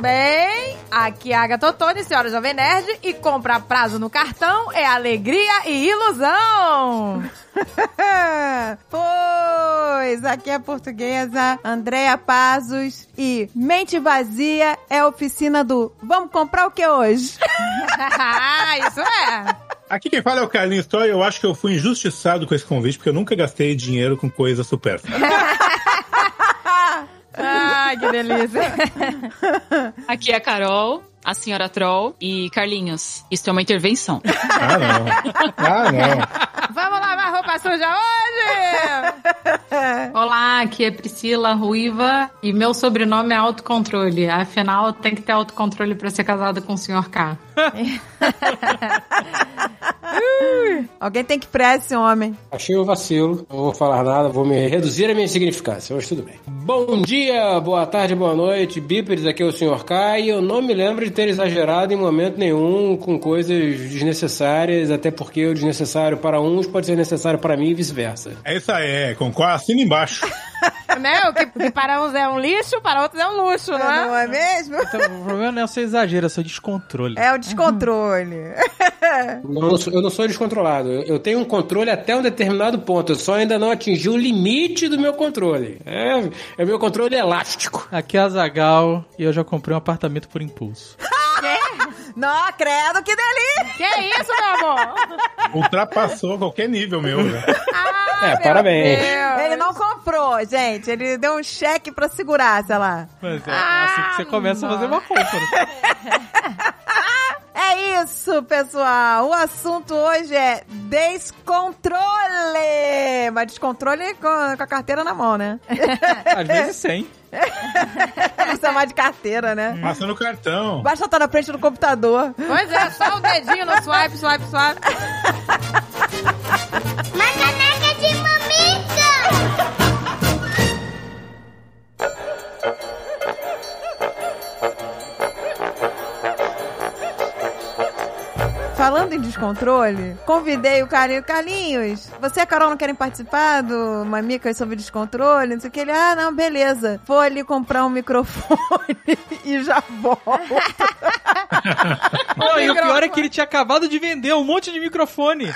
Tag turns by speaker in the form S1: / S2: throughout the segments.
S1: bem? Aqui é a Agatha Ottoni, senhora Jovem Nerd, e compra prazo no cartão é alegria e ilusão.
S2: pois, aqui é a portuguesa Andréa Pazos e Mente Vazia é a oficina do Vamos comprar o que hoje?
S1: Isso é.
S3: Aqui quem fala é o Carlinhos Toy. Eu acho que eu fui injustiçado com esse convite, porque eu nunca gastei dinheiro com coisa supérflua.
S1: Ai, que delícia.
S4: Aqui é a Carol, a senhora Troll e Carlinhos. Isso é uma intervenção.
S3: Ah, não. Ah, não.
S1: Vamos lavar roupa suja hoje!
S5: Olá, aqui é Priscila Ruiva e meu sobrenome é autocontrole. Afinal, tem que ter autocontrole pra ser casada com o senhor K.
S2: Alguém tem que pregar esse homem.
S6: Achei o vacilo, não vou falar nada, vou me reduzir a minha insignificância, mas tudo bem. Bom dia, boa tarde, boa noite, bípedes, aqui é o Sr. K e eu não me lembro de ter exagerado em momento nenhum com coisas desnecessárias, até porque o desnecessário para uns pode ser necessário para mim e vice-versa.
S3: É isso aí, é. Concordo, assina embaixo.
S1: né? O que, que para uns é um lixo, para outros é um luxo, não é?
S2: Não é mesmo?
S7: Então, o problema não é o seu exagero, é o seu descontrole.
S2: É o descontrole.
S1: Uhum.
S6: Eu não sou, eu não sou descontrolado, eu, eu tenho um controle até um determinado ponto, eu só ainda não atingi o limite do meu controle. É, é meu controle elástico.
S7: Aqui é a Zagal e eu já comprei um apartamento por impulso.
S2: Não, credo, que delícia!
S1: Que isso, meu amor?
S3: Ultrapassou qualquer nível meu. né?
S1: Ah,
S6: É,
S1: meu
S6: parabéns.
S1: Deus.
S2: Ele não comprou, gente. Ele deu um cheque pra segurar, sei lá.
S7: Mas é assim que você começa a fazer uma compra. né?
S2: É isso, pessoal. O assunto hoje é descontrole. Mas descontrole com, com a carteira na mão, né?
S7: Às vezes 100.
S2: Não precisa mais de carteira, né?
S3: Passa no cartão.
S2: Basta estar na frente do computador.
S1: Pois é, só o dedinho no swipe, swipe, swipe.
S8: Uma caneca de mamica!
S2: Falando em descontrole, convidei o Carlinhos. Carlinhos, você e a Carol não querem participar do Mamicas sobre descontrole? Não sei o que. Ele, ah, não, beleza. Vou ali comprar um microfone e já volto.
S7: Não, e o pior é que ele tinha acabado de vender um monte de microfone.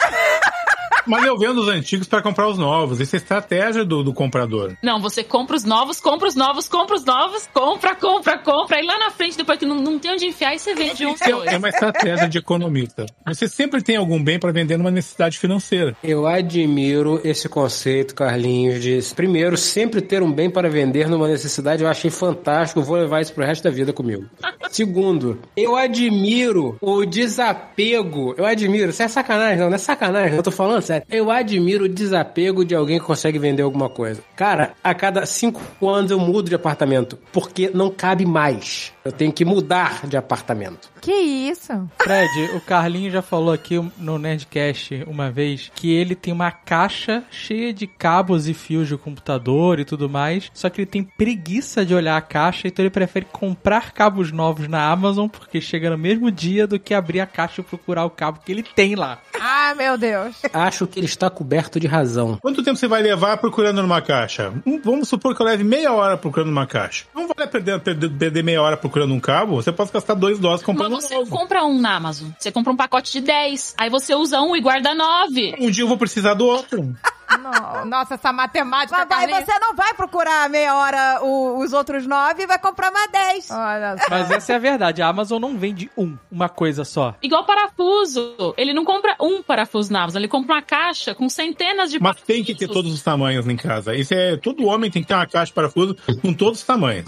S3: Mas eu vendo os antigos pra comprar os novos. Essa é a estratégia do, do comprador.
S4: Não, você compra os novos, compra os novos, compra os novos, compra, compra, compra. E lá na frente, depois que não, não tem onde enfiar, aí você vende um. uns
S3: É é
S4: dois.
S3: uma estratégia de economista. Você sempre tem algum bem pra vender numa necessidade financeira.
S6: Eu admiro esse conceito, Carlinhos, de primeiro sempre ter um bem para vender numa necessidade. Eu achei fantástico, vou levar isso pro resto da vida comigo. Segundo, eu admiro o desapego. Eu admiro, isso é sacanagem, não, não é sacanagem, eu tô falando sério. Eu admiro o desapego de alguém que consegue vender alguma coisa. Cara, a cada cinco anos eu mudo de apartamento, porque não cabe mais. Eu tenho que mudar de apartamento.
S1: Que isso?
S7: Fred, o Carlinho já falou aqui no Nerdcast uma vez que ele tem uma caixa cheia de cabos e fios de computador e tudo mais, só que ele tem preguiça de olhar a caixa, então ele prefere comprar cabos novos na Amazon porque chega no mesmo dia do que abrir a caixa e procurar o cabo que ele tem lá.
S1: Ai, meu Deus.
S6: Acho que ele está coberto de razão.
S3: Quanto tempo você vai levar procurando numa caixa? Hum, Vamos supor que eu leve meia hora procurando uma caixa. Não vale a perder, perder, perder meia hora procurando um cabo? Você pode gastar dois dólares
S4: Mas
S3: comprando um
S4: você
S3: novo.
S4: compra um na Amazon. Você compra um pacote de 10. Aí você usa um e guarda 9.
S3: Um dia eu vou precisar do outro.
S1: No- Nossa, essa matemática,
S2: Mas vai,
S1: Carlinhos.
S2: você não vai procurar meia hora o- os outros nove e vai comprar mais dez.
S1: Olha só.
S7: Mas essa é a verdade, a Amazon não vende um, uma coisa só.
S4: Igual parafuso. Ele não compra um parafuso na Amazon. Ele compra uma caixa com centenas de
S3: Mas
S4: parafusos.
S3: tem que ter todos os tamanhos em casa. Isso é. Todo homem tem que ter uma caixa de parafuso com todos os tamanhos.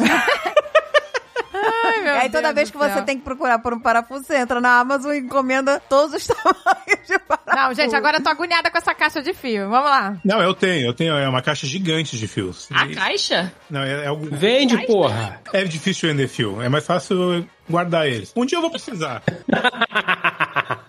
S1: Ai, meu
S2: e aí toda
S1: Deus
S2: vez
S1: do
S2: que você
S1: céu.
S2: tem que procurar por um parafuso, você entra na Amazon e encomenda todos os tamanhos de parafuso.
S1: Não, gente, agora eu tô agoniada com essa caixa de fio. Vamos lá.
S3: Não, eu tenho. Eu tenho é uma caixa gigante de fios.
S4: A
S3: E-
S4: caixa?
S3: Não, é, é algo-
S6: Vende, porra!
S3: é difícil vender fio. É mais fácil guardar eles. Um dia eu vou precisar.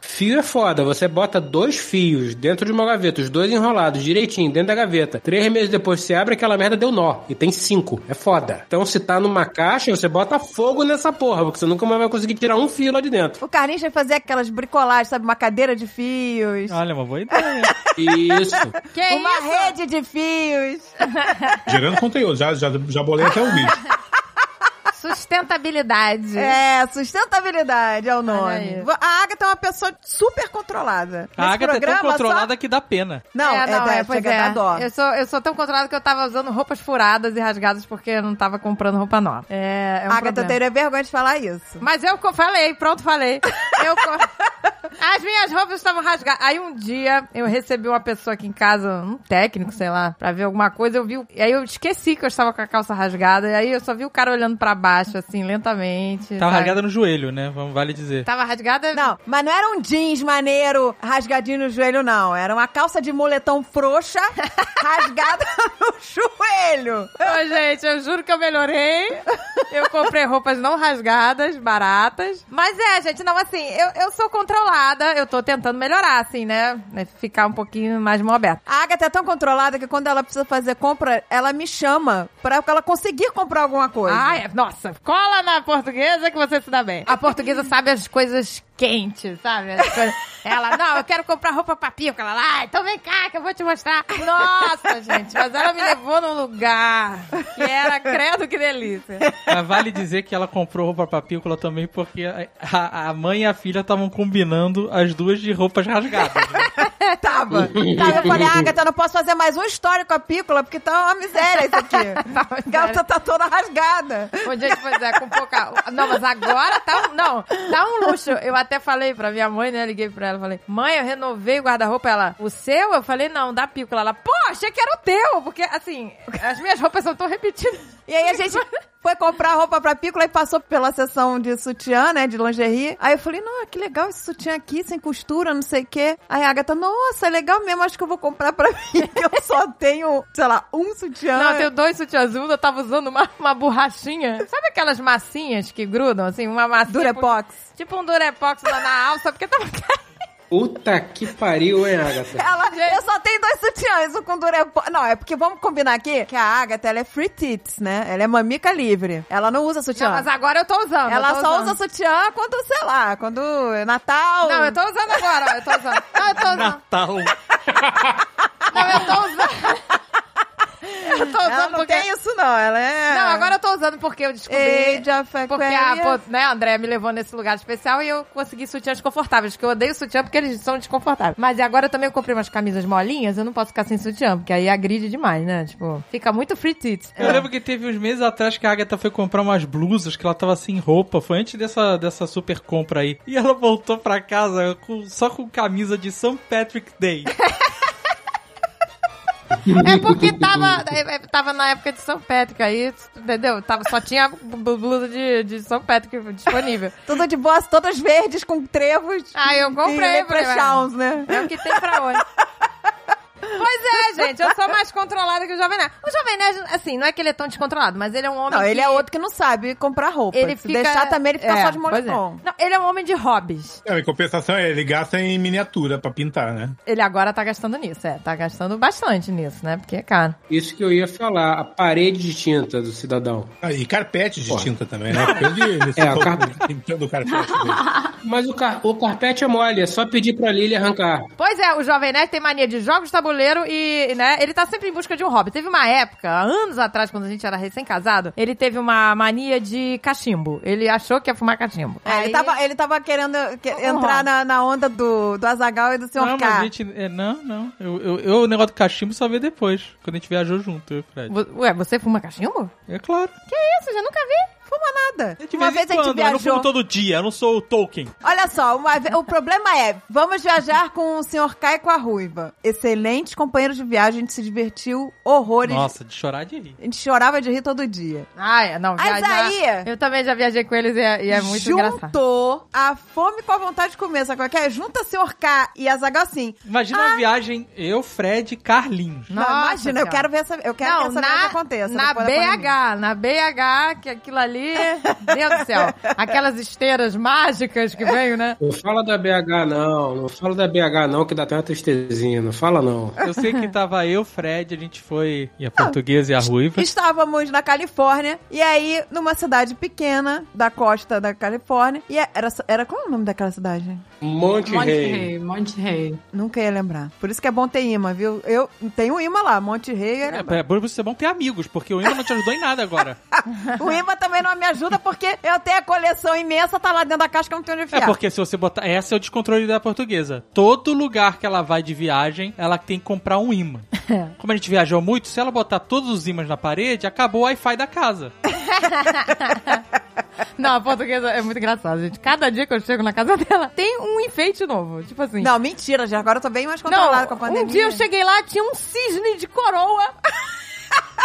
S6: Fio é foda, você bota dois fios dentro de uma gaveta, os dois enrolados direitinho dentro da gaveta. Três meses depois você abre, aquela merda deu nó. E tem cinco. É foda. Então se tá numa caixa, você bota fogo nessa porra, porque você nunca mais vai conseguir tirar um fio lá de dentro.
S2: O Carlinhos vai fazer aquelas bricolagens, sabe? Uma cadeira de fios.
S7: Olha, uma boa ideia.
S6: Isso.
S1: Que é
S2: uma
S1: isso?
S2: rede de fios.
S3: Gerando conteúdo. Já, já, já bolei até o vídeo.
S1: Sustentabilidade.
S2: É, sustentabilidade é o
S1: aí.
S2: nome. A Agatha é uma pessoa super controlada.
S7: A
S2: Nesse
S7: Agatha é tão
S2: programa, só-
S7: controlada que dá pena.
S2: Não, é, da,
S1: pois
S2: chega a dar dó.
S1: Eu sou, eu sou tão controlada que eu tava usando roupas furadas e rasgadas porque eu não tava comprando roupa nova. É, é um
S2: a Agatha
S1: problema.
S2: teria vergonha de falar isso.
S1: Mas eu co- falei, pronto, falei. Eu co- As minhas roupas estavam rasgadas. Aí um dia eu recebi uma pessoa aqui em casa, um técnico, sei lá, pra ver alguma coisa. Eu vi. o- Aí eu esqueci que eu estava com a calça rasgada. E aí eu só vi o cara olhando pra baixo, assim, lentamente.
S7: Tava
S1: sabe?
S7: Tá rasgada no joelho, né? Vamos- Vale dizer.
S1: Tava rasgada.
S2: Não, mas não era um jeans maneiro rasgadinho no joelho, não. Era uma calça de moletom frouxa rasgada no joelho.
S1: Ô, gente, eu juro que eu melhorei. Eu comprei roupas não rasgadas, baratas. Mas é, gente, não, assim, eu, eu sou controlada, eu tô tentando melhorar, assim, né? Né, Ficar um pouquinho mais mão aberta.
S2: A Agatha é tão controlada que quando ela precisa fazer compra, ela me chama pra ela conseguir comprar alguma coisa.
S1: Ah, é, nossa, cola na portuguesa que você se dá bem. A portuguesa sabe as coisas quentes, sabe? As coisas- Ela, não, eu quero comprar roupa pra pica. Ela, ah, então vem cá que eu vou te mostrar. Nossa, gente, mas ela me levou num lugar que era, credo, que delícia.
S7: Mas vale dizer que ela comprou roupa pra pícola também porque a, a mãe e a filha estavam combinando as duas de roupas rasgadas. né?
S1: Tá
S2: Tava. Tava. Eu falei, Agatha, eu não posso fazer mais um histórico com a pícola, porque tá uma miséria isso
S1: Tá uma
S2: aqui. A
S1: miséria.
S2: Agatha tá toda rasgada.
S1: Onde é que pois é, com pouca. Não, mas agora tá um. Não, tá um luxo. Eu até falei pra minha mãe, né? Liguei pra ela, falei, mãe, eu renovei o guarda-roupa. Ela, o seu? Eu falei, não, da pícola. Ela, pô, achei que era o teu, porque assim, as minhas roupas só estão repetidas.
S2: E aí a gente foi comprar roupa pra pícola e passou pela sessão de sutiã, né, de lingerie. Aí eu falei, não, que legal esse sutiã aqui, sem costura, não sei o quê. Aí a Agatha, nossa, é legal mesmo, acho que eu vou comprar pra mim, que eu só tenho, sei lá, um sutiã.
S1: Não, eu tenho dois sutiãs azuis, eu tava usando uma, uma borrachinha. Sabe aquelas massinhas que grudam, assim, uma massinha?
S2: Durepox.
S1: Tipo, tipo um durepox lá na alça, porque tava
S6: Puta que pariu, hein, Agatha?
S2: Ela,
S1: Gente.
S2: eu só tenho dois sutiãs, um com durepox. Não, é porque vamos combinar aqui que a Agatha, ela é free tits, né? Ela é mamica livre. Ela não usa sutiã.
S1: Não, mas agora eu tô usando. eu
S2: Ela
S1: tô
S2: só
S1: usando.
S2: usa sutiã quando, sei lá, quando é Natal.
S1: Não, eu tô usando agora, ó, eu tô usando. Não, eu tô usando.
S7: Natal.
S1: Não, eu tô usando. Eu tô usando
S2: Ela não
S1: porque.
S2: tem isso, não. Ela é...
S1: Não, agora eu tô usando porque eu descobri.
S2: Ei, já foi
S1: porque a
S2: Aquarius.
S1: pô, né, a Andrea me levou nesse lugar especial e eu consegui sutiãs confortáveis, que eu odeio sutiã porque eles são desconfortáveis. Mas agora eu também comprei umas camisas molinhas, eu não posso ficar sem sutiã, porque aí agride demais, né? Tipo, fica muito free tits.
S7: Eu lembro que teve uns meses atrás que a Agatha foi comprar umas blusas que ela tava sem roupa. Foi antes dessa, dessa super compra aí. E ela voltou pra casa com- só com camisa de St. Patrick Day.
S1: É porque tava, é- é- tava na época de São Patrick aí, entendeu? Tava, só tinha bl- blusa de, de São Patrick disponível.
S2: Tudo de boas, todas verdes, com trevos.
S1: Ah, eu comprei,
S2: E leprechauns, né?
S1: É o que tem pra hoje. Pois é, gente, eu sou mais controlada que o Jovem Nerd. O Jovem Nerd, assim, não é que ele é tão descontrolado, mas ele é um homem.
S2: Não,
S1: que-
S2: ele é outro que não sabe comprar roupa.
S1: Ele
S2: Se
S1: fica-
S2: deixar também, ele fica
S1: É,
S2: só de
S1: pois é.
S2: moletom.
S1: Não, ele é um homem de hobbies.
S3: É, em compensação, ele gasta em miniatura pra pintar, né?
S1: Ele agora tá gastando nisso, é. Tá gastando bastante nisso, né? Porque é caro.
S6: Isso que eu ia falar, a parede de tinta do cidadão.
S3: Ah, e carpete de
S6: Porra.
S3: tinta também, né? Porque ele, ele
S6: É,
S3: só
S6: o carpete.
S3: pintando o carpete dele.
S6: Mas o, car o carpete é mole, é só pedir pra Lily arrancar.
S1: Pois é, o Jovem Nerd tem mania de jogos, tabuleiro e, né, ele tá sempre em busca de um hobby. Teve uma época, há anos atrás, quando a gente era recém-casado, ele teve uma mania de cachimbo. Ele achou que ia fumar cachimbo.
S2: É, ele, tava, ele tava querendo que- entrar na, na onda do, do Azagal e do Sr.
S7: Não, mas a
S2: K.
S7: gente. é, não, não. Eu, eu, eu- o negócio do cachimbo só vê depois, quando a gente viajou junto, eu e o Fred.
S1: Vo- Ué, você fuma cachimbo?
S7: É claro.
S1: Que isso, eu já nunca vi.
S2: Fuma nada.
S7: De
S2: Uma
S7: vez
S2: vez
S7: em
S2: a gente
S7: quando, eu não fumo
S2: viajou.
S7: todo dia, eu não sou o Tolkien.
S2: Olha só, uma ve- o problema é, vamos viajar com o Sr. K e com a Ruiva. Excelentes companheiros de viagem, a gente se divertiu horrores.
S7: Nossa, de chorar de rir.
S2: A gente chorava de rir todo dia.
S1: Ah, é, não,
S2: Mas
S1: viajar...
S2: aí-
S1: Eu também já viajei com eles e é, e é muito
S2: Juntou
S1: engraçado.
S2: a fome com a vontade de comer, sabe qual que é? Junta Sr. K e Azagal assim.
S7: Imagina
S1: Ah.
S7: a viagem, eu, Fred e Carlinhos.
S2: Não,
S1: Nossa
S2: imagina, eu
S1: Senhora.
S2: quero ver essa, eu quero que essa viagem aconteça.
S1: Na
S2: depois da pandemia. É.
S1: BH, na BH, que aquilo ali, Deus do céu, aquelas esteiras mágicas que veio, né?
S6: Não fala da BH, não. Não fala da BH, não, que dá até uma tristezinha. Não fala, não.
S7: Eu sei que tava eu, Fred, a gente foi. E a portuguesa e a ruiva.
S2: Estávamos na Califórnia, e aí, numa cidade pequena da costa da Califórnia, e era, era qual é o nome daquela cidade?
S6: Um Monte,
S5: Monte
S6: Rei.
S5: Rei, Monte Rei.
S2: Nunca ia lembrar. Por isso que é bom ter imã, viu? Eu tenho imã lá, Monte Rei.
S7: É,
S2: Era...
S7: é bom você é bom ter amigos, porque o Inda não te ajudou em nada agora.
S2: o imã também não me ajuda porque eu tenho a coleção imensa, tá lá dentro da caixa que eu não tenho onde
S7: É
S2: enfiar.
S7: porque se você botar. Essa é o descontrole da portuguesa. Todo lugar que ela vai de viagem, ela tem que comprar um imã. Como a gente viajou muito, se ela botar todos os ímãs na parede, acabou o Wi-Fi da casa.
S1: Não, a portuguesa é muito engraçada, gente. Cada dia que eu chego na casa dela, tem um enfeite novo. Tipo assim.
S2: Não, mentira, já agora eu tô bem mais
S1: Não,
S2: controlada com a pandemia.
S1: um dia eu cheguei lá, tinha um cisne de coroa.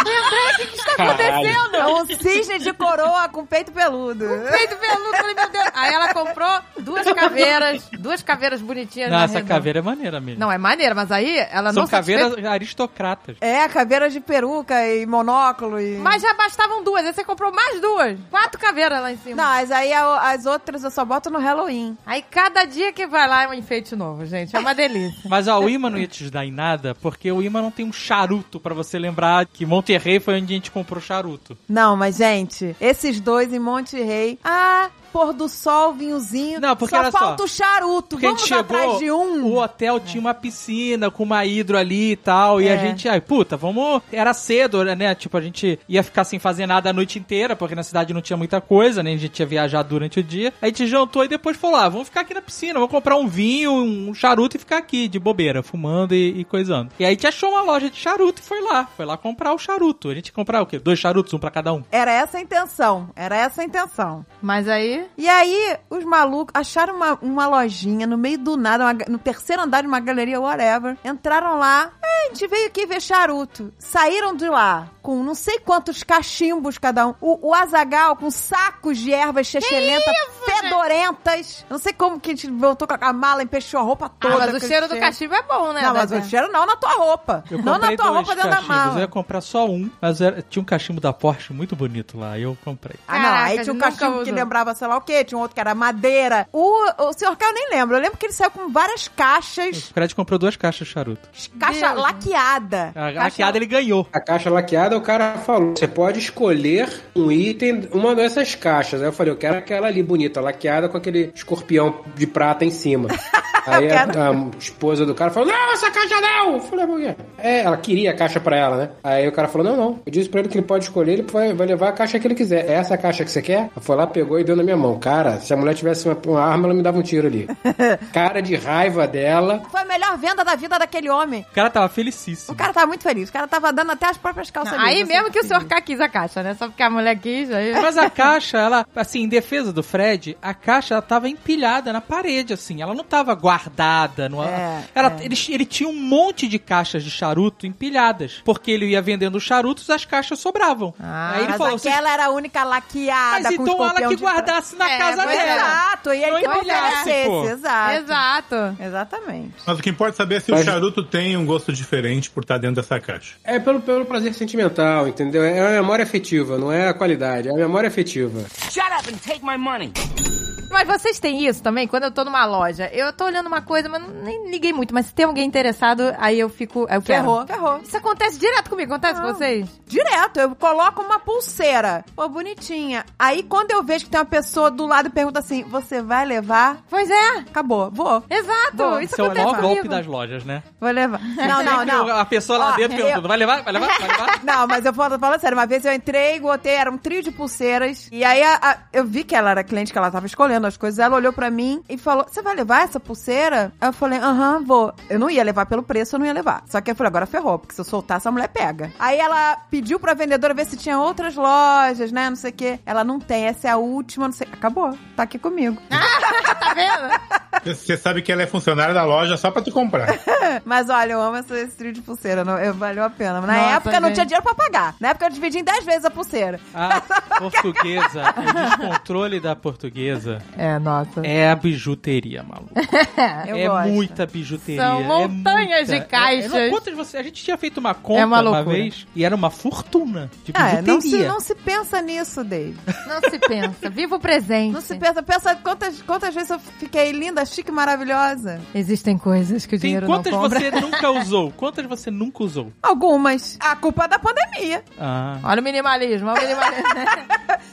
S1: Meu Deus, o que que está acontecendo?
S2: É um cisne de coroa com peito peludo.
S1: Peito peludo, falei, meu Deus. Aí ela comprou duas caveiras, duas caveiras bonitinhas. na
S7: Não, essa
S1: Renault.
S7: caveira é maneira, amiga.
S1: Não, é maneira, mas aí ela
S7: São
S1: não
S7: caveiras
S1: satisfeita-
S7: aristocratas.
S2: É, caveira de peruca e monóculo e...
S1: Mas já bastavam duas, aí você comprou mais duas. Quatro caveiras lá em cima.
S2: Não, mas aí a- as outras eu só boto no Halloween.
S1: Aí cada dia que vai lá é um enfeite novo, gente. É uma delícia.
S7: Mas ó, o imã não ia te dar em nada, porque o imã não tem um charuto pra você lembrar que Monterrey foi onde a gente comprou charuto.
S2: Não, mas gente, esses dois em Monte Rei. Ah, pôr do sol, vinhozinho.
S7: Não, porque
S2: só
S7: olha só.
S2: falta o charuto.
S7: Porque
S2: Vamos
S7: a gente chegou,
S2: atrás de um.
S7: o hotel tinha uma piscina com uma hidro ali e tal, e a
S2: É.
S7: gente, ai, puta, vamos... Era cedo, né? Tipo, a gente ia ficar sem fazer nada a noite inteira, porque na cidade não tinha muita coisa, né? A gente tinha viajado durante o dia. Aí a gente jantou e depois falou, ah, vamos ficar aqui na piscina, vamos comprar um vinho, um charuto e ficar aqui, de bobeira, fumando e, e coisando. E aí a gente achou uma loja de charuto e foi lá, foi lá comprar o charuto. A gente comprar o quê? Dois charutos, um pra cada um.
S2: Era essa a intenção. Era essa a intenção.
S1: Mas aí.
S2: E aí, os malucos acharam uma, uma lojinha no meio do nada, uma ga- no terceiro andar de uma galeria, whatever. Entraram lá. "É, a gente veio aqui ver charuto. Saíram de lá com não sei quantos cachimbos cada um. O, o azagal com sacos de ervas chechelentas, fedorentas. Eu Não sei como que a gente voltou com a mala, empechou a roupa
S1: Ah,
S2: toda.
S1: mas
S2: com
S1: o
S2: esse
S1: cheiro do cachimbo é bom, né?
S2: Não,
S1: Dada?
S2: mas o cheiro não na tua roupa.
S7: Eu
S2: não na
S7: comprei
S2: tua
S7: dois
S2: roupa dentro da
S7: cachimbos. Eu ia
S2: mala.
S7: comprar só um, mas era- tinha um cachimbo da Porsche muito bonito lá, eu comprei.
S2: Ah, não, aí
S1: Caraca,
S2: tinha um
S1: nunca
S2: cachimbo que
S1: usou.
S2: lembrava sei lá o quê, tinha um outro que era madeira. O, o senhor Caio nem lembra, eu lembro que ele saiu com várias caixas,
S7: O Fred comprou duas caixas de charuto.
S2: caixa
S1: Deus.
S2: laqueada.
S7: A
S2: Caixa-
S7: Ah, laqueada ele ganhou.
S6: A caixa laqueada, o cara falou: você pode escolher um item, uma dessas caixas. Aí eu falei: eu quero aquela ali bonita, laqueada com aquele escorpião de prata em cima. Aí a, a esposa do cara falou: não, essa caixa não! Eu falei: por quê? É, ela queria a caixa pra ela, né? Aí o cara falou: não, não. Eu disse pra ele que ele pode escolher, ele vai, vai levar a caixa que ele quiser. É essa a caixa que você quer? Ela foi lá, pegou e deu na minha mão. Cara, se a mulher tivesse uma, uma arma, ela me dava um tiro ali. Cara de raiva dela.
S2: Foi a melhor venda da vida daquele homem.
S7: O cara tava
S2: O
S7: felicíssimo.
S2: cara tava muito feliz, o cara tava dando até as próprias calças
S1: Não,
S2: dele,
S1: aí
S2: assim.
S1: mesmo que o senhor K quis a caixa, né? Só porque a mulher quis, aí.
S7: Mas a caixa, ela, assim, em defesa do Fred, a caixa ela tava empilhada na parede, assim. Ela não tava guardada. Não,
S2: É,
S7: ela, Ele, ele tinha um monte de caixas de charuto empilhadas. Porque ele ia vendendo os charutos, as caixas sobravam.
S1: Ah,
S7: Aí ele
S2: Mas
S7: falou:
S2: aquela era a única laqueada
S7: Mas
S2: com
S7: então ela
S2: escorpião
S7: que
S2: de prata."
S7: guardasse na
S1: É,
S7: casa
S1: pois é.
S7: dela.
S2: Exato, e
S7: Não
S2: aí que
S7: empilhasse, pô.
S2: oferecesse, exato.
S1: Exato.
S2: Exatamente.
S3: Mas o que importa é saber se o
S6: Mas-
S3: charuto tem um gosto diferente por estar dentro dessa caixa.
S6: É pelo, pelo prazer sentimental, entendeu? É a memória afetiva, não é a qualidade, é a memória afetiva.
S1: Mas vocês têm isso também? Quando eu tô numa loja, eu tô olhando uma coisa, mas não- nem liguei muito. Mas se tem alguém interessado, aí eu fico. é Eu quero.
S2: Ferrou, ferrou.
S1: Isso acontece direto comigo, acontece com vocês?
S2: Direto, eu coloco uma pulseira. Pô, bonitinha. Aí quando eu vejo que tem uma pessoa do lado e pergunta assim: você vai levar?
S1: Pois é.
S2: Acabou, vou.
S1: Exato.
S2: Bom,
S1: isso
S7: Isso é o
S1: acontece
S7: maior
S1: comigo.
S7: golpe das lojas, né?
S2: Vou levar. Não, não, não.
S7: A pessoa lá
S2: Ó, eu-
S7: dentro perguntando: vai levar? Vai levar? Vai levar?
S2: Não, mas eu falo, falo sério, uma vez eu entrei, botei, era um trio de pulseiras, e aí a- a- eu vi que ela era cliente, que ela tava escolhendo as coisas, ela olhou pra mim e falou, você vai levar essa pulseira? Aí eu falei, aham, vou. Eu não ia levar pelo preço, eu não ia levar. Só que eu falei, agora ferrou, porque se eu soltar, essa mulher pega. Aí ela pediu pra vendedora ver se tinha outras lojas, né, não sei o quê. Ela não tem, essa é a última, não sei, acabou, tá aqui comigo.
S1: Tá vendo?
S3: Você sabe que ela é funcionária da loja só pra tu comprar.
S2: Mas olha, eu amo essa- esse trio de pulseira, não- eu- valeu a pena. Na
S1: Nossa,
S2: época eu não
S1: gente.
S2: tinha dinheiro pra pagar, na época eu dividi em 10 vezes a pulseira.
S7: A portuguesa, o descontrole da portuguesa
S1: É, nossa.
S7: é a bijuteria, maluco.
S2: Eu
S7: é
S2: gosto.
S7: muita bijuteria.
S1: São
S7: é
S1: montanhas
S7: muita.
S1: de caixas.
S7: É, é, não, quantas você- a gente tinha feito uma conta
S1: É uma
S7: uma,
S1: loucura.
S7: vez e era uma fortuna de
S2: Ah, é,
S7: bijuteria.
S2: não se, não se pensa nisso, Dave.
S1: Não se pensa. Viva o presente.
S2: Não se pensa. Pensa quantas, quantas vezes eu fiquei linda, chique e maravilhosa.
S1: Existem coisas que o
S7: Tem
S1: dinheiro não
S7: quantas
S1: compra.
S7: você nunca usou? Quantas você nunca usou?
S2: Algumas. A culpa é da pandemia.
S7: Ah.
S1: Olha o minimalismo, olha o minimalismo.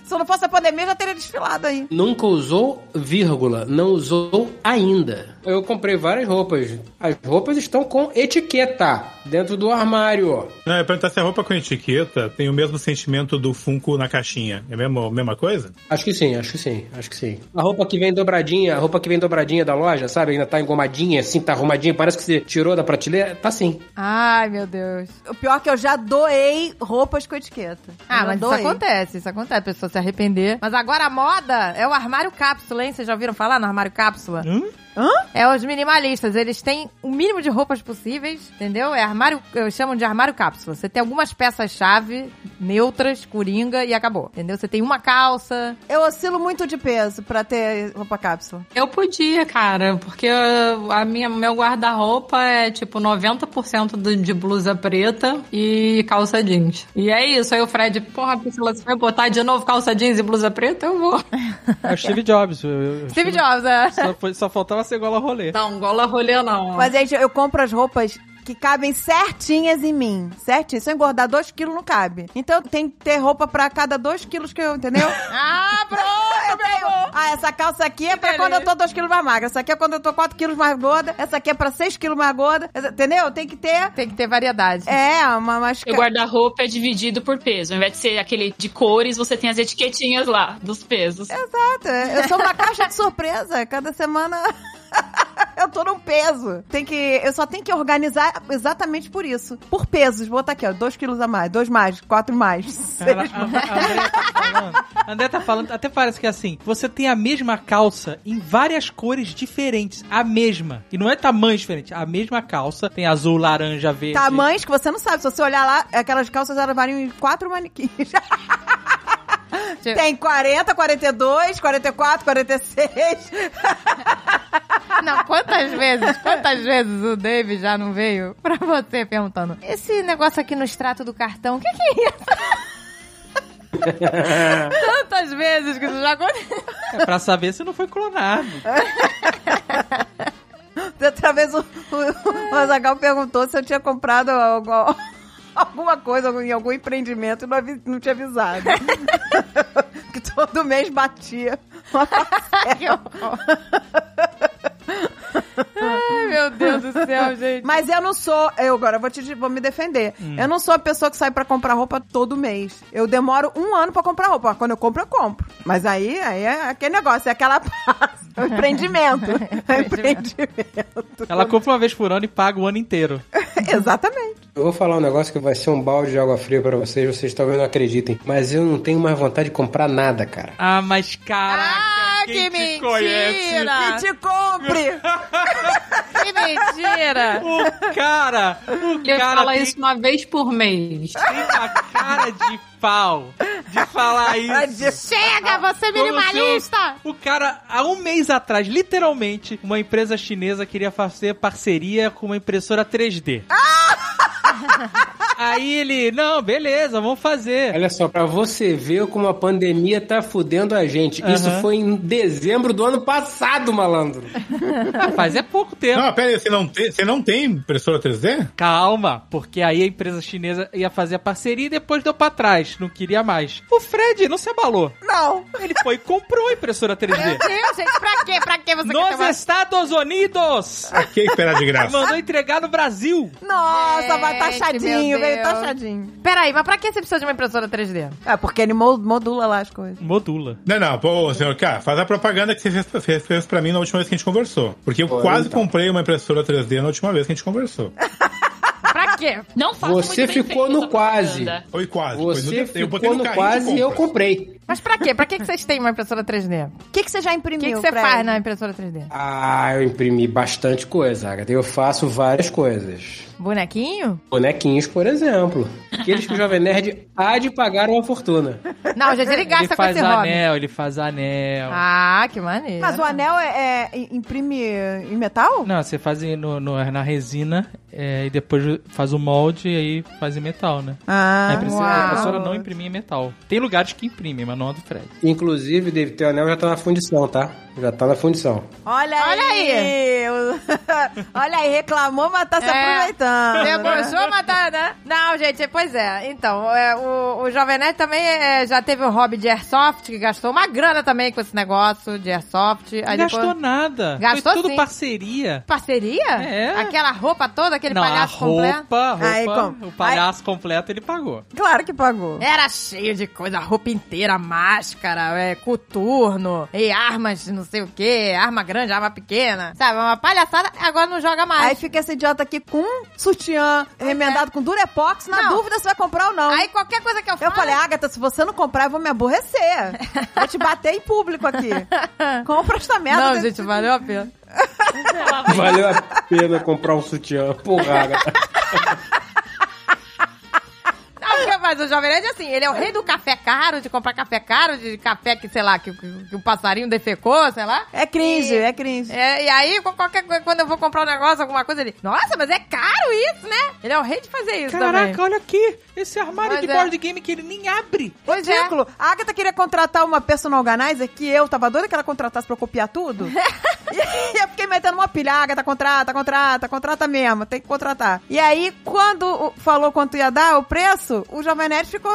S2: Se não fosse a pandemia, eu já teria desfilado aí.
S6: Nunca usou, vírgula, não usou ainda. Eu comprei várias roupas. As roupas estão com etiqueta dentro do armário.
S3: Não, eu ia perguntar se a roupa com etiqueta tem o mesmo sentimento do Funko na caixinha. É a mesma, mesma coisa?
S6: Acho que sim, acho que sim, acho que sim. A roupa que vem dobradinha, a roupa que vem dobradinha da loja, sabe? Ainda tá engomadinha, assim, tá arrumadinha, parece que você tirou da prateleira. Tá sim.
S1: Ai, meu Deus.
S2: O pior é que eu já doei roupas com etiqueta. Eu
S1: Ah,
S2: já
S1: mas isso
S2: doei.
S1: acontece, isso acontece, a pessoa se arrepender. Mas agora a moda é o armário cápsula, hein? Vocês já ouviram falar no armário cápsula?
S7: Hum?
S1: É os minimalistas, eles têm o mínimo de roupas possíveis, entendeu? É armário, eu chamo de armário cápsula. Você tem algumas peças-chave, neutras, coringa e acabou, entendeu? Você tem uma calça.
S2: Eu oscilo muito de peso pra ter roupa cápsula.
S5: Eu podia, cara, porque eu- a minha, meu guarda-roupa é tipo 90% do- de blusa preta e calça jeans. E é isso. Aí o Fred, porra, Priscila, você vai botar de novo calça jeans e blusa preta? Eu vou.
S7: É o Steve Jobs. eu- eu-
S1: Steve Jobs, é.
S7: Só, foi- só faltava ser gola rolê.
S5: Não, gola rolê não.
S2: Mas, gente, eu compro as roupas que cabem certinhas em mim. Certinho. Se eu engordar 2 quilos, não cabe. Então tem que ter roupa pra cada 2 quilos que eu, entendeu?
S1: Ah,
S2: Eu
S1: pronto,
S2: tenho. Ah, essa calça aqui é pra quando eu tô 2 quilos mais magra. Essa aqui é quando eu tô 4 quilos mais gorda. Essa aqui é pra 6 quilos mais gorda. Essa- Entendeu? Tem que ter.
S1: Tem que ter variedade. né?
S2: É, uma mais.
S4: O guarda-roupa é dividido por peso. Ao invés de ser aquele de cores, você tem as etiquetinhas lá, dos pesos.
S2: Exato. Eu sou uma caixa de surpresa. Cada semana. Eu tô num peso. Tem que, eu só tenho que organizar exatamente por isso. Por pesos. Vou botar aqui, ó. 2 quilos a mais, 2 mais, 4 mais.
S7: Cara, a, a Andrea tá falando, a Andrea tá falando, até parece que é assim, você tem a mesma calça em várias cores diferentes, a mesma. E não é tamanho diferente, a mesma calça, tem azul, laranja, verde.
S2: Tamanhos que você não sabe. Se você olhar lá, aquelas calças elas variam em 4 manequins. Tem 40, 42, 44, 46.
S1: Não, quantas vezes, quantas vezes o David já não veio pra você perguntando esse negócio aqui no extrato do cartão, o que que é isso? Tantas vezes que isso já aconteceu.
S7: É pra saber se não foi clonado.
S5: Tá
S2: Outra vez o, o, o Azagal perguntou se eu tinha comprado algo- alguma coisa algum- em algum empreendimento e não, avi- não tinha avisado. que todo mês batia. uma parcela.
S1: Que horror. Ai, meu Deus do céu, gente.
S2: Mas eu não sou. Eu agora vou, te, vou me defender. Eu não sou a pessoa que sai pra comprar roupa todo mês. Eu demoro um ano pra comprar roupa. Quando eu compro, eu compro. Mas aí, aí é aquele negócio, é aquela paz. É um empreendimento. É um empreendimento.
S7: Ela compra uma vez por ano e paga o ano inteiro.
S2: Exatamente.
S6: Eu vou falar um negócio que vai ser um balde de água fria pra vocês, vocês talvez não acreditem. Mas eu não tenho mais vontade de comprar nada, cara.
S7: Ah, mas caraca,
S1: Ah, que
S7: quem te
S1: mentira!
S7: conhece?
S2: E te compre!
S1: Que mentira!
S7: O cara, o
S5: Ah! Eu
S7: cara
S5: falo
S7: tem,
S5: isso uma vez por mês.
S7: tem uma cara de pau de falar isso.
S1: Chega, você é
S7: Como
S1: minimalista!
S7: se O o cara, há um mês atrás, literalmente, uma empresa chinesa queria fazer parceria com uma impressora 3D. Aí ele, não, beleza, vamos fazer.
S6: Olha só, pra você ver como a pandemia tá fudendo a gente. Isso
S7: Aham.
S6: foi em dezembro do ano passado, malandro.
S7: Rapaz, é pouco tempo.
S3: Não, pera aí, você não tem, você não tem impressora 3D?
S7: Calma, porque aí a empresa chinesa ia fazer a parceria e depois deu pra trás, não queria mais. O Fred não se abalou.
S2: Não!
S7: Ele foi e comprou a impressora 3D.
S1: Meu Deus, gente, pra quê? Pra quê você quer
S7: Nos
S1: ter uma...
S7: Estados Unidos!
S3: Pra que esperar de graça?
S7: Mandou entregar no Brasil.
S2: Nossa, vai
S1: Gente, meu
S2: taxadinho, veio
S1: Deus.
S2: taxadinho.
S1: Peraí, mas pra que você precisa de uma impressora 3D?
S2: É, porque ele mo- modula lá as coisas.
S7: Modula.
S3: Não, não, pô, senhor, cara, faz a propaganda que você fez, você fez pra mim na última vez que a gente conversou. Porque eu quase
S6: então.
S3: comprei uma impressora 3D na última vez que a gente conversou.
S1: Pra quê?
S4: Não faça
S6: Você
S4: muito bem
S6: ficou
S4: feita
S6: no
S4: essa
S6: quase.
S4: propaganda.
S3: Foi quase. foi
S6: Você
S3: no, eu botei
S6: ficou
S3: carrinho
S6: no
S3: de
S6: quase e eu
S3: compras.
S6: comprei.
S1: Mas pra quê? Pra quê que vocês têm uma impressora 3D?
S2: O que, que você já
S1: O
S2: imprimiu?
S1: que, que você
S2: Fred?
S1: faz na impressora 3D?
S6: Ah, eu imprimi bastante coisa, Agatha. Eu faço várias coisas.
S1: Bonequinho?
S6: Bonequinhos, por exemplo. Aqueles que o Jovem Nerd há de pagar uma fortuna.
S1: Não, gente, ele
S7: Ele
S1: gasta com
S7: faz
S1: esse hobby.
S7: anel, ele faz anel.
S1: Ah, que maneiro.
S2: Mas o anel é, é- imprime em metal?
S7: Não, você faz em- no, no- na resina é, e depois faz o molde e aí faz em metal, né?
S2: Ah,
S7: a, impressora,
S1: uau.
S7: a impressora não imprimir em metal. Tem lugares que imprimem, mas não a do Fred.
S6: Inclusive, David, teu anel já tá na fundição, tá? Já tá na fundição.
S2: Olha,
S1: Olha
S2: aí! o- Olha aí, reclamou, mas tá se
S1: É.
S2: aproveitando. né?
S1: Debochou, matar, né? Não, gente, pois é. Então, é, o, o Jovem Nerd também é, já teve o hobby de airsoft, que gastou uma grana também com esse negócio de airsoft. Aí
S7: gastou
S1: depois-
S7: nada.
S1: Gastou
S7: Foi tudo
S1: sim.
S7: parceria.
S1: Parceria?
S7: É.
S1: Aquela roupa toda, aquele
S7: não, a
S1: palhaço completo.
S7: roupa, a roupa
S2: Aí, como?
S7: o palhaço completo ele pagou.
S2: Claro que pagou.
S1: Era cheio de coisa, roupa inteira, máscara, é, coturno, e armas, não sei o que, arma grande, arma pequena. Sabe, uma palhaçada, agora não joga mais.
S2: Aí fica esse idiota aqui com um sutiã remendado com durepox, na
S1: é. Não.
S2: dúvida se vai comprar ou não.
S1: Aí qualquer coisa que eu falo...
S2: um- eu falei, "Ah, Agatha, se você não comprar, eu vou me aborrecer. Vou te bater em público aqui. Compra esta merda. né?"
S1: Não,
S2: desse
S1: gente, valeu a pena.
S4: Ela vai-
S6: Valeu a pena comprar um sutiã. Porra, Agatha.
S1: Não, porque, mas o Jovem Nerd, assim, ele é o rei do café caro, de comprar café caro, de café que, sei lá, que, que, que o passarinho defecou, sei lá.
S2: É cringe, é cringe.
S1: É, e aí, com qualquer coisa, quando eu vou comprar um negócio, alguma coisa, ele... Nossa, mas é caro isso, né? Ele é o rei de fazer isso também.
S7: olha aqui. Esse armário
S1: Pois é.
S7: game que ele nem abre.
S1: Pois é.
S2: Ridículo. A Agatha queria contratar uma personal organizer que eu tava doida que ela contratasse pra eu copiar tudo. e eu fiquei metendo uma pilha. Agatha, contrata, contrata, contrata mesmo. Tem que contratar. E aí, quando o- falou quanto ia dar o preço, o Jovem Nerd ficou...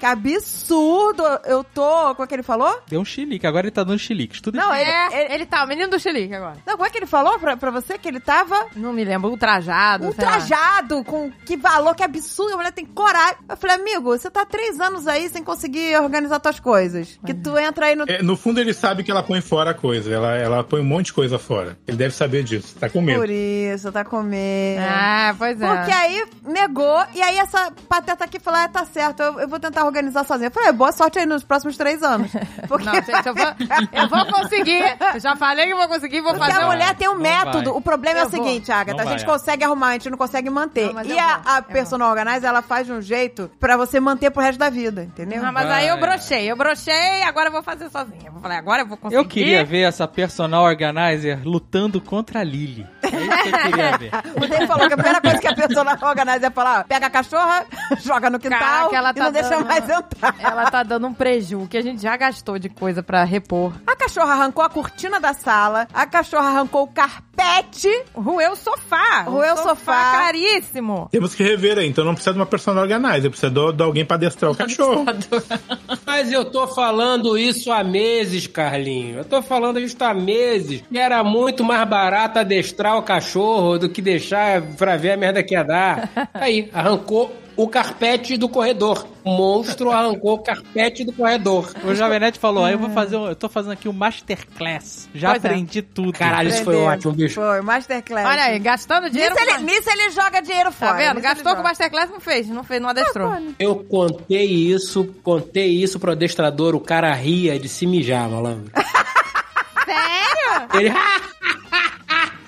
S2: Que absurdo eu tô... Como é que ele falou?
S7: Deu um chilique, agora ele tá dando chilique. Tudo
S2: Não, ele...
S1: É,
S2: ele-
S1: ele, ele tá o menino do xilique agora.
S2: não, como é que ele falou pra, pra você que ele tava...
S1: Não me lembro, ultrajado. sei lá.
S2: ultrajado, com que valor, que absurdo, a mulher tem coragem. Eu falei, amigo, você tá há três anos aí sem conseguir organizar tuas coisas. Que tu entra aí no.
S3: É, no fundo, ele sabe que ela põe fora a coisa. Ela, ela põe um monte de coisa fora. Ele deve saber disso. Tá com medo.
S2: Por isso, tá com medo.
S1: Ah, pois é.
S2: Porque aí negou, e aí essa pateta aqui falou: ah, tá certo, eu, eu vou tentar organizar sozinha. Eu falei, "É, boa sorte aí nos próximos três anos. Porque
S1: Não, gente, eu vou, eu vou conseguir. Eu já falei que eu vou conseguir, vou
S2: Porque
S1: fazer
S2: a
S1: um...
S2: mulher tem um
S7: Não
S2: método.
S7: vai.
S2: O problema é o
S1: Eu vou.
S2: seguinte, Agatha.
S7: Não
S2: A gente
S7: vai,
S2: consegue arrumar, a gente não consegue manter.
S1: Não, mas
S2: e
S1: eu
S2: a,
S1: vou,
S2: a
S1: eu
S2: personal organizer, ela faz de um jeito pra você manter pro resto da vida, entendeu?
S1: Não, mas aí eu
S7: Vai.
S1: brochei, eu brochei, agora eu vou fazer sozinha. Eu falei, agora eu vou conseguir.
S7: Eu queria ver essa personal organizer lutando contra a Lily. É isso que eu queria ver.
S2: Ele falou que a primeira coisa que a personal organizer é falar: ó, pega a cachorra, joga no quintal
S1: Caraca, ela
S2: e
S1: tá
S2: não deixa
S1: dando-
S2: mais entrar.
S1: Ela tá dando um preju que a gente já gastou de coisa pra repor.
S2: A cachorra arrancou a cortina da sala, a cachorra arrancou o carpete.
S1: Rueu o sofá.
S2: Roeu o sofá.
S1: caríssimo.
S3: Temos que rever aí. Então não precisa de uma personal organizer. Precisa de, de alguém pra adestrar o cachorro.
S6: Mas eu tô falando isso há meses, Carlinho. Eu tô falando isso há meses. E era muito mais barato adestrar o cachorro do que deixar pra ver a merda que ia dar. Aí, arrancou o carpete do corredor. O monstro arrancou o carpete do corredor.
S7: O Jovem Nerd falou, "Ah, eu vou fazer, um- eu tô fazendo aqui um masterclass. Já
S1: É. Pois é.
S7: aprendi tudo.
S6: Caralho, isso foi
S2: Aprendeu.
S6: ótimo, um bicho.
S2: Foi, Masterclass.
S1: Olha aí, gastando dinheiro.
S2: Nisso É, ele,
S1: com-
S2: nisso ele joga dinheiro fora.
S1: Tá vendo?
S2: nisso ele Tá
S1: Gastou com
S2: joga.
S1: Masterclass, não fez, não fez, não adestrou.
S6: Eu contei isso, contei isso pro adestrador, o cara ria de se mijar, malandro.
S1: Sério?
S6: Ele.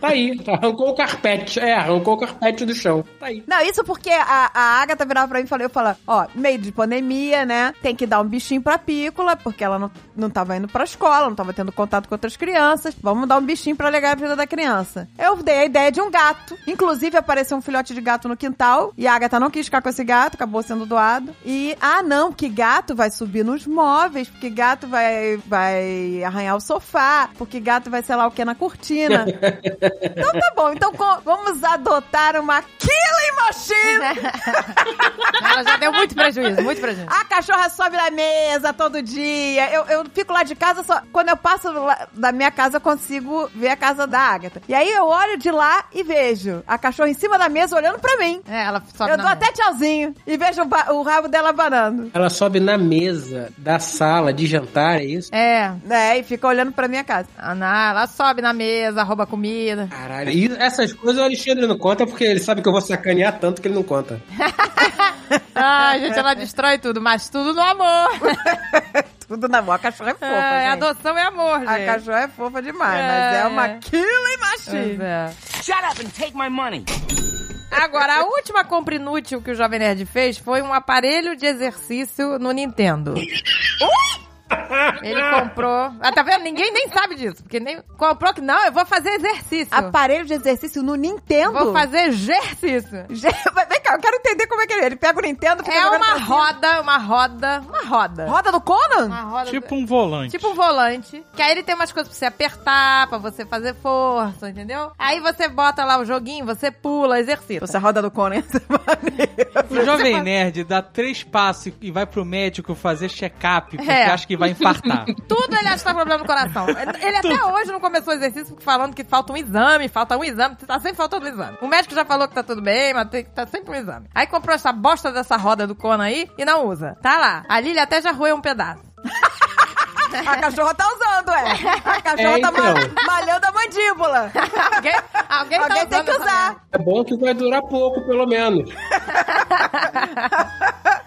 S6: tá aí, arrancou o carpete. É, arrancou o carpete do chão. Tá aí.
S2: Não, isso porque a, a Agatha virava pra mim e falou, eu falava, ó, meio de pandemia, né? Tem que dar um bichinho pra pícola, porque ela não, não tava indo pra escola, não tava tendo contato com outras crianças. Vamos dar um bichinho pra alegar a vida da criança. Eu dei a ideia de um gato. Inclusive, apareceu um filhote de gato no quintal, e a Agatha não quis ficar com esse gato, acabou sendo doado. E, ah não, que gato vai subir nos móveis, porque gato vai, vai arranhar o sofá, porque gato vai sei lá o que na cortina. Então tá bom, então co- vamos adotar uma killing machine.
S1: Ela já deu muito prejuízo, muito prejuízo.
S2: A cachorra sobe na mesa todo dia. Eu, eu fico lá de casa, só quando eu passo lá da minha casa eu consigo ver a casa da Agatha. E aí eu olho de lá e vejo a cachorra em cima da mesa olhando pra mim.
S1: É, ela sobe
S2: eu
S1: na
S2: dou
S1: mesa.
S2: até tchauzinho e vejo o, ba- o rabo dela abanando.
S6: Ela sobe na mesa da sala de jantar, é isso?
S1: É,
S2: É, e fica olhando pra minha casa.
S1: Ana, ela sobe na mesa, rouba comida.
S6: Caralho. E essas coisas o Alexandre não conta porque ele sabe que eu vou sacanear tanto que ele não conta.
S1: Ai, gente, ela destrói tudo, mas tudo no amor.
S2: Tudo na boa. A cachorra é fofa,
S1: Ai,
S2: gente.
S1: adoção é amor, gente.
S2: A cachorra é fofa demais, mas
S1: É.
S2: é uma killing
S1: Pois
S2: machine.
S1: é. Agora, a última compra inútil que o Jovem Nerd fez foi um aparelho de exercício no Nintendo. Ele comprou. Ah, tá vendo? Ninguém nem sabe disso. Porque nem. Comprou que não, eu vou fazer exercício.
S2: Aparelho de exercício no Nintendo?
S1: Vou fazer exercício.
S2: Vem cá, eu quero entender como é que ele é. Ele pega o Nintendo, fica
S1: É
S2: jogando
S1: uma
S2: pra cima.
S1: roda, uma roda, uma roda.
S2: Roda do
S1: Uma
S2: Conan?
S1: roda.
S7: Tipo um volante.
S1: Tipo um volante. Que aí ele tem umas coisas pra você apertar, pra você fazer força, entendeu? Aí você bota lá o joguinho, você pula, exercita.
S2: Você roda do Conan, você vai-
S7: O jovem nerd dá três passos e vai pro médico fazer check-up porque
S1: É.
S7: acha que vai infartar.
S1: Tudo ele acha que tá problema no coração. Ele até hoje não começou o exercício falando que falta um exame, falta um exame, tá sempre faltando um exame. O médico já falou que tá tudo bem, mas tem, tá sempre um exame. Aí comprou essa bosta dessa roda do Conan aí e não usa. Tá lá. A Lili até já roeu um pedaço.
S2: A cachorra tá usando, é. A cachorra
S6: É,
S2: tá mal-
S6: então.
S2: malhando a mandíbula.
S1: Alguém, alguém, tá
S2: Alguém tem
S1: usando
S2: que
S1: essa merda.
S2: usar.
S6: É bom que vai durar pouco, pelo menos.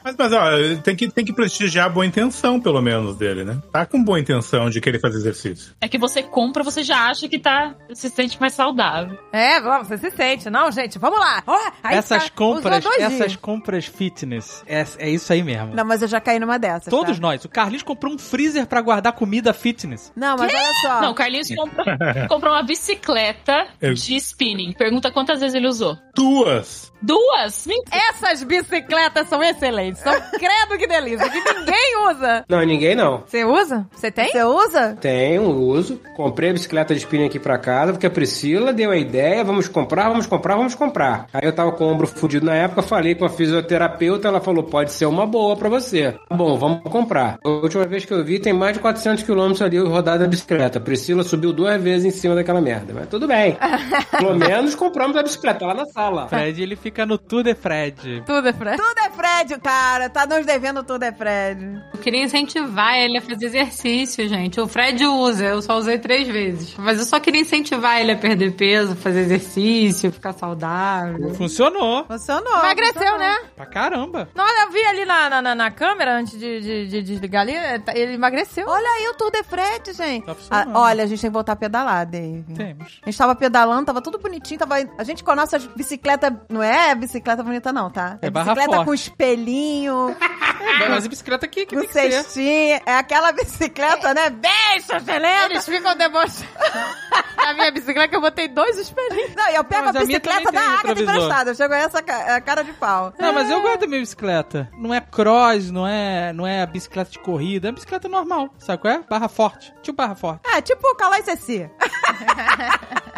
S3: Mas, mas ó, tem que, tem que prestigiar a boa intenção, pelo menos, dele, né? Tá com boa intenção de querer fazer exercício.
S4: É que você compra, você já acha que tá, se sente mais saudável.
S1: É, vamos, você se sente. Não, gente, vamos lá. Ó, aí
S7: essas
S1: tá-
S7: compras,
S1: usou dois
S7: essas
S1: dias.
S7: compras fitness, é, é isso aí mesmo.
S2: Não, mas eu já caí numa dessas.
S7: Todos
S2: tá?
S7: nós. O Carlinhos comprou um freezer pra guardar comida fitness.
S2: Não, mas olha só.
S4: Não, o Carlinhos comprou, comprou uma bicicleta
S3: Eu-
S4: de spinning. Pergunta quantas vezes ele usou.
S3: Duas!
S4: Duas? Nem-
S1: Essas bicicletas são excelentes. São credo que delícia, que ninguém usa.
S6: Não, ninguém não.
S1: Você usa? Você tem?
S2: Você usa?
S6: Tenho, uso. Comprei a bicicleta de spinning aqui pra casa, porque a Priscila deu a ideia, vamos comprar, vamos comprar, vamos comprar. Aí eu tava com o ombro fudido na época, falei com a fisioterapeuta, ela falou, pode ser uma boa pra você. Tá Bom, vamos comprar. A última vez que eu vi, tem mais de 400 quilômetros ali rodada a bicicleta. A Priscila subiu duas vezes em cima daquela merda, mas tudo bem. Pelo menos compramos a bicicleta lá na sala.
S1: Tá.
S7: Fred, ele fica no tudo é Fred.
S1: Tudo, Fran.
S2: Tudo é Fred, cara. Tá nos devendo tudo é Fred.
S5: Eu queria incentivar ele a fazer exercício, gente. O Fred usa, eu só usei três vezes. Mas eu só queria incentivar ele a perder peso, fazer exercício, ficar saudável.
S7: Funcionou.
S2: Funcionou.
S1: Emagreceu, né?
S7: Pra caramba.
S1: Na hora eu vi ali na, na, na- na câmera, antes de, de- de desligar ali, é, tá- ele emagreceu.
S2: Olha aí o Tour de Fred, gente.
S7: Tá funcionando.
S2: Ah, olha, a gente tem que voltar a pedalar, Dave.
S7: Temos.
S2: A gente tava pedalando, tava tudo bonitinho, tava... A gente com a nossa bicicleta... Não é bicicleta bonita não, tá?
S7: É barra
S2: bicicleta
S7: forte.
S2: com espelhinho,
S7: É, Mas a bicicleta aqui que
S2: com
S7: tem que ser.
S2: cestinha. É aquela bicicleta, né? Beijo, excelente!
S1: Eles ficam demonstrando. Na minha bicicleta que eu botei dois espelhinhos.
S2: Não, e eu pego
S7: Não, mas
S2: a
S7: a minha
S2: bicicleta
S7: também
S2: da
S7: tem
S2: Agatha
S7: retrovisor.
S2: emprestada. Eu chego a essa ca- a cara de pau.
S7: Não, mas eu gosto da minha bicicleta. Não é cross, não é, não é bicicleta de corrida, é bicicleta normal. Sabe qual é? Barra forte. Tipo barra forte.
S2: É, tipo o Calai Ceci.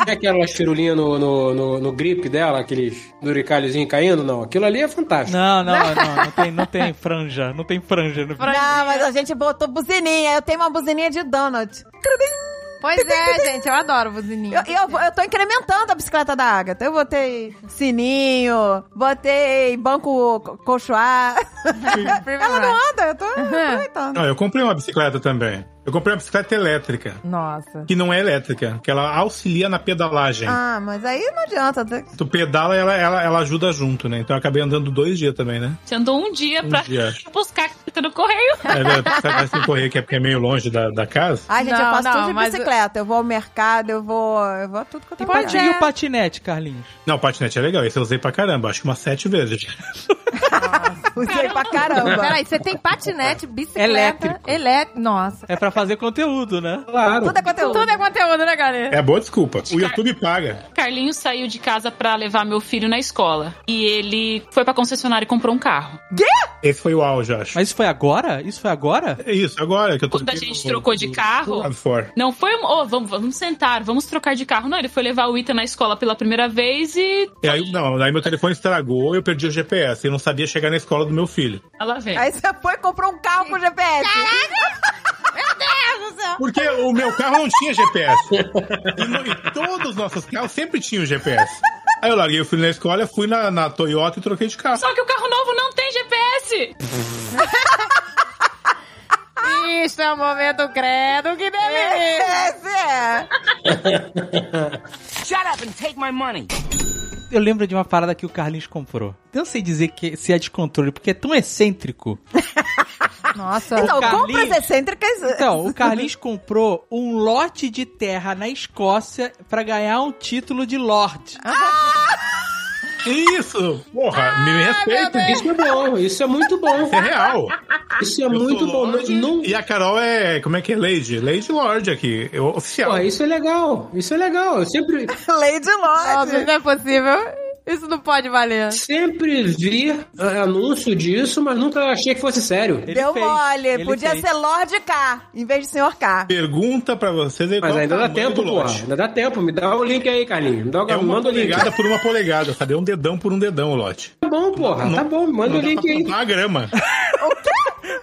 S6: Tem aquela firulinha no, no, no, no grip dela, aqueles duricalhozinhos caindo? Não, aquilo ali é fantástico.
S7: Não, não, não, não tem, não tem franja, não tem franja no
S2: Não,
S7: é.
S2: mas a gente botou buzininha. Eu tenho uma buzininha de donut.
S1: Pois é, gente, eu adoro buzininha.
S2: Eu, eu, vou- eu tô incrementando a bicicleta da Agatha. Eu botei sininho, botei banco co- cochoá. Ela não anda, eu tô eu tô aumentando.
S3: Não, eu comprei uma bicicleta também. Eu comprei uma bicicleta elétrica,
S1: Nossa.
S3: que não é elétrica, que ela auxilia na pedalagem.
S2: Ah, mas aí não adianta. tá?
S3: Tu pedala ela, ela, ela ajuda junto, né? Então eu acabei andando dois dias também, né?
S4: Você andou um dia
S3: Um
S4: pra
S3: dia.
S4: buscar a fita no correio.
S3: Aí eu- Vai sem correr, que é porque é meio longe da, da casa.
S2: Ai, gente, eu
S1: Não,
S2: faço
S1: não,
S2: tudo de
S1: mas-
S2: bicicleta. Eu vou ao mercado, eu vou. Eu vou a tudo é que eu
S7: E,
S2: tenho
S7: pat-
S2: pra
S7: e o patinete, Carlinhos?
S3: Não, o patinete é legal, esse eu usei pra caramba, acho que umas sete vezes.
S2: Usei pra caramba.
S1: Então, Peraí, você tem patinete, bicicleta.
S7: Elétrico.
S1: elé- Nossa.
S7: É pra fazer conteúdo, né?
S6: Claro.
S2: Tudo é conteúdo.
S1: Tudo é conteúdo, né, galera?
S3: É a boa desculpa. O YouTube paga.
S4: Carlinhos saiu de casa pra levar meu filho na escola. E ele foi pra concessionária e comprou um carro.
S3: Esse foi o auge, eu acho.
S7: Mas isso foi agora? Isso foi agora?
S3: É isso, agora que eu tô.
S4: Quando a gente trocou de carro.
S3: Lado fora.
S4: Não foi, um, "Ô, vamos, vamos sentar, vamos trocar de carro. Não, ele foi levar o Ita na escola pela primeira vez e.
S3: E É, aí, não, aí meu telefone estragou, eu perdi o GPS e não sabia chegar na escola do meu filho.
S4: Ela vem.
S2: Aí você foi e comprou um carro com GPS.
S3: Porque o meu carro não tinha GPS. E, no- e todos os nossos carros sempre tinham GPS. Aí eu larguei o filho na escola, fui na, na Toyota e troquei de carro.
S4: Só que o carro novo não tem GPS!
S1: Isso é o momento credo que delícia.
S2: Esse é.
S7: Eu lembro de uma parada que o Carlinhos comprou. Eu não sei dizer que se é descontrole, porque é tão excêntrico
S1: Nossa.
S2: Então,
S7: Carlinhos-
S2: compras excêntricas.
S7: Então, o Carlinhos comprou um lote de terra na Escócia pra ganhar um título de Lorde.
S3: Isso! Porra, me respeita.
S6: Isso é bom, isso é muito bom.
S3: Isso é real.
S6: Isso é
S3: Eu
S6: muito
S3: sou
S6: bom.
S3: Lorde
S6: Não,
S3: E a Carol é. Como é que é? Lady? Lady Lorde aqui. Eu, oficial.
S6: Porra, isso é legal. Isso é legal. Eu sempre,
S2: Lady
S1: Óbvio,
S2: Lodge.
S1: não é possível. Isso não pode valer.
S6: sempre vi ah, anúncio disso, mas nunca achei que fosse sério.
S7: Ele
S2: Deu
S7: fez,
S2: mole.
S7: ele
S2: Podia
S7: fez.
S2: ser Lord K, em vez de Senhor K.
S3: Pergunta pra vocês aí
S6: Mas
S3: qual
S6: ainda
S3: Então tá, o
S6: dá
S3: tamanho
S6: tempo,
S3: do
S6: pô.
S3: lote.
S6: Ainda dá tempo. Me dá o link aí, Carlinhos. Me dá o,
S3: É uma
S6: manda o link.
S3: polegada por uma polegada, sabe? É um dedão por um dedão o lote.
S6: Tá bom, porra. tá bom, me manda o
S3: Não dá
S6: link
S3: pra
S6: aí.
S3: plantar a grama.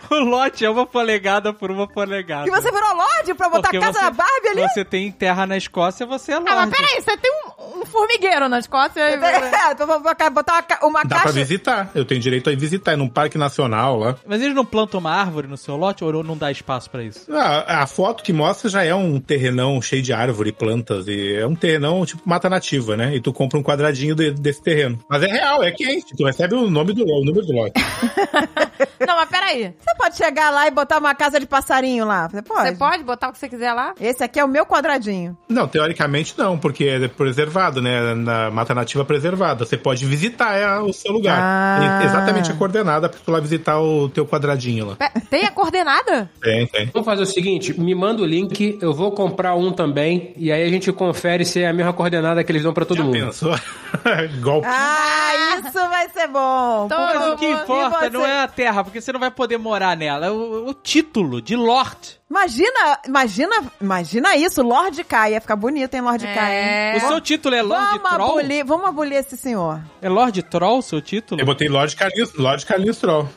S7: O lote é uma polegada por uma polegada.
S2: E você virou Lorde pra botar
S7: Porque
S2: a casa
S7: você-
S2: da Barbie ali?
S7: Você tem terra na Escócia, você é
S1: Ah, mas
S7: Lorde.
S1: peraí, você tem um, um formigueiro na Escócia. e-
S2: É, pra botar botar uma, ca- uma
S3: Dá pra
S2: caixa.
S3: visitar. Eu tenho direito a ir visitar. É num parque nacional lá.
S7: Mas eles não plantam uma árvore no seu lote ou não dá espaço pra isso?
S3: Ah, a foto que mostra já é um terrenão cheio de árvore, plantas. E é um terrenão tipo mata nativa, né? E tu compra um quadradinho de- desse terreno. Mas é real, é quente. Tu recebe o nome do o número do lote.
S1: Não, mas peraí.
S2: Você pode chegar lá e botar uma casa de passarinho lá? Você pode?
S1: Você pode botar o que você quiser lá?
S2: Esse aqui é o meu quadradinho.
S3: Não, teoricamente não, porque é preservado, né? Na mata nativa preservada. Você pode visitar é, o seu lugar.
S2: Ah.
S3: Tem Exatamente a coordenada pra tu lá visitar o teu quadradinho lá.
S1: Pe- Tem a coordenada?
S3: Tem, tem.
S6: Vamos fazer o seguinte, me manda o link, eu vou comprar um também, e aí a gente confere se é a mesma coordenada que eles dão pra todo
S3: Já
S6: mundo.
S3: pensou? Golpe.
S2: Ah, isso vai ser bom.
S1: Todo
S7: Mas o
S1: mundo.
S7: que importa
S2: E você?
S7: não é a terra, porque você não vai poder morar nela. É o, o título de Lorde.
S2: Imagina, imagina, imagina isso, Lorde K. Ia ficar bonito, hein, Lorde
S1: É.
S2: K, hein?
S7: O seu título é Lorde
S2: Vamos
S7: Troll?
S2: abolir, vamos abolir esse senhor.
S7: É Lorde Troll o seu título?
S3: Eu botei Lorde Carlinhos, Lorde Carlinhos Troll.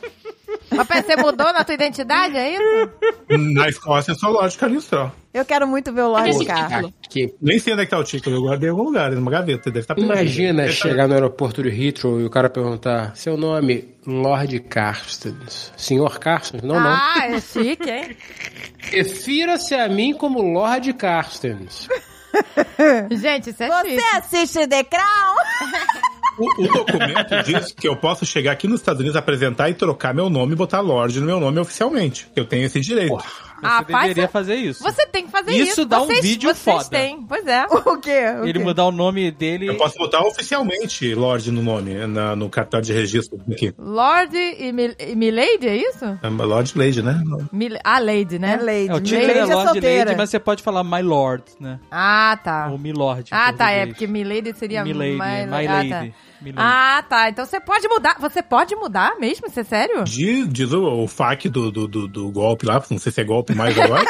S1: Mas peraí, você mudou na tua identidade, é isso?
S3: Na Escócia é só Lorde Carlinhos Troll.
S2: Eu quero muito ver o Lorde
S4: Esse
S1: tá.
S2: K.
S4: título.
S6: Que
S3: Nem sei onde é que tá o título, eu guardei em algum lugar, numa gaveta, deve estar perdido.
S6: imagina
S3: Deve tá-
S6: chegar no aeroporto de Heathrow e o cara perguntar, seu nome, Lord Carstens. Senhor Carstens? Não, não.
S1: Ah, é chique, hein?
S6: Refira-se a mim como Lord Carstens.
S1: Gente, isso é
S2: Você
S1: chique.
S2: assiste The Crown?
S3: O, o documento diz que eu posso chegar aqui nos Estados Unidos, apresentar e trocar meu nome e botar Lorde no meu nome oficialmente. Eu tenho esse direito.
S7: Você
S1: Ah, faz-
S7: deveria fazer isso.
S1: Você tem que fazer isso.
S7: Isso dá um
S1: Vocês-
S7: vídeo
S1: vocês
S7: foda.
S1: têm, pois é.
S2: O quê? O
S7: Ele
S2: quê?
S7: mudar o nome dele.
S3: Eu posso botar oficialmente Lorde no nome, na- no cartão de registro aqui.
S1: Lorde e, Mil e Milady, é isso?
S3: Lorde Lady, né?
S1: Mil a Lady, né?
S2: É Lady.
S7: É, o título
S2: Lady
S7: é
S2: é
S7: Lord
S2: solteira.
S7: Lady, mas você pode falar My Lord, né?
S1: Ah, tá.
S7: Ou Milord. em
S1: Ah, tá, é,
S7: Tipo, português.
S1: porque Milady seria...
S7: Milady,
S1: my-
S7: my
S1: ah,
S7: lady,
S1: tá.
S7: milady.
S1: Ah, tá, então você pode mudar. Você pode mudar mesmo? Isso é sério?
S3: Diz, diz o, o fac do, do, do, do golpe lá, não sei se é golpe mais agora.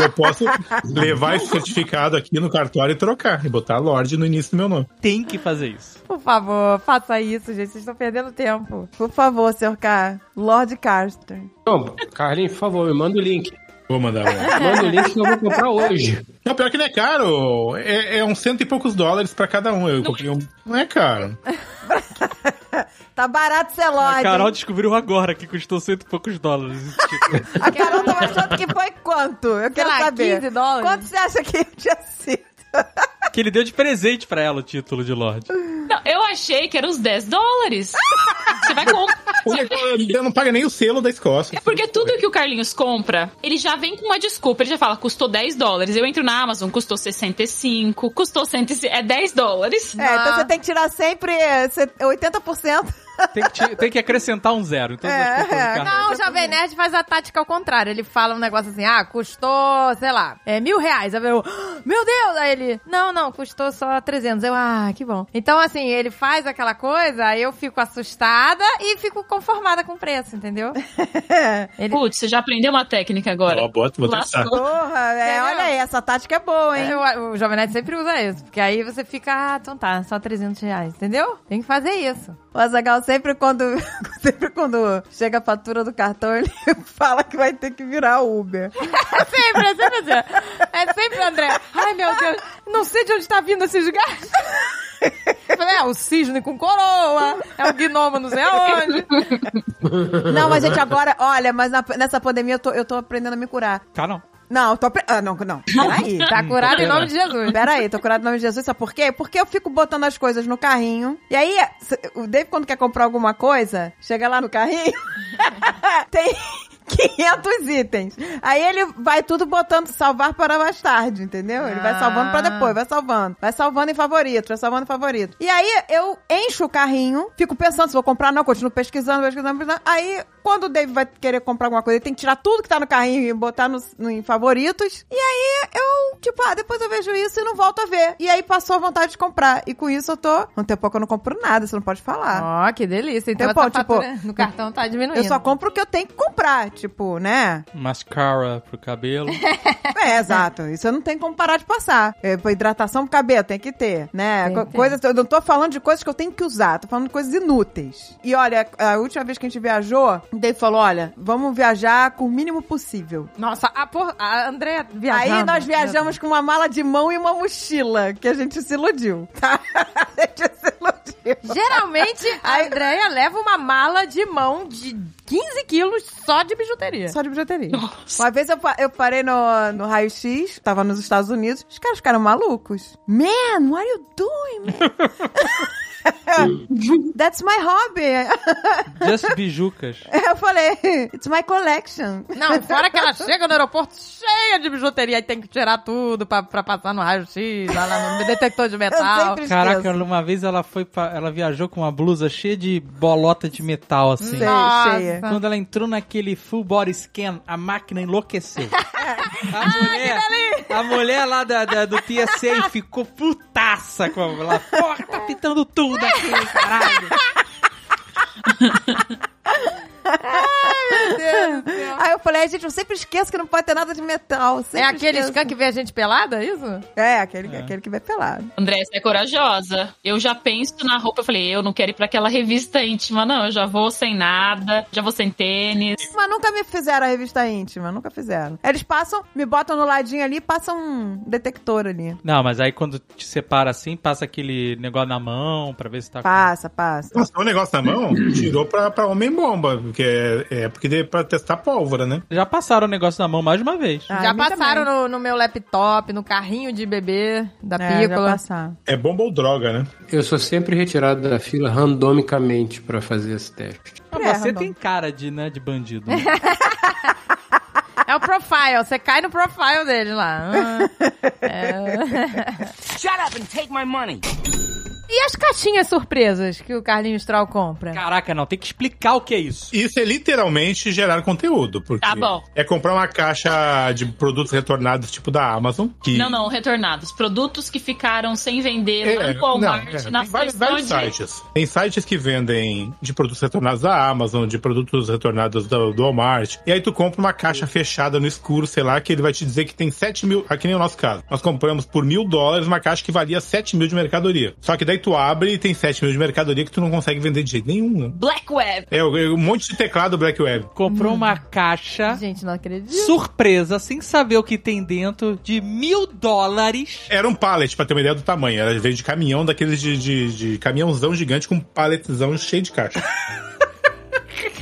S3: eu posso levar esse certificado aqui no cartório e trocar. E botar Lorde no início do meu nome.
S7: Tem que fazer isso.
S1: Por favor, faça isso, gente. Vocês estão perdendo tempo.
S2: Por favor, senhor K. Lorde Carsten.
S6: Não, Carlinhos, por favor, me manda o link.
S3: Vou mandar lá.
S6: Manda o link que eu vou comprar hoje.
S3: Não, pior que não é caro. É, é uns cento e poucos dólares pra cada um. Eu comprei um. Não é caro.
S2: Tá barato ser
S7: A
S2: Lorde.
S7: Carol descobriu agora que custou cento e poucos dólares. tipo, esse título.
S2: A Carol tava achando que foi quanto? Eu quero
S1: lá,
S2: saber.
S1: 15 dólares?
S2: Quanto você acha que tinha sido?
S7: que ele deu de presente pra ela o título de Lorde.
S4: Não, eu achei que era os 10 dólares. Você vai comprar.
S3: O negócio- Ele não paga nem o selo da Escócia.
S4: É porque tudo que o Carlinhos compra, ele já vem com uma desculpa. Ele já fala, custou 10 dólares. Eu entro na Amazon, custou 65, custou 105, é 10 dólares.
S2: É, então você tem que tirar sempre eh, se- 80%.
S7: Tem que, te- tem que acrescentar um zero. Então,
S2: É, é.
S1: Não, o Jovem Nerd faz a tática ao contrário. Ele fala um negócio assim, ah, custou, sei lá, é mil reais. Aí eu, "Ah, meu Deus! Aí ele, não, não, custou só 300. Eu, ah, que bom. Então, assim, ele faz aquela coisa, aí eu fico assustada e fico conformada com o preço, entendeu? Ele-
S4: Putz, você já aprendeu uma técnica agora.
S3: Ó, bota, vou
S4: Lascou.
S3: testar.
S2: Porra, é,
S1: Entendeu?
S2: olha aí, essa tática é boa, hein?
S1: Eu- o Jovem Nerd sempre usa isso, porque aí você fica, ah, então tá, só 300 reais, entendeu? Tem que fazer isso.
S2: O Azagal sempre quando, sempre quando chega a fatura do cartão, ele fala que vai ter que virar Uber.
S1: É sempre, é sempre assim. É sempre, André. Ai, meu Deus, não sei de onde tá vindo esses gastos. É o cisne com coroa, é o gnomo não sei aonde.
S2: Não, mas gente, agora, olha, mas na- nessa pandemia eu tô, eu tô aprendendo a me curar.
S7: Tá, não.
S2: Não, eu tô aprendendo. Ah, não, não. Peraí.
S1: Tá curado em nome de Jesus.
S2: Peraí, tô curado no nome de Jesus, sabe por quê? Porque eu fico botando as coisas no carrinho. E aí, se- o Dave, quando quer comprar alguma coisa, chega lá no carrinho, tem 500 itens. Aí ele vai tudo botando salvar para mais tarde, entendeu? Ele vai salvando para depois, vai salvando. Vai salvando em favorito, vai salvando em favorito. E aí eu encho o carrinho, fico pensando se vou comprar, não, continuo pesquisando, pesquisando, pesquisando. Aí quando o Dave vai querer comprar alguma coisa, ele tem que tirar tudo que tá no carrinho e botar no, no- em favoritos. E aí eu, tipo, ah, depois eu vejo isso e não volto a ver. E aí passou a vontade de comprar. E com isso eu tô. Um tempo que eu não compro nada, você não pode falar.
S1: Ó, que delícia. Então,
S2: Então,
S1: essa
S5: tá
S2: pô, tipo,
S1: fatura no cartão tá diminuindo.
S2: Eu só compro o que eu tenho que comprar, tipo, né?
S7: Mascara pro cabelo.
S2: É, exato. Isso eu não tenho como parar de passar. É, pô, hidratação pro cabelo, tem que ter, né?
S1: Tem
S2: Co-
S1: que ter.
S2: Coisas, eu não tô falando de coisas que eu tenho que usar, tô falando de coisas inúteis. E olha, a última vez que a gente viajou, o Dave falou, olha, vamos viajar com o mínimo possível.
S1: Nossa, a, por... a Andrea viajando.
S2: Aí nós viajamos com uma mala de mão e uma mochila, que a gente se iludiu, tá? A gente se iludiu.
S1: Geralmente, a
S2: Aí-
S1: Andrea leva uma mala de mão de 15 quilos só de bijuteria.
S2: Só de bijuteria. Uma vez eu, pa- eu parei no, no raio-x, tava nos Estados Unidos, os caras ficaram malucos. Man, what are you doing, man? That's my hobby.
S7: Just bijucas.
S2: Eu falei, it's my collection.
S1: Não, fora que ela chega no aeroporto cheia de bijuteria e tem que tirar tudo pra, pra passar no raio-x, lá, lá no detector de
S2: Eu
S1: metal.
S2: sempre
S7: Caraca,
S2: esqueço.
S7: uma vez ela foi pra, ela viajou com uma blusa cheia de bolota de metal assim.
S2: Sei,
S1: Nossa.
S2: cheia.
S7: Quando ela entrou naquele full body scan, a máquina enlouqueceu. A mulher, a mulher lá da, da- do TSA ficou putaça com a lá. Porra, tá pintando tudo aqui, caralho.
S2: Aí eu falei, "Ai, gente, eu sempre esqueço que não pode ter nada de metal.
S1: É
S2: sempre
S1: aquele
S2: esqueço."
S1: scan que vê a gente pelada, é isso?
S2: É, aquele, aquele que vai pelado.
S4: André, você é corajosa. Eu já penso na roupa, eu falei, eu não quero ir pra aquela revista íntima, não. Eu já vou sem nada, já vou sem tênis.
S2: Mas nunca me fizeram a revista íntima, nunca fizeram. Eles passam, me botam no ladinho ali e passam um detector ali.
S7: Não, mas aí quando te separa assim, passa aquele negócio na mão pra ver se tá
S2: Passa, passa.
S3: Passou o negócio na mão, tirou pra, pra homem-bomba, porque é, é porque dê pra testar pólvora, né?
S7: com... Já passaram o negócio na mão mais de uma vez.
S2: Ah,
S1: já
S2: a mim
S1: passaram
S2: também.
S1: no, no meu laptop, no carrinho de bebê da
S2: É, já
S1: pícola.
S2: passaram.
S3: É bomba ou droga, né?
S6: Eu sou sempre retirado da fila randomicamente pra fazer esse teste.
S7: Ah,
S2: É,
S7: você
S2: Randon.
S7: tem cara de, né, de bandido.
S1: É o profile, você cai no profile dele lá. Ah, é.
S9: Shut up and take my money.
S1: E as caixinhas surpresas que o Carlinhos Troll compra?
S7: Caraca, não, tem que explicar o que é isso.
S3: Isso é literalmente gerar conteúdo, porque
S4: Tá bom.
S3: é comprar uma caixa de produtos retornados tipo da Amazon, que
S4: Não, não, retornados. Produtos que ficaram sem vender lá
S3: É,
S4: no
S3: não,
S4: Walmart,
S3: é,
S4: na
S3: tem vários,
S4: sessão
S3: vários
S4: de...
S3: sites. Tem sites que vendem de produtos retornados da Amazon, de produtos retornados do, do Walmart. E aí tu compra uma caixa fechada no escuro, sei lá, que ele vai te dizer que tem 7 mil. Aqui nem o nosso caso. Nós compramos por mil dólares uma caixa que valia 7 mil de mercadoria. Só que daí tu abre e tem 7 mil de mercadoria que tu não consegue vender de jeito nenhum. né?
S4: Black Web.
S3: É, um monte de teclado Black Web.
S7: Comprou
S2: Hum.
S7: uma caixa
S1: Gente, não acredito.
S7: surpresa, sem saber o que tem dentro, de mil dólares.
S3: Era um pallet, pra ter uma ideia do tamanho. Era veio de caminhão, daqueles de, de, de caminhãozão gigante com um paletzão cheio de caixa.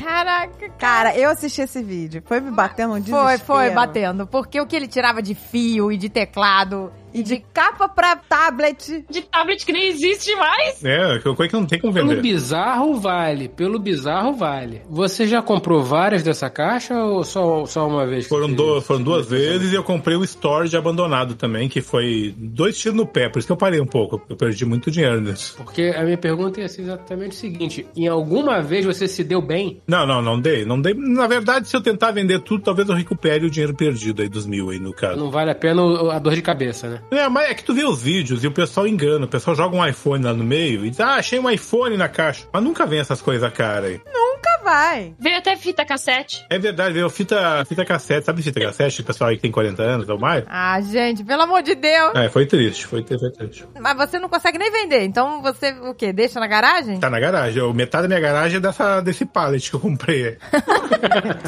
S1: Caraca,
S2: Cara, eu assisti esse vídeo. Foi me batendo um desespero.
S1: Foi, foi, batendo. Porque o que ele tirava de fio e de teclado
S2: E de capa pra tablet.
S4: De tablet que nem existe mais.
S3: É, coisa que não tem como
S6: Pelo
S3: vender.
S6: bizarro vale, pelo bizarro vale. Você já comprou várias dessa caixa ou só, só uma vez? que
S3: Foram,
S6: você-
S3: do- foram duas
S6: você-
S3: vezes e eu comprei o storage abandonado também, que foi dois tiros no pé, por isso que eu parei um pouco. Eu perdi muito dinheiro nisso.
S6: Porque a minha pergunta é exatamente o seguinte: em alguma vez você se deu bem?
S3: Não, não, não dei, não dei. Na verdade, se eu tentar vender tudo, talvez eu recupere o dinheiro perdido aí dos mil aí, no caso.
S6: Não vale a pena o- a dor de cabeça, né?
S3: É, mas é que tu vê os vídeos e o pessoal engana. O pessoal joga um iPhone lá no meio e diz, ah, achei um iPhone na caixa. Mas nunca vem essas coisas, cara, aí.
S2: Nunca vai.
S4: Veio até fita cassete.
S3: É verdade, veio fita, fita cassete. Sabe fita cassete? O pessoal aí que tem 40 anos ou mais?
S1: Ah, gente, pelo amor de Deus.
S3: É, foi triste, foi triste, foi triste.
S1: Mas você não consegue nem vender. Então você, o quê? Deixa na garagem?
S3: Tá na garagem. eu- Metade da minha garagem é dessa, desse pallet que eu comprei.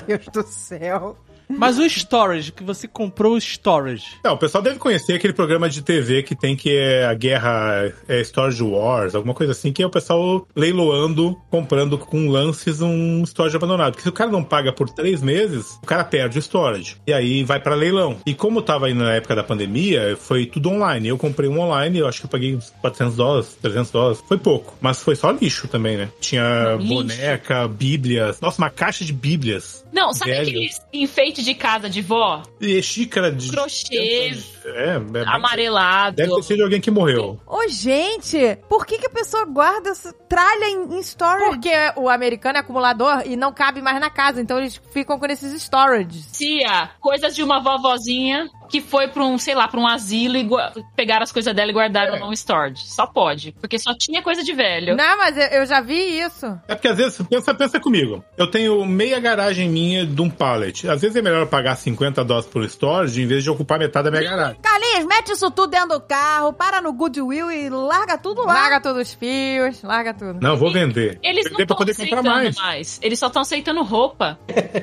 S2: Deus do céu.
S7: Mas o storage, que você comprou o storage.
S3: Não, o pessoal deve conhecer aquele programa de TV que tem que é a guerra é Storage Wars, alguma coisa assim, que é o pessoal leiloando, comprando com lances um storage abandonado. Porque se o cara não paga por três meses, o cara perde o storage. E aí vai pra leilão. E como eu tava aí na época da pandemia, foi tudo online. Eu comprei um online, eu acho que eu paguei uns 400 dólares, 300 dólares. Foi pouco, mas foi só lixo também, né? Tinha
S4: Lixo.
S3: boneca, bíblias. Nossa, uma caixa de bíblias.
S4: Não, sabe
S3: Velho.
S4: aquele enfeite de casa de vó?
S3: E é xícara de.
S4: Crochê
S3: É, é
S4: amarelado.
S3: Deve ter sido alguém que morreu.
S2: Ô, gente, por que, que a pessoa guarda essa tralha em, em storage?
S1: Porque o americano é acumulador e não cabe mais na casa, então eles ficam com esses storages.
S4: Tia, coisas de uma vovozinha que foi pra um, sei lá, pra um asilo e gua- pegaram as coisas dela e
S3: É.
S4: guardaram num storage. Só pode. Porque só tinha coisa de velho.
S1: Não, mas eu, eu já vi isso.
S3: É porque às vezes, pensa, pensa comigo. Eu tenho meia garagem minha de um pallet. Às vezes é melhor eu pagar 50 dólares por storage em vez de ocupar metade da minha garagem.
S2: Carlinhos, mete isso tudo dentro do carro, para no Goodwill e larga tudo lá.
S1: Larga todos os fios, larga tudo.
S3: Não, vou vender.
S4: Eles não
S3: vender pra
S4: estão
S3: poder
S4: aceitando
S3: comprar
S4: mais.
S3: mais.
S4: Eles só estão aceitando roupa.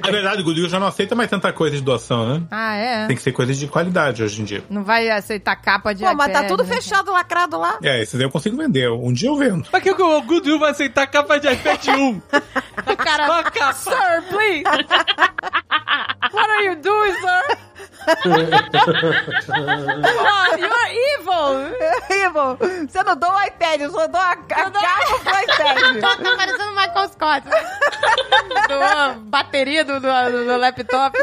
S3: Na verdade, o Goodwill já não aceita mais tanta coisa de doação, né?
S1: Ah, é?
S3: Tem que ser coisa de qualidade hoje em dia.
S1: Não vai aceitar capa de
S2: Pô, mas tá
S1: iPad,
S2: tudo
S1: né?
S2: fechado, lacrado lá.
S3: É, esses aí eu consigo vender. Um dia eu vendo.
S7: Mas que que o Goodwill vai aceitar capa de iPad 1?
S1: O cara,
S7: Só a capa.
S1: sir, please. What are you doing, sir? oh, you are evil.
S2: Ivo, É, você não dou o iPad, eu só dou a, a capa pro iPad.
S1: Tá parecendo o Michael Scott. Do bateria do, do- do laptop.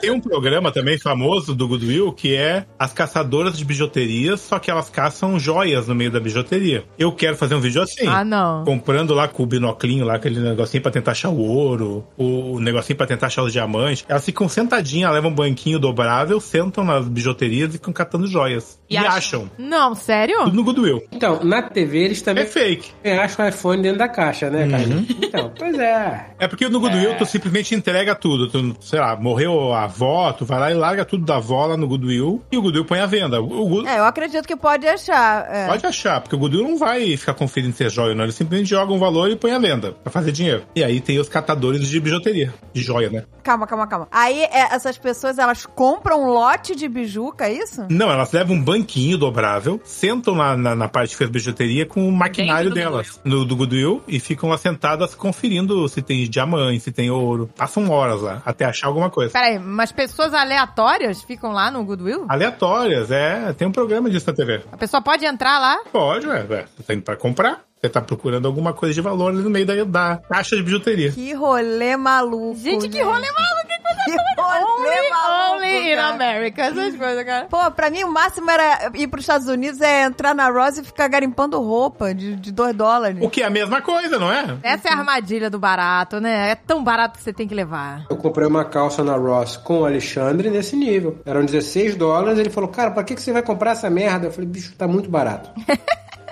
S3: Tem um programa também famoso do Goodwill que é as caçadoras de bijuterias, só que elas caçam joias no meio da bijuteria. Eu quero fazer um vídeo assim.
S1: Ah, não.
S3: Comprando lá com o binoclinho, lá aquele negocinho pra tentar achar o ouro, o negocinho pra tentar achar os diamantes. Elas ficam sentadinhas, elas levam um banquinho dobrável, sentam nas bijuterias e ficam catando joias.
S4: E
S3: E,
S4: acham.
S3: acham.
S1: Não, sério?
S3: Tudo no Goodwill.
S6: Então, na TV eles
S3: É
S6: também
S3: fake.
S6: acham o iPhone dentro da caixa, né, Carlinhos? Então, pois é.
S3: É porque no Goodwill tu simplesmente entrega tudo. Tu, sei lá, morreu a avó, tu vai lá e larga tudo da avó lá no Goodwill e o Goodwill põe à venda. O Good-
S2: É, eu acredito que pode achar. é.
S3: Pode achar, porque o Goodwill não vai ficar conferindo se é joia ou não. Ele simplesmente joga um valor e põe à venda pra fazer dinheiro. E aí tem os catadores de bijuteria, de joia, né?
S2: Calma, calma, calma. Aí é, essas pessoas, elas compram um lote de bijuca, é isso?
S3: Não, elas levam um banquinho dobrável, sentam na, na, na parte que fez bijuteria com o maquinário
S4: Dentro do
S3: delas, no, do Goodwill, e ficam lá sentadas conferindo se tem diamante, se tem ouro. Passam horas lá, até achar alguma coisa.
S1: Peraí, mas pessoas aleatórias ficam lá no Goodwill?
S3: Aleatórias, é. Tem um programa disso na TV.
S1: A pessoa pode entrar lá?
S3: Pode, ué. ué, Você tá indo pra comprar. Você tá procurando alguma coisa de valor ali no meio da, da caixa de bijuteria.
S2: Que rolê maluco.
S1: Gente, que rolê maluco! Que coisa
S2: Que rolê maluco,
S1: Only in
S2: cara.
S1: America, essas coisas, cara.
S2: Pô, pra mim o máximo era ir pros Estados Unidos é entrar na Ross e ficar garimpando roupa de, de dois dólares.
S3: O que é a mesma coisa, não é?
S1: Essa é a armadilha do barato, né? É tão barato que você tem que levar.
S6: Eu comprei uma calça na Ross com o Alexandre nesse nível. Eram 16 dólares. Ele falou, cara, pra que que você vai comprar essa merda? Eu falei, bicho, tá muito barato.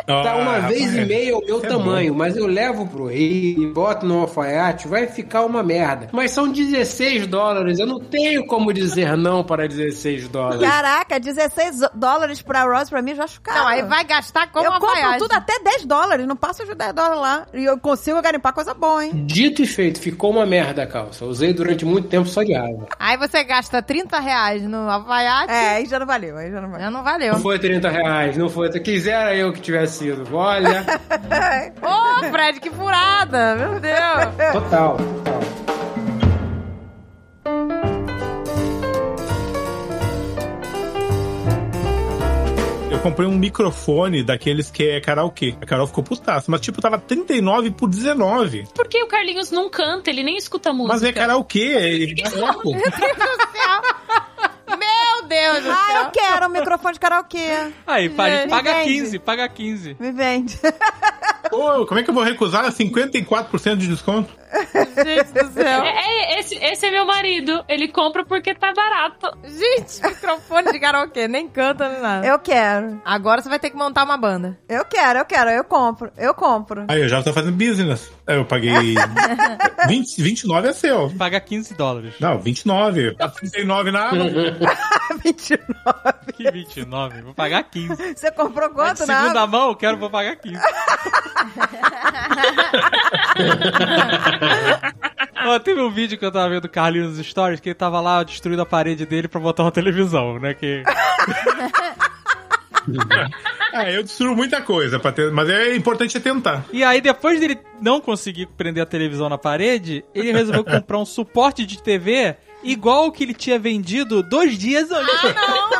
S6: Tá uma
S3: Ah,
S6: vez e
S3: é.
S6: meia o meu
S3: Isso é
S6: tamanho, mas eu levo pro Rio, boto no alfaiate, vai ficar uma merda. Mas são 16 dólares, eu não tenho como dizer não para 16 dólares.
S2: Caraca, 16 dólares pra Ross pra mim eu já acho caro.
S1: Não, aí vai gastar como
S2: eu
S1: uma
S2: compro
S1: vaiagem.
S2: tudo até 10 dólares, não passo de 10 dólares lá. E eu consigo garimpar coisa boa, hein?
S6: Dito e feito, ficou uma merda a calça. Usei durante muito tempo só de água.
S1: Aí você gasta 30 reais no Havaiate.
S2: É, aí já não valeu, aí já não valeu.
S1: já Não valeu.
S6: Não foi 30 reais, não foi. Quisera eu que tivesse sido. Olha,
S1: Ô, Fred, que furada! Meu Deus!
S6: total, total.
S3: Eu comprei um microfone daqueles que é karaokê. A Carol ficou putaça, mas tipo, tava 39 por 19.
S4: Por que o Carlinhos não canta? Ele nem escuta música.
S3: Mas é karaokê, ele é louco.
S1: Meu Deus do
S2: Ah, eu
S1: céu!
S2: quero um microfone de karaokê.
S7: Aí, Paris,
S2: Gente,
S7: paga
S2: vende.
S7: 15, paga 15.
S2: Me vende.
S3: Pô, como é que eu vou recusar 54% de desconto?
S1: Gente do céu!
S4: É, é, esse, esse é meu marido. Ele compra porque tá barato.
S1: Gente, microfone de karaokê, nem canta nem nada.
S2: Eu quero.
S1: Agora você vai ter que montar uma banda.
S2: Eu quero, eu quero, eu compro, eu compro.
S3: Aí eu já tô fazendo business. Aí eu paguei 20, 29 é seu.
S7: Paga 15 dólares.
S3: Não,
S6: Uhum.
S3: 29. Tá 39 na Amazon.
S2: 29.
S7: Que 29, vou pagar 15.
S2: Você comprou
S7: É de
S2: quanto,
S7: segunda
S2: não?
S7: mão, eu quero, vou pagar 15. Ô, Não, teve um vídeo que eu tava vendo do Carlinhos nos stories que ele tava lá destruindo a parede dele pra botar uma televisão, né? Que...
S3: É, eu destruo muita coisa, pra ter, mas é importante é tentar.
S7: E aí, depois dele não conseguir prender a televisão na parede, ele resolveu comprar um suporte de TV igual o que ele tinha vendido dois dias antes.
S2: Não acredito.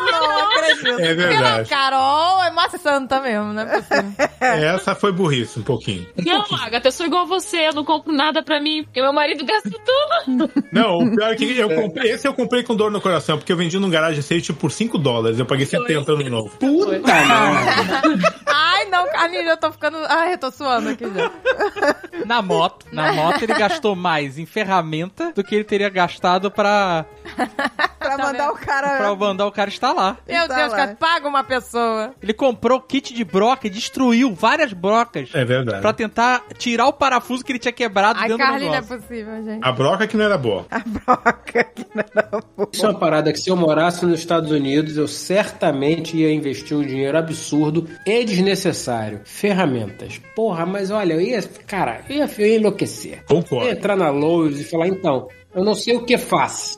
S3: É
S1: Pela
S3: verdade.
S1: Carol é massa santa mesmo, né?
S3: Essa foi burrice um pouquinho.
S4: Não, Agatha, eu sou igual a você, eu não compro nada pra mim, porque meu marido gasta tudo.
S3: Não, o pior é que eu comprei, esse eu comprei com dor no coração, porque eu vendi num garage safe por 5 dólares, eu paguei 70 no novo.
S6: Puta merda.
S1: Ai, não, Carlinhos, eu tô ficando. Ai, eu tô suando aqui já.
S7: Na moto. Na moto ele gastou mais em ferramenta do que ele teria gastado pra,
S1: Tá
S2: Pra mandar o
S7: pra
S2: cara.
S7: mandar o cara instalar.
S1: Meu
S2: Tá
S1: Deus,
S2: lá.
S1: cara, paga uma pessoa.
S7: Ele comprou kit de broca e destruiu várias brocas
S3: É verdade.
S7: pra tentar tirar o parafuso que ele tinha quebrado
S1: Ai,
S7: dentro do
S1: Carlinhos, não é
S7: negócio.
S1: possível, gente.
S3: A broca que não era boa.
S6: Isso é uma parada que se eu morasse nos Estados Unidos, eu certamente ia investir um dinheiro absurdo e desnecessário. Ferramentas. Porra, mas olha, eu ia. Cara, eu ia, eu ia enlouquecer. Eu ia
S3: Concordo.
S6: entrar na Lowe's e falar, então, eu não sei o que faço.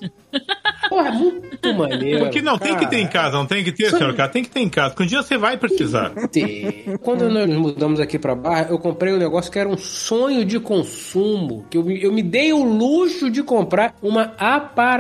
S6: Porra, é muito maneiro.
S3: Porque não, tem que ter em casa, não tem que ter, senhor cara? Tem que ter em casa, porque um dia você vai precisar.
S6: Ter. Quando nós nos mudamos aqui pra Barra, eu comprei um negócio que era um sonho de consumo. Que eu, me- eu me dei o luxo de comprar uma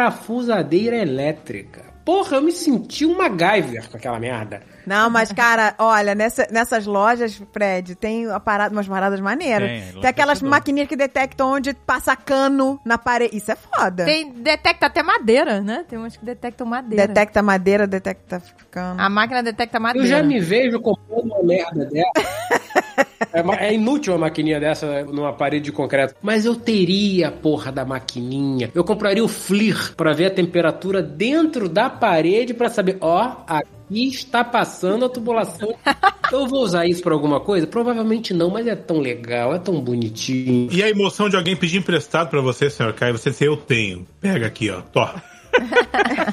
S6: aparafusadeira elétrica. Porra, eu me senti um MacGyver com aquela merda.
S2: Não, mas, cara, olha, nessa- nessas lojas, Fred, tem a parada- umas paradas maneiras.
S7: Tem,
S2: Tem,
S7: loja
S2: aquelas
S7: fechadona.
S2: maquininhas que detectam onde passa cano na parede. Isso é foda.
S1: Tem, né? detecta até madeira, né? Tem uns que detectam madeira.
S2: Detecta madeira, detecta cano.
S1: A máquina detecta
S6: Eu
S1: madeira.
S6: já me vejo comprando uma merda dessa. É, ma- é inútil uma maquininha dessa numa parede de concreto. Mas eu teria a porra da maquininha. Eu compraria o FLIR pra ver a temperatura dentro da parede pra saber, ó, aqui está passando a tubulação. Eu vou usar isso pra alguma coisa? Provavelmente não, mas é tão legal, é tão bonitinho.
S3: E a emoção de alguém pedir emprestado pra você, senhor Caio, você dizer, eu tenho. Pega aqui, ó. Tó.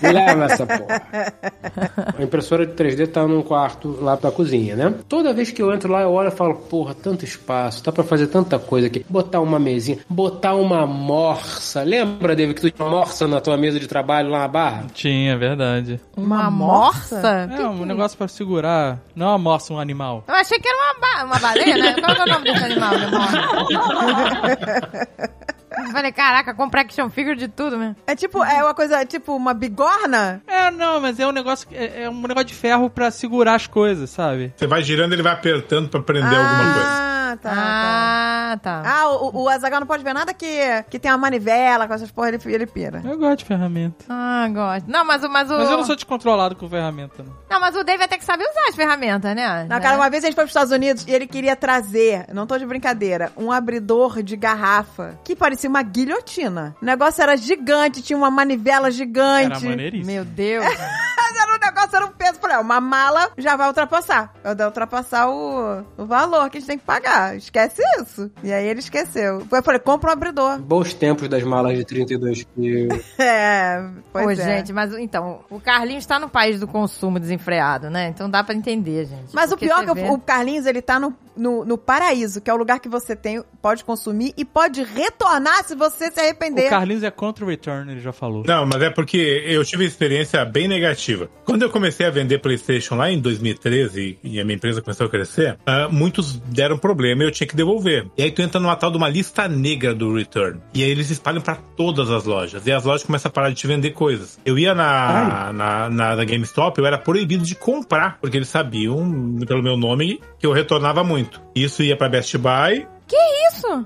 S6: Leva essa porra. A impressora de 3D tá num quarto lá da cozinha, né? Toda vez que eu entro lá, eu olho e falo, porra, tanto espaço, dá pra fazer tanta coisa aqui. Botar uma mesinha, botar uma morsa. Lembra, David, que tu tinha morsa na tua mesa de trabalho lá na barra?
S7: Tinha, é verdade.
S1: Uma morsa?
S7: É, um negócio pra segurar. Não é uma morsa, um animal.
S1: Eu achei que era uma, ba uma baleia, né? Qual que é o nome desse animal? né? Eu falei, caraca, compra action figure de tudo mesmo.
S2: É tipo, é uma coisa, tipo, uma bigorna?
S7: É, não, mas é um negócio. que- É, é um negócio de ferro pra segurar as coisas, sabe?
S3: Você vai girando, ele vai apertando pra prender alguma coisa.
S2: ah, tá, tá.
S1: Ah, tá.
S2: Ah, o, o Azaghal não pode ver nada que, que tem uma manivela com essas porra, ele, ele pira.
S7: Eu gosto de ferramenta.
S1: Ah, gosto. Não, mas o. Mas, o
S7: Mas eu
S2: Oh.
S7: não sou descontrolado com ferramenta, não.
S1: Não, mas o Dave vai ter que saber usar as ferramentas, né?
S2: Não,
S1: Né?
S2: cara, uma vez a gente foi pros Estados Unidos e ele queria trazer, não tô de brincadeira, um abridor de garrafa que parecia uma guilhotina. O negócio era gigante, tinha uma manivela gigante.
S7: Era maneiríssimo.
S1: Meu Deus.
S2: Mas era um negócio, era um peso. Eu Falei, "Ah, uma mala já vai ultrapassar. Eu dei ultrapassar o, o valor que a gente tem que pagar. Esquece isso. E aí ele esqueceu. Eu falei, compra um abridor.
S6: Bons tempos das malas de 32 quilos.
S2: É, pois
S1: Pô,
S2: é.
S1: gente, mas então, o Carlinhos tá no país do consumo desenfreado, né? Então dá pra entender, gente.
S2: Mas o
S1: Porque
S2: pior é
S1: você
S2: que
S1: vê-
S2: o- o Carlinhos, ele tá no, no, no paraíso, que é o lugar que você tem, pode consumir e pode retornar se você se arrepender.
S7: O Carlinhos é contra o return, ele já falou.
S3: Não, mas é porque eu tive uma experiência bem negativa. Quando eu comecei a vender PlayStation lá em 2013 e a minha empresa começou a crescer, ah, muitos deram problema e eu tinha que devolver. E aí tu entra numa tal de uma lista negra do return. E aí eles espalham pra todas as lojas. E as lojas começam a parar de te vender coisas. Eu ia na, na, na, na GameStop, eu era proibido de comprar, porque eles sabiam, pelo meu nome, que eu retornava muito. Isso ia pra Best Buy,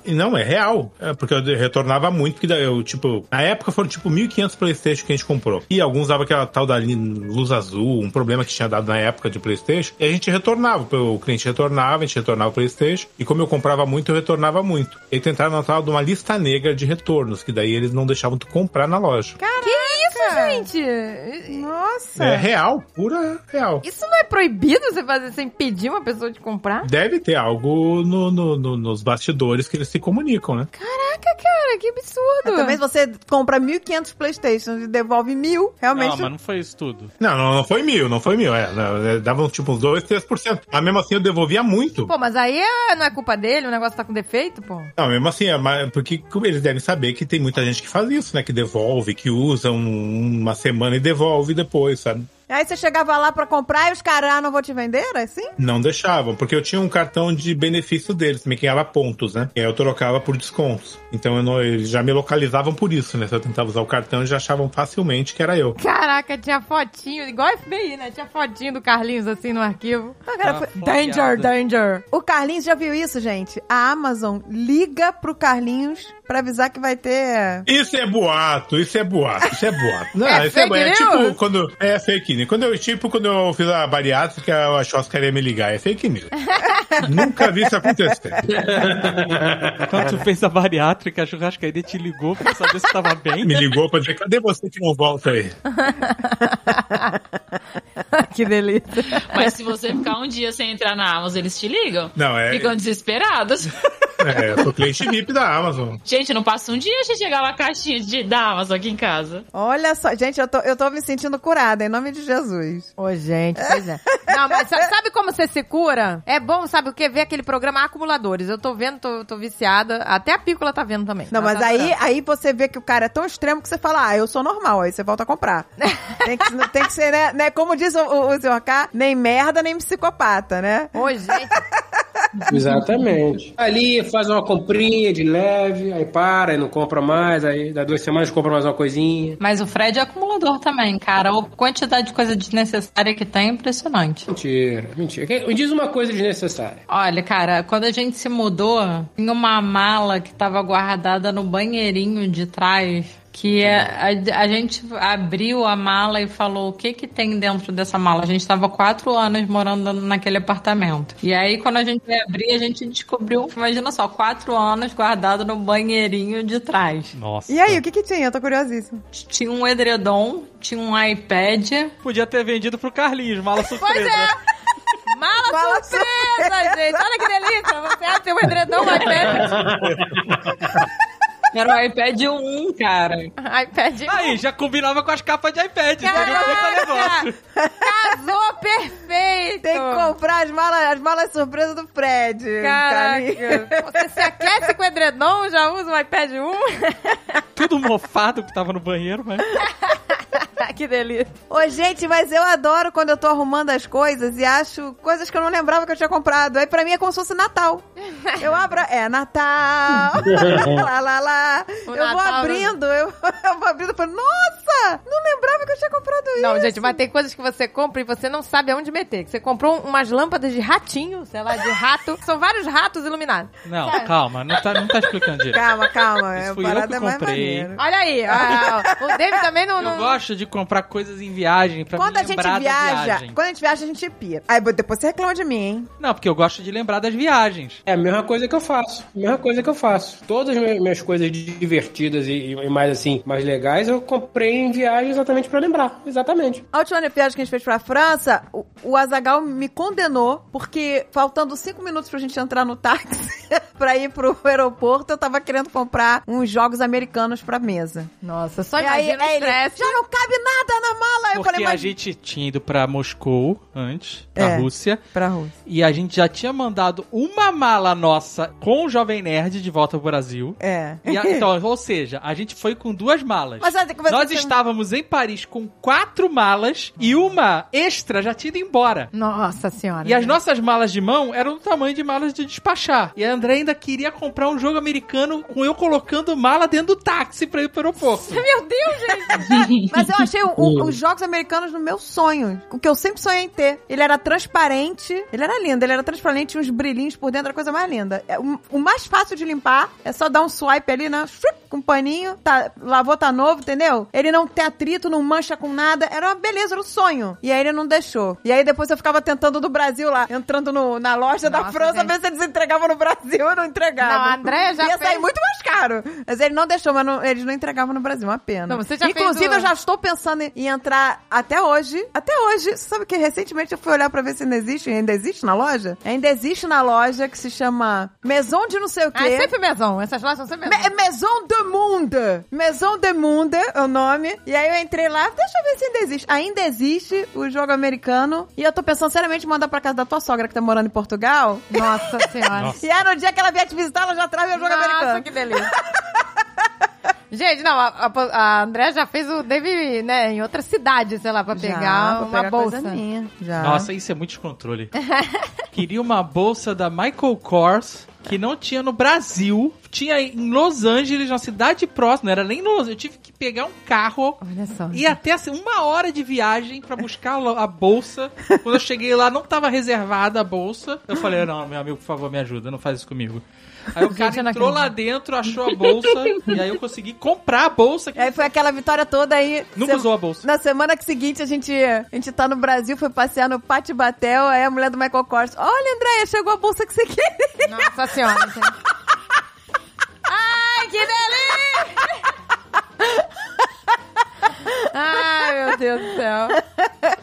S3: e Não, é real. É, porque eu retornava muito, porque daí eu, tipo, na época foram tipo 1.500 Playstation que a gente comprou. E alguns davam aquela tal da li- luz azul, um problema que tinha dado na época de Playstation. E a gente retornava, o cliente retornava, a gente retornava o Playstation. E como eu comprava muito, eu retornava muito. E tentaram na tal de uma lista negra de retornos, que daí eles não deixavam tu comprar na loja.
S1: Que isso, gente.
S2: Nossa.
S3: É real, pura real.
S1: Isso não é proibido você fazer sem pedir uma pessoa de comprar?
S3: Deve ter algo no- no- no- nos bastidores que eles se comunicam, né?
S1: Caraca, cara, que absurdo.
S2: É, Talvez você compra 1.500 Playstations e devolve mil, realmente.
S7: Não, mas não foi isso tudo.
S3: Não, não, não foi mil, não foi mil. É, não, é, dava tipo uns 2, 3%. Mas mesmo assim eu devolvia muito.
S1: Pô, mas aí é- não é culpa dele, o negócio tá com defeito, pô.
S3: Não, mesmo assim, é, mas- porque como eles devem saber que tem muita gente que faz isso, né? Que devolve, que usa um- uma semana e devolve depois, sabe?
S2: Aí você chegava lá pra comprar e os caras, ah, não vou te vender? Era Assim?
S3: Não deixavam, porque eu tinha um cartão de benefício deles, me ganhava pontos, né? E aí eu trocava por descontos. Então eu não- eles já me localizavam por isso, né? Se eu tentava usar o cartão, eles já achavam facilmente que era eu.
S1: Caraca, tinha fotinho, igual FBI, né? Tinha fotinho do Carlinhos assim no arquivo.
S2: Não, cara,
S7: Tá
S2: foi-
S7: fofiado.
S2: Danger, danger. O Carlinhos já viu isso, gente. A Amazon liga pro Carlinhos pra avisar que vai ter.
S3: Isso é boato, isso é boato, isso é boato. Não,
S1: É
S3: isso
S1: fake
S3: é boato. É
S1: news?
S3: tipo quando. É fake news. Quando eu, tipo, quando eu fiz a bariátrica, eu achou que ela ia me ligar. É fake news. Nunca vi isso acontecer.
S7: Quando tu fez a bariátrica, a churrascaria te ligou pra saber se tava bem.
S3: Me ligou pra dizer, cadê você que não volta aí?
S1: que delícia.
S4: Mas se você ficar um dia sem entrar na Amazon, eles te ligam.
S3: Não, é.
S4: Ficam desesperados.
S3: É, eu sou cliente VIP da Amazon.
S4: Gente, não passa um dia sem chegar uma caixinha de, da Amazon aqui em casa.
S2: Olha só, gente, eu tô, eu tô me sentindo curada, em nome de Jesus.
S1: Ô, gente, pois é. Não, mas sa- sabe como você se cura? É bom, sabe o quê? Ver aquele programa Acumuladores. Eu tô vendo, tô, tô viciada. Até a Pícola tá vendo também.
S2: Não,
S1: Ela
S2: mas
S1: tá
S2: aí,
S1: adorando.
S2: aí você vê que o cara é tão extremo que você fala, ah, eu sou normal, aí você volta a comprar. tem, que, tem que ser, né, né, Como diz o, o, o senhor K, nem merda, nem psicopata, né?
S1: Ô, gente,
S6: Exatamente. Ali faz uma comprinha de leve, aí para, aí não compra mais, aí dá duas semanas compra mais uma coisinha.
S5: Mas o Fred é acumulador também, cara. A quantidade de coisa desnecessária que tem é impressionante.
S6: Mentira, mentira. Quem- Me diz uma coisa desnecessária.
S5: Olha, cara, quando a gente se mudou, tinha uma mala que tava guardada no banheirinho de trás. Que é- a, a gente abriu a mala e falou o que que tem dentro dessa mala. A gente tava quatro anos morando naquele apartamento. E aí, quando a gente foi abrir, a gente descobriu, imagina só, quatro anos guardado no banheirinho de trás.
S7: Nossa.
S2: E aí, o que que tinha? Eu tô curiosíssima.
S5: Tinha um edredom, tinha um iPad,
S7: Podia ter vendido pro Carlinhos, mala surpresa.
S2: é.
S1: mala,
S2: Mala
S1: surpresa, gente. Olha que delícia. Você abre o edredom, iPad.
S5: era o iPad 1, cara.
S1: iPad.
S7: Aí, já combinava com as capas de iPad. entendeu? Puta negócio.
S1: Caraca, casou perfeito.
S2: Tem que comprar as malas, as malas surpresa do Fred.
S1: tá
S2: Carlinhos.
S1: Caraca. Você se aquece com o edredom, já usa um iPad 1.
S7: Tudo mofado que tava no banheiro, mas...
S1: que delícia.
S2: Ô, gente, mas eu adoro quando eu tô arrumando as coisas e acho coisas que eu não lembrava que eu tinha comprado. Aí pra mim é como se fosse Natal. Eu abro. É Natal! lá, lá, lá.
S1: O
S2: eu vou
S1: Natal- né?
S2: abrindo, eu, eu vou abrindo e falo, nossa! Não lembrava que eu tinha comprado isso.
S1: Não, gente, mas tem coisas que você compra e você não sabe aonde meter. Que Você comprou um, umas lâmpadas de ratinho, sei lá, de rato. São vários ratos iluminados.
S7: Não, calma, não tá, não tá explicando direito.
S2: Calma, calma.
S7: Isso
S2: a
S7: fui eu
S2: parada
S7: que
S2: é mais
S7: comprei.
S2: maneira.
S1: Olha aí, ó, o David também não...
S7: Eu
S1: não-
S7: gosto de comprar coisas em viagem pra
S2: Quando
S7: me
S2: a gente
S7: lembrar da
S2: viaja,
S7: viagem.
S2: quando a gente viaja, a gente pira. Aí depois você reclama de mim, hein?
S7: Não, porque eu gosto de lembrar das viagens.
S6: É a mesma coisa que eu faço. a Mesma coisa que eu faço. Todas as minhas- minhas coisas divertidas e, e mais assim, mais legais, eu comprei em viagem exatamente pra lembrar. Exatamente.
S2: A última viagem que a gente fez pra França, o, o Azagal me condenou, porque faltando cinco minutos pra gente entrar no táxi pra ir pro aeroporto, eu tava querendo comprar uns jogos americanos pra mesa. É,
S1: Nossa, só
S2: e aí,
S1: imagina o
S2: ele,
S1: estresse.
S2: já não cabe nada na mala. Ah, eu
S7: porque
S2: falei,
S7: a
S2: mas...
S7: gente tinha ido pra Moscou antes, pra
S2: É.
S7: Rússia,
S2: Pra Rússia.
S7: e a gente já tinha mandado uma mala nossa com o Jovem Nerd de volta pro Brasil.
S2: É.
S7: E a- então, ou seja, a gente foi com duas malas.
S2: Mas então- olha, que você
S7: Nós
S2: tem-
S7: estávamos em Paris com quatro malas e uma extra já tinha ido embora.
S1: Nossa senhora.
S7: E as nossas malas de mão eram do tamanho de malas de despachar. E a André ainda queria comprar um jogo americano com eu colocando mala dentro do táxi pra ir pro aeroporto.
S1: Meu Deus, gente.
S2: Mas eu achei o- o- os jogos americanos no meu sonho. O que eu sempre sonhei em ter. Ele era transparente. Ele era lindo. Ele era transparente. Tinha uns brilhinhos por dentro. Era a coisa mais linda. É, o, o mais fácil de limpar é só dar um swipe ali, né? Shrip, com um paninho. Tá, lavou, tá novo, entendeu? Ele não tem atrito, não mancha com nada. Era uma beleza, era um sonho. E aí ele não deixou. E aí depois eu ficava tentando do Brasil lá. Entrando no- na loja da
S1: Nossa,
S2: França,
S1: gente.
S2: ver se eles entregavam no Brasil. Brasil eu não entregava.
S1: Não, a Andréia já
S2: Ia sair
S1: fez-
S2: muito mais caro. Mas ele não deixou, mas não- eles não entregavam no Brasil, uma pena.
S1: Não, você já fez
S2: Inclusive,
S1: o-
S2: eu já estou pensando em, em entrar até hoje. Até hoje. Você sabe que recentemente eu fui olhar pra ver se ainda existe. Ainda existe na loja? Ainda existe na loja que se chama Maison de não sei o quê.
S1: Ah, é sempre mesão. Essas lojas são sempre mesão.
S2: Me Maison de Monde. Maison de Monde é o nome. E aí eu entrei lá, deixa eu ver se ainda existe. Ainda existe o jogo americano. E eu tô pensando seriamente em mandar pra casa da tua sogra que tá morando em Portugal.
S1: Nossa senhora.
S2: E aí no dia que ela vier te visitar, ela já traz o jogo
S1: Nossa,
S2: americano.
S1: que delícia. Gente, não, a, a- a André já fez o. Teve, né, em outra cidade, sei lá, pra
S2: Já,
S1: pegar
S2: vou
S1: uma
S2: pegar
S1: bolsa.
S2: coisa minha. Já.
S7: Nossa, isso é muito descontrole. Queria uma bolsa da Michael Kors que não tinha no Brasil. Tinha em Los Angeles, na cidade próxima. Não era nem Los Eu tive que pegar um carro
S1: Olha só.
S7: e até assim, uma hora de viagem pra buscar lo- a bolsa. Quando eu cheguei lá, não tava reservada a bolsa. Eu falei, não, meu amigo, por favor, me ajuda, não faz isso comigo. Aí o
S1: Gente, eu
S7: cara
S1: não
S7: entrou
S1: acredito.
S7: lá dentro, achou a bolsa, e aí eu consegui comprar a
S1: É,
S7: bolsa. Que...
S2: Aí foi aquela vitória toda aí.
S7: Nunca
S2: Sem-
S7: usou a bolsa.
S2: Na semana que seguinte, a gente, a gente tá no Brasil, foi passear no Pátio Batel, aí a mulher do Michael Kors, olha, Andréia, chegou a bolsa que você queria.
S1: Nossa senhora. gente. Ai, que delícia! Ai, meu Deus do céu.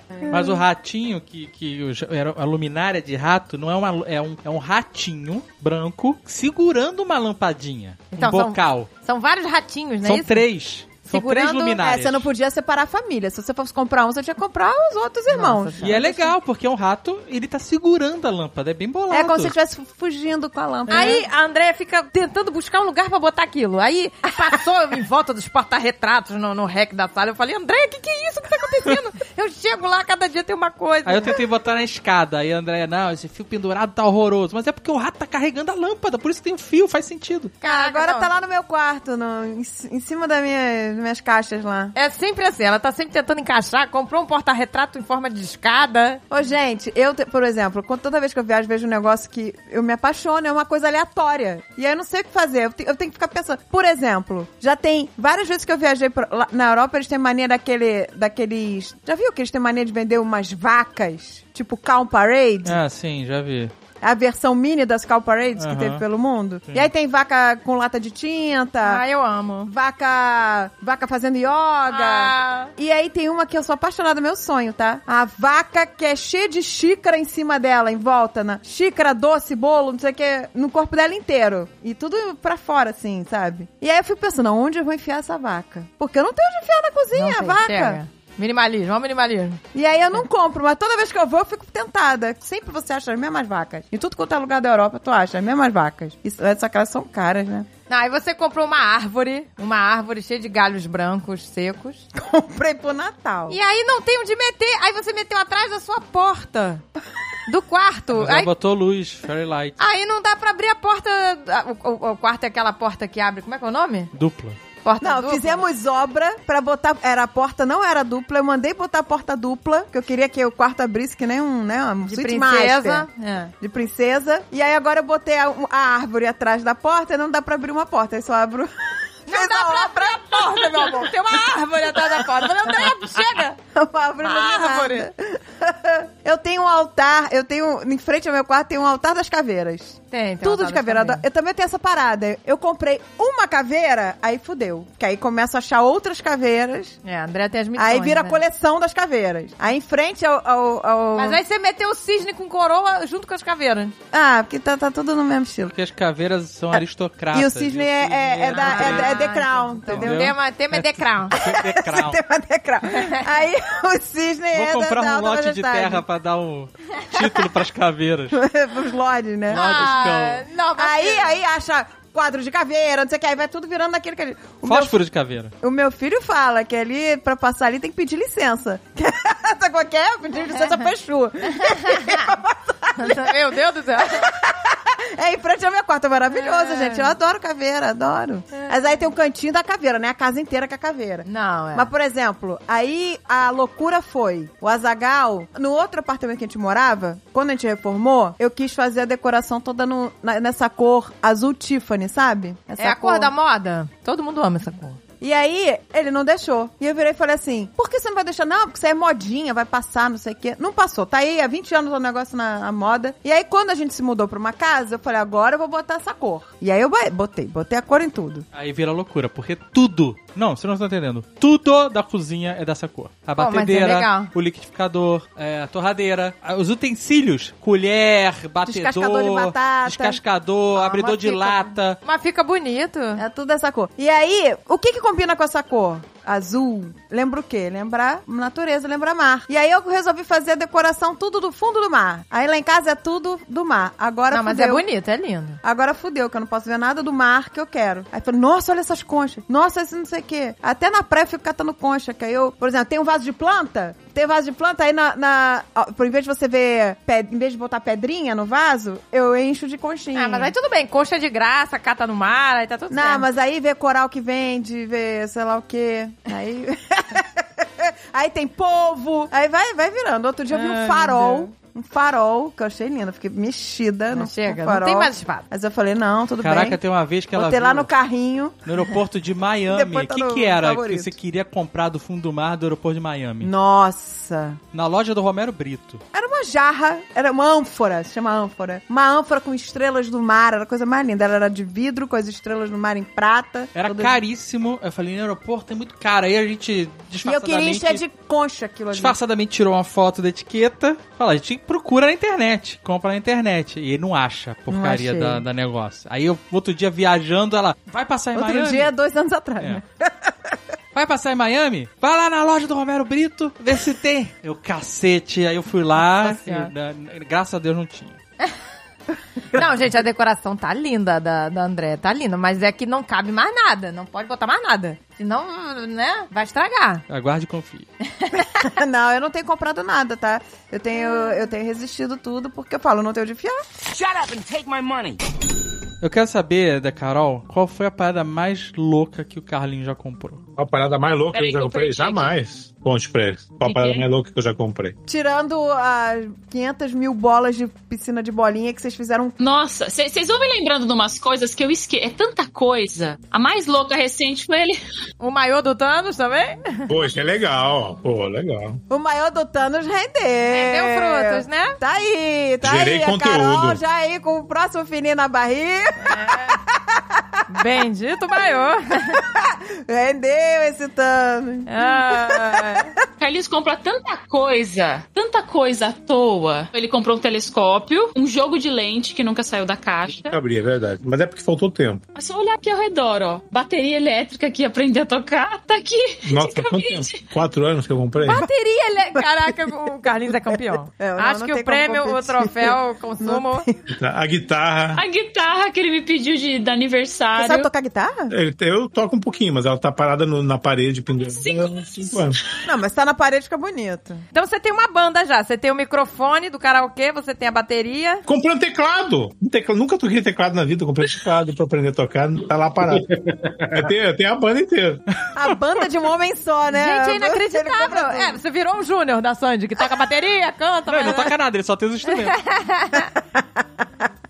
S1: um-
S7: Mas o ratinho, que, que eu já- era a luminária de rato, não é, uma, lu- é, um, é um ratinho branco segurando uma lampadinha.
S1: Então,
S7: um
S1: são-
S7: bocal.
S1: São vários ratinhos, não é
S7: São
S1: isso?
S7: três. São três
S2: é,
S7: luminárias.
S2: você não podia separar a família. Se você fosse comprar um, você tinha que comprar os outros irmãos.
S7: E é legal, porque é um rato, ele tá segurando a lâmpada. É bem bolado.
S2: É como se estivesse fugindo com a lâmpada.
S1: Aí a Andréia fica tentando buscar um lugar pra botar aquilo. Aí passou em volta dos porta-retratos no, no rec da sala. Eu falei, Andréia, o que, que é isso que tá acontecendo? Eu chego lá, cada dia tem uma coisa.
S7: Aí eu tentei botar na escada. Aí a Andréia, não, esse fio pendurado tá horroroso. Mas é porque o rato tá carregando a lâmpada, por isso que tem um fio, faz sentido.
S1: Caraca,
S2: Agora
S1: não.
S2: tá lá no meu quarto, no- em, ci- em cima das minha, das minhas caixas lá.
S1: É sempre assim, ela tá sempre tentando encaixar, comprou um porta-retrato em forma de escada.
S2: Ô, gente, eu, te- por exemplo, quando- toda vez que eu viajo, vejo um negócio que eu me apaixono, é uma coisa aleatória. E aí eu não sei o que fazer. Eu, te- eu tenho que ficar pensando. Por exemplo, já tem várias vezes que eu viajei pra- lá- na Europa, eles têm mania daquele, daqueles. Já viu que eles têm mania de vender umas vacas? Tipo Cow Parade?
S7: Ah, sim, já vi.
S2: A versão mini das Cow Parades que
S7: Aham.
S2: teve pelo mundo. E aí tem vaca com lata de tinta.
S1: Ah, eu amo.
S2: Vaca. Vaca fazendo yoga.
S1: Ah,
S2: E aí tem uma que eu sou apaixonada, meu sonho, tá? A vaca que é cheia de xícara em cima dela, em volta, né? Xícara, doce, bolo, não sei o que, no corpo dela inteiro. E tudo pra fora, assim, sabe? E aí eu fico pensando, onde eu vou enfiar essa vaca? Porque eu não tenho onde enfiar na cozinha
S1: não
S2: a
S1: sei,
S2: vaca.
S1: chega. Minimalismo, ó minimalismo.
S2: E aí eu não compro, mas toda vez que eu vou, eu fico tentada. Sempre você acha as mesmas vacas. Em tudo quanto é lugar da Europa, tu acha as mesmas vacas. Isso, é, só que elas são caras, né?
S1: Não, aí Ah, você comprou uma árvore, uma árvore cheia de galhos brancos secos.
S2: Comprei pro Natal.
S1: E aí não tem onde meter, aí você meteu atrás da sua porta do quarto.
S7: Mas ela
S1: Aí,
S7: botou luz, fairy light.
S1: aí não dá pra abrir a porta. O, o- o quarto é aquela porta que abre, como é que é o nome?
S7: Dupla.
S1: Porta
S2: Não,
S1: dupla.
S2: fizemos obra pra botar. Era a porta, não era dupla. Eu mandei botar a porta dupla, que eu queria que o quarto abrisse, que nem um, né? Um
S1: de
S2: suíte
S1: princesa.
S2: master.
S1: É.
S2: De princesa. E aí agora eu botei a, a árvore atrás da porta e não dá pra abrir uma porta. Aí só abro.
S1: Não dá pra abrir a porta, meu amor. Tem uma árvore atrás da porta. Não dá, chega.
S2: Uma árvore iluminada. Eu tenho um altar, eu tenho. Em frente ao meu quarto tem um altar das caveiras.
S1: Tem, um tem
S2: Tudo
S1: uma
S2: de
S1: sala
S2: caveira. Eu também tenho essa parada. Eu comprei uma caveira, aí fudeu. Que aí começo a achar outras caveiras.
S1: É, a André tem as missões,
S2: Aí vira a
S1: né?
S2: coleção das caveiras. Aí em frente ao. ao- ao-
S1: Mas aí você meteu o cisne com coroa junto com as caveiras.
S2: Ah, porque tá, tá tudo no mesmo estilo.
S7: Porque as caveiras são aristocratas.
S2: E o cisne é, é, é da, é, da- é The Crown,
S1: O
S2: entendeu?
S7: Entendeu?
S1: tema, tema é The Crown.
S7: The Crown.
S2: Tema The Crown. Aí o cisne é
S7: Vou
S2: da-
S7: comprar
S2: da
S7: um
S2: Alta
S7: lote de
S2: Majestade.
S7: terra pra dar um título pras caveiras.
S2: Pros lords, né?
S1: Ah, não, mas-
S2: Aí, aí acha quadro de caveira, não sei o que. Aí vai tudo virando naquilo que... ele- O meu
S7: Fósforo de caveira.
S2: O meu filho fala que ali, pra passar ali, tem que pedir licença. Sabe qual que é? Pedir licença pra Exu.
S1: Meu Deus do céu.
S2: É em frente ao meu quarto. É maravilhoso, gente. Eu adoro caveira, adoro. Mas aí tem o cantinho da caveira, né? A casa inteira com a caveira.
S1: Não, é.
S2: Mas, por exemplo, aí a loucura foi. O Azagal, no outro apartamento que a gente morava, quando a gente reformou, eu quis fazer a decoração toda no- na- nessa cor azul Tiffany, sabe? Essa
S1: é a cor da moda? Todo mundo ama essa cor.
S2: E aí, ele não deixou. E eu virei e falei assim: por que você não vai deixar? Não, porque isso aí é modinha, vai passar, não sei o quê. Não passou. Tá aí há 20 anos o negócio na, na moda. E aí, quando a gente se mudou pra uma casa, eu falei: agora eu vou botar essa cor. E aí eu ba- botei, botei a cor em tudo.
S7: Aí vira loucura, porque tudo. Não, você não está entendendo. Tudo da cozinha é dessa cor. A
S2: Pô, mas é legal.
S7: batedeira, o liquidificador, é, a torradeira, a- os utensílios, colher, batedor,
S2: Descascador de batata.
S7: descascador,
S2: Ah,
S7: abridor
S2: mas
S7: de
S2: fica-
S7: lata.
S1: Mas fica bonito.
S2: É tudo essa cor. E aí, o que que combina com essa cor? Azul. Lembra o quê? Lembra natureza, lembra mar. E aí eu resolvi fazer a decoração tudo do fundo do mar. Aí lá em casa é tudo do mar. Agora
S1: Não, mas é
S2: fudeu.
S1: bonito, é lindo.
S2: Agora fudeu, que eu não posso ver nada do mar que eu quero. Aí falei, nossa, olha essas conchas. Nossa, esse não sei o quê. Até na praia eu fico catando concha, que aí eu, por exemplo, tem um vaso de planta. Tem um vaso de planta, aí na. na ó, por invés de você ver. pe- Em vez de botar pedrinha no vaso, eu encho de conchinha.
S1: Ah, mas aí tudo bem. Coxa de graça, cata no mar, aí tá tudo
S2: Não,
S1: certo.
S2: mas aí vê coral que vende, vê sei lá o quê. Aí. aí tem polvo. Aí vai, vai virando. Outro dia eu vi um
S1: Ai, meu
S2: farol. Um farol, que eu achei lindo. Fiquei mexida
S1: Não
S2: no
S1: chega,
S2: no
S1: não
S2: farol.
S1: tem mais espaço.
S2: Mas eu falei, não, tudo
S7: Caraca,
S2: bem.
S7: tem uma vez que ela
S2: Botei lá
S7: viu-
S2: no carrinho.
S7: No aeroporto de Miami. O
S2: Depois tá
S7: que,
S2: no
S7: que era
S2: favorito.
S7: que você queria comprar do fundo do mar do aeroporto de Miami?
S2: Nossa.
S7: Na loja do Romero Brito.
S2: Era uma jarra, era uma ânfora, se chama ânfora. Uma ânfora com estrelas do mar, era a coisa mais linda. Ela era de vidro, com as estrelas do mar em prata.
S7: Era
S2: Todas-
S7: caríssimo. Eu falei, no aeroporto é muito caro. Aí a gente
S2: E eu
S7: disfarçadamente...
S2: queria encher de concha aquilo ali.
S7: Disfarçadamente tirou uma foto da etiqueta. Fala, a gente procura na internet, compra na internet. E não acha a porcaria
S2: achei.
S7: da, da negócio. Aí eu, outro dia viajando, ela vai passar em
S2: Outro
S7: Miami.
S2: dia, dois anos atrás,
S7: É.
S2: né?
S7: Vai passar em Miami? Vai lá na loja do Romero Brito, vê se tem. Eu, cacete, aí eu fui lá,
S1: Nossa Senhora.
S7: e, na- na- graças a Deus não tinha.
S1: Não, gente, a decoração tá linda da, da André, tá linda, mas é que não cabe mais nada, não pode botar mais nada. Senão, né, vai estragar.
S7: Aguarde e confie.
S2: Não, eu não tenho comprado nada, tá? Eu tenho, eu tenho resistido tudo porque eu falo, não tenho de fiar.
S9: Shut up and take my money.
S7: Eu quero saber da Carol qual foi a parada mais louca que o Carlinho já comprou.
S3: Uma parada mais louca
S4: Peraí,
S3: que eu já
S4: que eu
S3: comprei?
S4: perdi
S3: Jamais. Conte pra eles. Qual a
S4: Que
S3: parada
S4: que é?
S3: mais louca que eu já comprei?
S2: Tirando as 500 mil bolas de piscina de bolinha que vocês fizeram.
S4: Nossa, vocês vão me lembrando de umas coisas que eu esqueci. É tanta coisa. A mais louca recente foi ele.
S1: O maiô do Thanos também?
S3: Pô, isso é legal. Pô, legal.
S2: O maior do Thanos rendeu.
S1: Deu frutos, né?
S2: Tá aí, tá
S3: Gerei
S2: aí.
S3: conteúdo.
S2: A Carol já aí com o próximo fininho na barriga.
S1: Bendito maiô.
S2: Rendeu esse Thanos.
S1: Ah,
S4: Carlinhos compra tanta coisa, tanta coisa à toa. Ele comprou um telescópio, um jogo de lente que nunca saiu da caixa.
S3: Abri, é verdade. Mas é porque faltou tempo.
S4: É só olhar aqui ao redor, ó. Bateria elétrica que aprender a tocar, tá aqui.
S3: Nossa,
S4: De
S3: quanto
S4: cabide.
S3: tempo? Quatro anos que eu comprei?
S1: bateria, Ah, ele... é- caraca, o Carlinhos é campeão.
S2: É, não,
S1: Acho
S2: não
S1: que
S2: tem
S1: o prêmio,
S2: como
S1: o
S2: competir.
S1: troféu, o consumo.
S3: A guitarra.
S4: A guitarra que ele me pediu de, de
S2: Você
S4: aniversário.
S2: sabe tocar guitarra?
S3: ele- Eu toco um pouquinho, mas ela tá parada no- na parede pendurada tá assim,
S4: Cinco
S3: há cinco anos.
S2: Não, mas tá na parede, fica bonito.
S1: Então você tem uma banda já, você tem o microfone do karaokê, você tem a bateria.
S3: Comprei um teclado. Um teclado. Nunca toquei teclado na vida. Comprei um teclado pra aprender a tocar. Tá lá parado. É, Eu tenho, eu tenho a banda inteira.
S2: A banda de um homem só, né?
S1: Gente, é
S2: Ele compra
S1: inacreditável.
S2: tudo.
S1: É, você virou um Júnior da Sandy, que toca bateria, canta.
S7: Não, ele
S1: mas-
S7: não toca nada, ele só tem os instrumentos.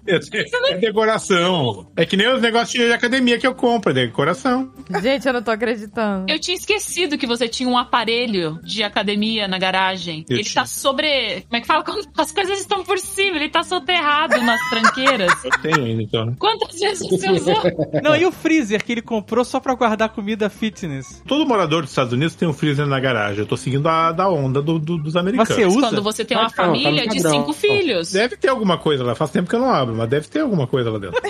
S3: Eu tenho- É decoração. É que nem os negócios de academia que eu compro. É decoração.
S1: Gente, eu não tô acreditando.
S4: Eu tinha esquecido que você tinha um aparelho de academia na garagem.
S3: Eu
S4: ele
S3: tinha.
S4: tá sobre. Como é que fala? Quando As coisas estão por cima, ele tá soterrado nas tranqueiras.
S3: Eu tenho ainda, então.
S4: Quantas vezes você usou?
S7: Não, e o freezer que ele comprou só pra guardar comida fitness?
S3: Todo morador dos Estados Unidos tem um freezer na garagem. Eu tô seguindo a da onda do- do- dos americanos.
S7: Você usa?
S4: Quando você tem uma
S6: Não, tá no
S4: família de
S6: padrão.
S4: cinco filhos.
S3: Deve ter alguma coisa lá. Faz tempo que eu não abro, mas deve ter alguma coisa lá dentro.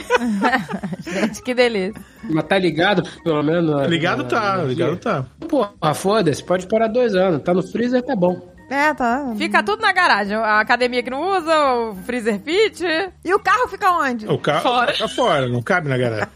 S1: Gente, que delícia.
S6: Mas tá ligado, pelo menos.
S7: É
S6: na-
S3: Ligado
S6: na-
S3: tá,
S6: na-
S3: ligado tá.
S6: Porra, foda-se, pode parar dois anos. Tá no freezer, tá bom.
S2: É, tá.
S1: Fica tudo na garagem. A academia que não usa, o freezer fit.
S2: E o carro fica onde?
S3: O carro
S4: Fora.
S3: tá fora, não cabe na garagem.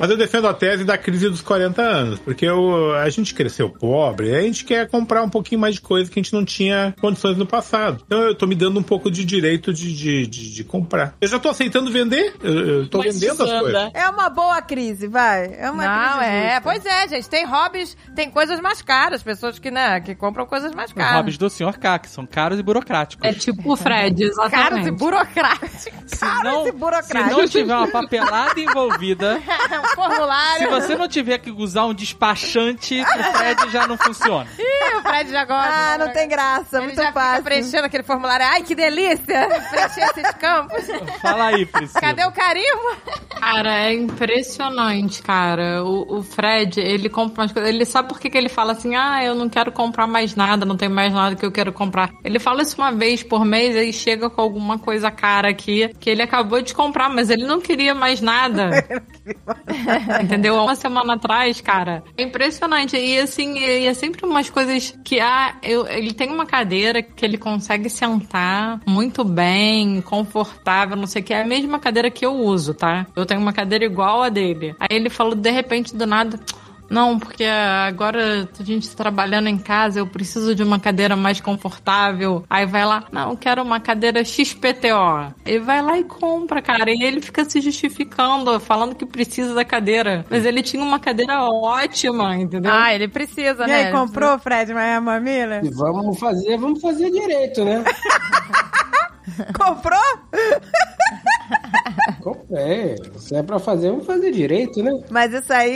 S3: Mas eu defendo a tese da crise dos 40 anos, porque eu- a gente cresceu pobre, e a gente quer comprar um pouquinho mais de coisa que a gente não tinha condições no passado. Então eu tô me dando um pouco de direito de, de, de- de comprar. Eu já tô aceitando vender, eu, eu tô
S4: Mas
S3: vendendo as
S4: Suzana,
S3: coisas.
S2: É uma boa crise, vai. É uma
S1: não,
S2: crise.
S1: é.
S2: justa.
S1: Pois é, gente. Tem hobbies, tem coisas mais caras. Pessoas que, né, que compram coisas mais mais
S7: Os
S1: caros.
S7: hobbies do Sr. K, que são caros e burocráticos.
S5: É tipo o Fred,
S1: Caros e
S5: exatamente.
S1: burocráticos.
S7: se não,
S2: e burocráticos.
S7: se não tiver uma papelada envolvida,
S1: Um
S7: se
S1: formulário.
S7: você não tiver que usar um despachante, o Fred já não funciona.
S1: Ih, o Fred já gosta.
S2: Ah, não tem graça,
S1: né? Ele
S2: muito
S1: já fica
S2: fácil.
S1: preenchendo aquele formulário. Ai, que delícia! Preencher esses campos.
S7: Fala aí, Priscila.
S1: Cadê o carimbo?
S5: Cara, é impressionante, cara. O, o Fred, ele compra umas coisas. Ele sabe por que, que ele fala assim: ah, eu não quero comprar mais nada, não tenho mais nada que eu quero comprar. Ele fala isso uma vez por mês, aí chega com alguma coisa cara aqui, que ele acabou de comprar, mas ele não queria mais nada. Entendeu? Uma semana atrás, cara. É impressionante. E assim, e é sempre umas coisas que ah, eu, ele tem uma cadeira que ele consegue sentar muito bem, confortável, não sei o que. É a mesma cadeira que eu uso, tá? Eu tenho uma cadeira igual a dele. Aí ele falou de repente do nada. Não, porque agora a gente tá trabalhando em casa, eu preciso de uma cadeira mais confortável. Aí vai lá, não, eu quero uma cadeira XPTO. Ele vai lá e compra, cara. E ele fica se justificando, falando que precisa da cadeira. Mas ele tinha uma cadeira ótima, entendeu?
S1: Ah, ele precisa,
S2: E
S1: né?
S2: aí, comprou, Fred, mas é a mamila?
S6: E vamos fazer, vamos fazer direito, né?
S2: Comprou?
S6: É, se é pra fazer, vamos fazer direito, né?
S2: Mas isso aí,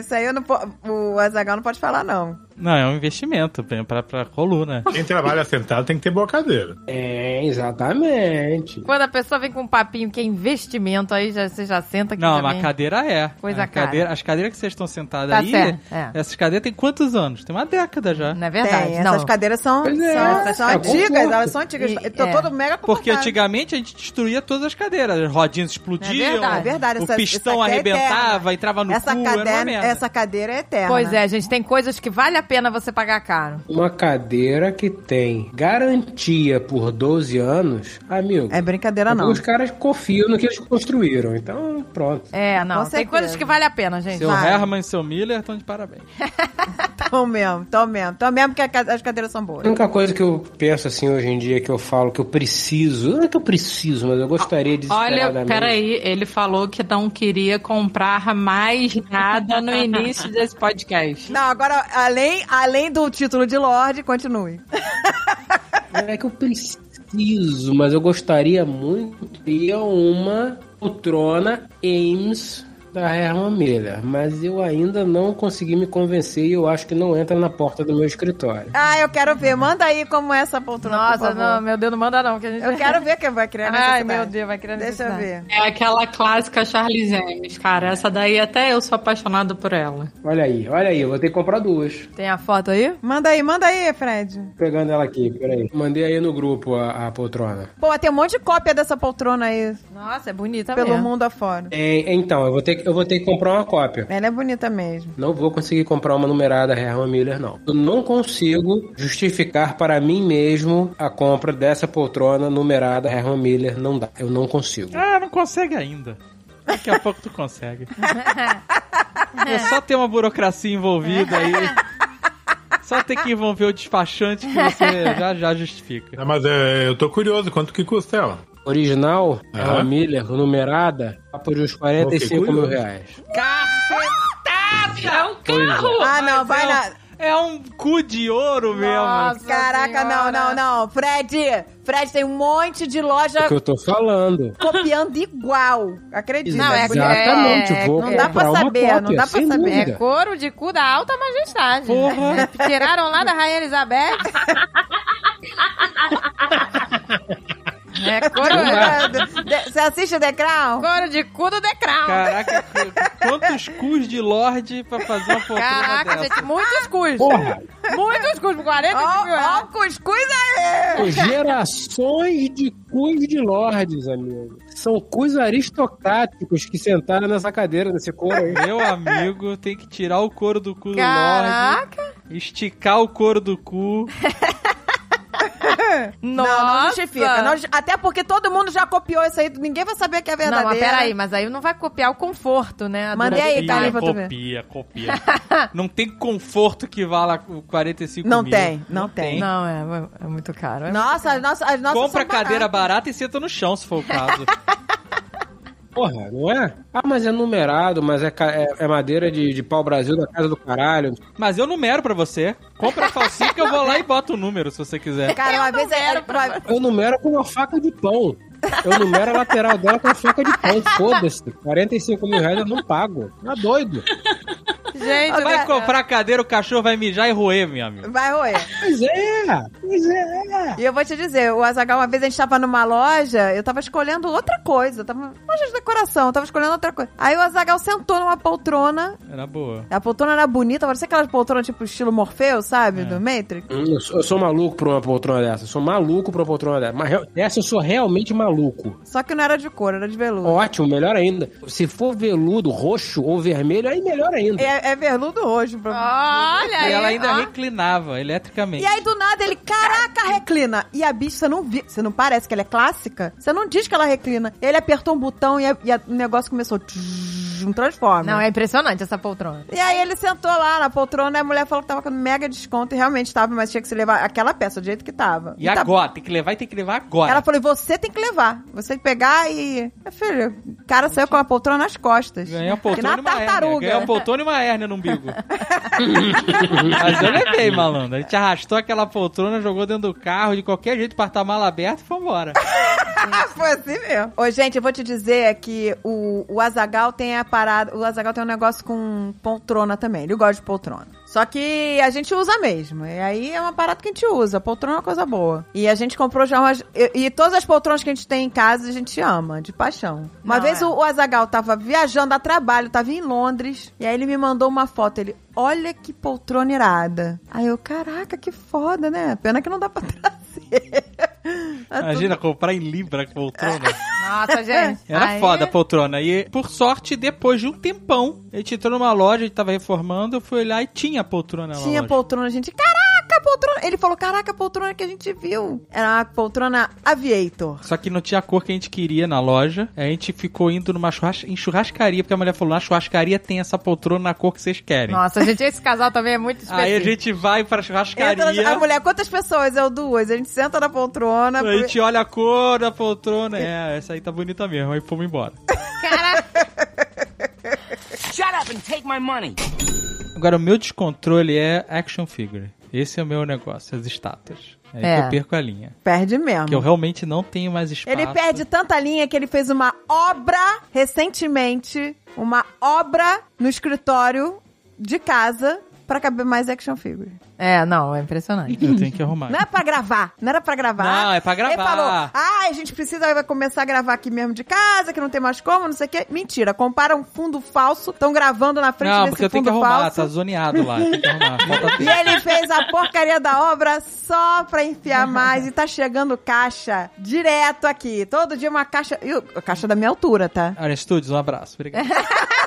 S2: isso aí eu não po... o Azagal não pode falar, não.
S7: Não, é um investimento pra, pra, pra coluna.
S3: Quem trabalha sentado tem que ter boa cadeira.
S6: É, exatamente.
S1: Quando a pessoa vem com um papinho que é investimento, aí já, você já senta aqui
S7: Não,
S1: também.
S7: uma cadeira é.
S1: Coisa
S7: A cadeira, as cadeiras que vocês estão sentadas
S1: Tá
S7: aí,
S1: certo, é.
S7: essas cadeiras têm quantos anos? Tem uma década já.
S1: Não é verdade,
S2: Tem,
S1: não.
S2: essas cadeiras são,
S6: Pois é,
S2: são,
S6: tá
S2: são
S6: conforto.
S2: antigas, elas são antigas.
S1: E-
S2: Eu tô
S1: é.
S2: todo mega
S7: Porque
S2: confortável.
S7: antigamente a gente destruía todas as cadeiras. As rodinhas explodiam,
S1: É verdade.
S2: É verdade,
S7: o
S2: essa,
S7: pistão
S2: essa aqui é
S7: arrebentava,
S2: eterna.
S7: entrava no
S2: essa
S7: cu,
S2: cadeira,
S7: era uma merda.
S2: Essa cadeira é eterna.
S1: Pois é, gente, tem coisas que vale a pena você pagar caro.
S6: Uma cadeira que tem garantia por 12 anos, amigo.
S2: É brincadeira, não.
S6: Os caras confiam no que eles construíram. Então, pronto.
S1: É, não.
S2: Com
S1: Tem
S2: certeza.
S1: coisas que vale a pena, gente.
S7: Seu
S2: Vai.
S7: Herman e seu Miller estão de parabéns.
S2: Tão mesmo, tão mesmo. Tão mesmo porque a ca- as cadeiras são
S6: A
S2: boas.
S6: única coisa que eu penso assim hoje em dia que eu falo que eu preciso, não é que eu preciso, mas eu gostaria de
S5: Olha, peraí, ele falou que não queria comprar mais nada no início desse podcast.
S2: Não, agora, além, além do título de Lorde, continue.
S6: É que eu preciso, mas eu gostaria muito de ter uma poltrona Ames da Herman Miller, mas eu ainda não consegui me convencer e eu acho que não entra na porta do meu escritório.
S2: Ah, eu quero ver. Manda aí como é essa poltrona, por
S1: Nossa,
S2: favor.
S1: não, meu Deus, não manda não, que a gente...
S2: Eu quero ver quem vai criar
S1: Ai,
S2: necessidade.
S1: meu Deus, vai criar
S2: Deixa eu
S1: necessidade.
S2: ver.
S5: É aquela clássica Charlie James, cara. Essa daí até eu sou apaixonada por ela.
S6: Olha aí, olha aí, eu vou ter que comprar duas.
S1: Tem a foto aí?
S2: Manda aí, manda aí, Fred.
S6: Pegando ela aqui, peraí. Mandei aí no grupo a, a poltrona.
S2: Pô, tem um monte de cópia dessa poltrona aí,
S1: Nossa, é bonita
S2: pelo
S1: mesmo.
S2: mundo afora.
S6: É, então, eu vou, ter, que- eu vou ter que comprar uma cópia.
S2: Ela é bonita mesmo.
S6: Não vou conseguir comprar uma numerada Herman Miller, não. Eu não consigo justificar para mim mesmo a compra dessa poltrona numerada Herman Miller. Não dá. Eu não consigo.
S7: Ah, não consegue ainda. Daqui a pouco tu consegue. É só ter uma burocracia envolvida aí. Só ter que envolver o despachante que você já, já justifica.
S3: Ah, Mas é, eu tô curioso, quanto que custa ela?
S6: Original
S3: Aham.
S6: Herman Miller, numerada, tá por uns 45
S3: Fiquei
S6: mil
S3: curioso.
S6: reais.
S5: É um carro!
S2: Ah, não, vai
S7: é,
S2: na.
S7: um, é um cu de ouro mesmo.
S1: Nossa
S2: Caraca, não, não,
S1: Senhora.
S2: não. Fred, Fred tem um monte de
S6: É
S2: loja
S6: o que eu tô falando.
S2: copiando igual. Acredita.
S1: Não, é-
S6: Exatamente,
S1: é-
S6: vou
S2: não dá pra
S6: comprar uma
S2: saber,
S6: cópia,
S2: não dá pra
S6: sem
S2: saber.
S1: É
S6: dúvida.
S1: couro de cu da alta majestade.
S7: Porra.
S1: Tiraram lá da Rainha Elizabeth. é couro, é
S2: De- Você assiste o The Crown?
S1: couro de cu do The Crown.
S7: Caraca, que- quantos cus de Lorde pra fazer uma poltrona
S1: Caraca,
S7: dessa?
S1: gente, muitos cus.
S6: Porra,
S1: Muitos cus, 40
S2: Ó,
S1: mil
S2: ó,
S1: reais.
S2: o cuscuz aí!
S6: gerações de cus de lordes, amigo. São cus aristocráticos que sentaram nessa cadeira, nesse couro aí.
S7: Meu amigo, tem que tirar o couro do cu
S1: Caraca.
S7: do Lorde, esticar o couro do cu.
S2: Não, não justifica.
S1: Nossa.
S2: não ju- até porque todo mundo já copiou isso aí, ninguém vai saber que é
S1: Não,
S2: verdadeiro.
S1: mas peraí, mas aí não vai copiar o conforto, né? a
S2: Mandei Ah, aí,
S1: durabilidade.
S2: Thalita, pra tu ver.
S7: copia, copia. Não tem conforto que vala com 45
S2: Não
S7: mil.
S2: tem, não tem.
S1: Não, é, é muito caro. É
S2: Nossa, as nossas, as nossas
S7: Compra
S2: são
S7: cadeira
S2: baratas.
S7: barata e senta no chão, se for o caso.
S6: Porra, não é? Ah, mas é numerado, mas é, ca- é, é madeira de, de pau-brasil da casa do caralho.
S7: Mas eu numero pra você. Compra a falsinha que eu vou lá e boto o número, se você quiser.
S2: Cara, uma vez é. uma-
S6: Eu numero com uma faca de pão. Eu numero a lateral dela com uma faca de pão. Foda-se. 45 mil reais eu não pago. Tá doido.
S2: Gente,
S7: Vai
S2: cara,
S7: comprar a cadeira, o cachorro vai mijar e roer, meu amigo.
S2: Vai roer.
S6: Pois é. Pois é.
S2: E eu vou te dizer, o Azagal, uma vez a gente tava numa loja, eu tava escolhendo outra coisa. eu Tava loja de decoração, eu tava escolhendo outra coisa. Aí o Azagal sentou numa poltrona.
S7: Era boa.
S2: A poltrona era bonita, parecia aquelas poltronas tipo estilo Morfeu, sabe? Do Matrix.
S6: Hum, Eu sou, eu sou maluco por uma poltrona dessa. Eu sou maluco por uma poltrona dessa. Mas real- essa eu sou realmente maluco.
S2: Só que não era de cor, era de veludo.
S6: Ótimo, melhor ainda. Se for veludo, roxo ou vermelho, aí melhor ainda.
S2: É, é veludo hoje,
S1: Ah.
S2: pra...
S1: Olha aí.
S7: E ela ainda é né?
S1: ó.
S7: reclinava eletricamente.
S2: E aí, do nada, ele, caraca, reclina. E a bicha, você não vi, você não parece que ela é clássica? Você não diz que ela reclina. Ele apertou um botão e, a- e a- o negócio começou tsh, um transforma.
S1: Não, é impressionante essa poltrona.
S2: E aí ele sentou lá na poltrona e a mulher falou que tava com mega desconto e realmente tava, mas tinha que se levar aquela peça do jeito que tava.
S7: E
S2: tá-
S7: agora? Tem que levar e tem que levar agora.
S2: Ela falou, "E você tem que levar. Você tem que pegar e... Meu filho, o cara saiu com a poltrona nas costas.
S7: Ganhei uma
S2: Que
S7: poltrona
S2: na
S7: e uma hérnia.
S2: tartaruga.
S7: Ganhei uma poltrona e uma hérnia no umbigo. Mas eu levei, malandro. A gente arrastou aquela poltrona, jogou dentro do carro, de qualquer jeito, porta-mala aberto e foi embora.
S2: Ah, foi assim mesmo. Ô, gente, eu vou te dizer que o, o Azagal tem a parada. O Azagal tem um negócio com poltrona também. Ele gosta de poltrona. Só que a gente usa mesmo. E aí é uma parada que a gente usa. Poltrona é uma coisa boa. E a gente comprou já umas. E, e todas as poltronas que a gente tem em casa a gente ama, de paixão. Uma
S1: Não,
S2: vez
S1: é.
S2: o, o Azagal tava viajando a trabalho, tava em Londres. E aí ele me mandou uma foto. Ele, olha que poltrona irada. Aí eu, caraca, que foda, né? Pena que não dá pra trazer.
S7: Imagina comprar em Libra com poltrona.
S1: Nossa, gente.
S7: Era
S1: Aí-
S7: foda a poltrona. E, por sorte, depois de um tempão, a gente entrou numa loja, a gente tava reformando, eu fui olhar e tinha poltrona lá.
S2: Tinha poltrona, gente. Caraca, poltrona! Ele falou, caraca, a poltrona que a gente viu. Era uma poltrona aviator.
S7: Só que não tinha a cor que a gente queria na loja. Aí A gente ficou indo numa churras... em churrascaria, porque a mulher falou: na churrascaria tem essa poltrona na cor que vocês querem.
S1: Nossa, gente, esse casal também é muito específico.
S7: Aí a gente vai pra
S2: Entra
S7: churrascaria.
S2: na- é a mulher, quantas pessoas? Eu duas. A gente senta na poltrona.
S7: A gente olha a cor da poltrona. É, essa aí tá bonita mesmo. Aí fomos embora.
S1: Cara,
S9: Shut up and take my money.
S7: Agora, o meu descontrole é action figure. Esse é o meu negócio, as estátuas. É, aí
S1: É.
S7: que eu perco a linha.
S2: Perde mesmo.
S7: Que eu realmente não tenho mais espaço.
S2: Ele perde tanta linha que ele fez uma obra recentemente, uma obra no escritório de casa pra caber mais action figure.
S1: é, não, é impressionante.
S7: Eu tenho que arrumar.
S2: Não é pra gravar, não era pra gravar.
S7: Não, é pra gravar.
S2: Ele falou, ah, a gente precisa vai começar a gravar aqui mesmo de casa, que não tem mais como, não sei o quê. Mentira, compara um fundo falso, estão gravando na frente
S7: Não,
S2: desse
S7: porque eu tenho
S2: fundo
S7: que arrumar, tá
S2: falso.
S7: zoneado lá. Tem que arrumar. Falta
S2: E
S7: tempo.
S2: ele fez a porcaria da obra só pra enfiar mais. E tá chegando caixa direto aqui. Todo dia uma caixa. E o- a caixa da minha altura, tá?
S7: Aran Studios, um abraço. Obrigado.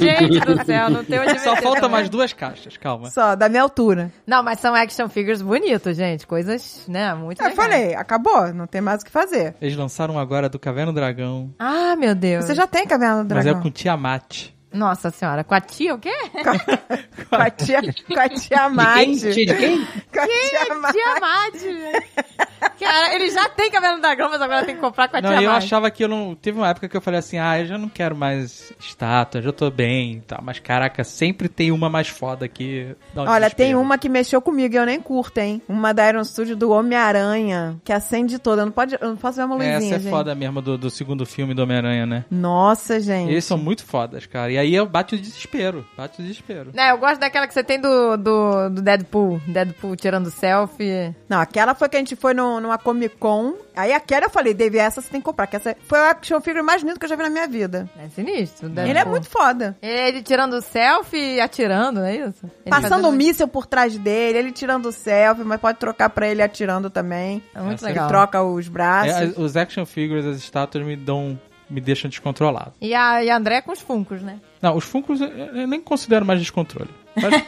S1: Gente do céu, não tem onde
S7: Só
S1: meter
S7: falta
S1: também.
S7: mais duas caixas, calma.
S2: Só, da minha altura.
S1: Não, mas são action figures bonitos, gente. Coisas, né, muito
S2: Eu
S1: legais.
S2: falei, acabou, não tem mais o que fazer.
S7: Eles lançaram agora do Caverna do Dragão,
S1: Ah, meu Deus.
S2: Você já tem caverna do
S7: mas é
S2: dragão.
S7: com Tiamat.
S1: Nossa senhora, com a tia o quê?
S2: com, a tia, com a tia Mate.
S6: De quem? De quem?
S2: Com a tia Mate.
S1: Tia Mad. Cara, ele já tem cabelo da grama, mas agora tem que comprar com a
S7: Não,
S1: tia
S7: eu
S1: Mad.
S7: achava que eu não. Teve uma época que eu falei assim: ah, eu já não quero mais estátua, já tô bem e tal. Mas caraca, sempre tem uma mais foda que. dá um
S2: Olha, tem
S7: desespero.
S2: uma que mexeu comigo e eu nem curto, hein? Uma da Iron Studio do Homem-Aranha, que acende toda. Eu não, pode, eu não posso ver uma luzinha,
S7: Essa é
S2: gente.
S7: foda mesmo do, do segundo filme do Homem-Aranha, né?
S2: Nossa, gente.
S7: Eles são muito fodas, cara. E aí eu bate o desespero. Bate o desespero.
S1: Né, eu gosto daquela que você tem do, do, do Deadpool. Deadpool tirando selfie.
S2: Não, aquela foi que a gente foi num- numa Comic Con. Aí aquela eu falei, Dave, essa você tem que comprar. Que essa foi o action figure mais lindo que eu já vi na minha vida.
S1: É sinistro. o Deadpool.
S2: Ele é muito foda.
S1: Ele tirando selfie e atirando, não é isso? Ele
S2: Passando
S1: fazendo-
S2: um míssil por trás dele, ele tirando selfie, mas pode trocar pra ele atirando também.
S1: É muito
S7: Essa-
S1: legal.
S2: Ele troca os
S7: É,
S2: braços.
S7: as- os action figures, as estátuas me dão. me deixam descontrolado.
S1: E a, e a André com os funcos, né?
S7: Não, os Funkos eu, eu nem considero mais descontrole. Faz,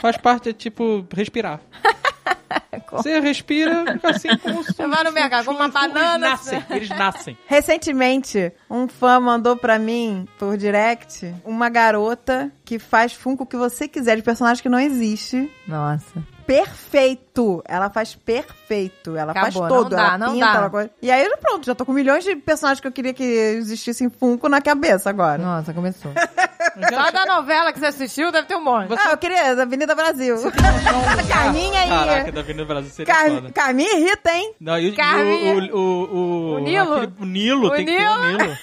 S7: faz parte, é tipo, respirar.
S2: bom.
S7: Você respira fica assim como se
S1: Você vai no mercado, com uma
S7: eles
S2: né?
S1: banana.
S7: nascem, eles nascem.
S2: Recentemente, um fã mandou pra mim, por direct, uma garota que faz Funko o que você quiser, de personagem que não existe.
S1: Nossa.
S2: Perfeito! Ela faz perfeito. Ela
S1: Acabou,
S2: faz
S1: não
S2: todo.
S1: dá,
S2: ela
S1: não
S2: pinta,
S1: dá.
S2: ela coisa. E aí, pronto, já tô com milhões de personagens que eu queria que existissem Funko na cabeça agora.
S1: Nossa, começou.
S2: Então,
S1: Toda novela que você assistiu deve ter um monte.
S2: Ah, eu queria da Avenida Brasil. Carminha aí.
S7: Caraca, da Avenida Brasil seria
S2: Car-
S1: é
S7: foda.
S2: Carminha irrita, hein?
S7: Não, e, o-
S1: Carminha.
S7: e o, o, o,
S1: O Nilo?
S7: aquele- o Nilo,
S1: O
S7: tem que ter o
S1: Nilo?
S7: Nilo.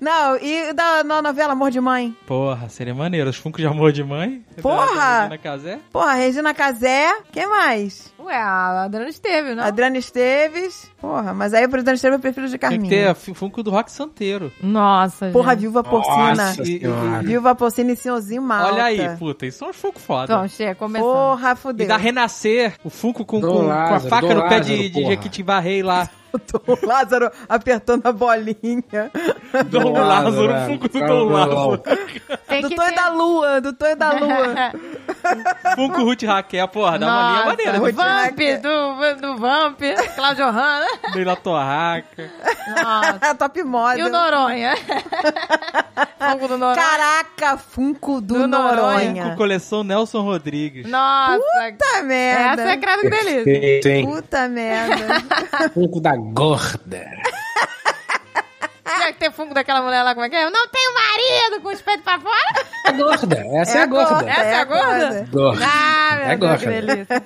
S2: Não, e da na novela Amor de Mãe?
S7: Porra, seria maneiro. Os funcos de amor de mãe. Tá
S2: Porra!
S7: Da Regina Casé.
S2: Porra, Regina Casé. Quem mais?
S1: Ué, a Adriana esteve, não?
S2: Adriana Esteves. Porra, mas aí pro Adriana Esteves eu prefiro de
S7: Tem que
S2: Carminha.
S7: ter né? a fu- Funko do Rock Santeiro.
S1: Nossa,
S2: Porra,
S1: gente.
S2: Viúva Porcina.
S6: Nossa
S7: E- e-
S6: senhora.
S2: Viúva Porcina e Senhorzinho Malta.
S7: Olha aí, puta, isso é um Funko foda.
S1: Então, chega, começou.
S2: Porra,
S7: e
S2: fudeu.
S7: da Renascer, o Funko com,
S6: Do
S7: com- com
S6: Lázaro,
S7: a faca
S6: do
S7: no pé de,
S6: Lázaro,
S7: de
S6: porra.
S7: Jequitibarrei lá.
S2: O Lázaro apertando a bolinha.
S7: Dom Lázaro, o Funko do Dom Lázaro.
S1: Tem
S2: do
S1: que
S2: Tonho
S1: ter-
S2: é da Lua, do Tonho da Lua.
S7: Funko Ruth e Raquel, porra, dá uma linha
S1: Nossa,
S7: maneira.
S1: o
S7: Ruth
S1: Vamp, do, do Vamp, Cláudio Hanna.
S7: Leila Torraca.
S1: Nossa.
S2: Top
S1: E o
S2: model.
S1: Noronha? Funko do Noronha.
S2: Caraca, Funko do,
S1: Do Noronha.
S2: Noronha.
S7: Funko coleção Nelson Rodrigues.
S1: Nossa,
S2: Puta merda.
S1: essa é grave delícia.
S6: Perfeito, hein?
S2: Puta merda.
S6: Funko um da gorda.
S1: Tinha que ter fungo daquela mulher lá, como é que é? Eu não tenho marido, com os peitos pra fora.
S6: A gorda. Essa é, a gorda.
S1: Essa é a gorda?
S6: Gorda.
S1: Ah, meu
S6: É
S1: Deus, que
S6: gosta.
S1: delícia.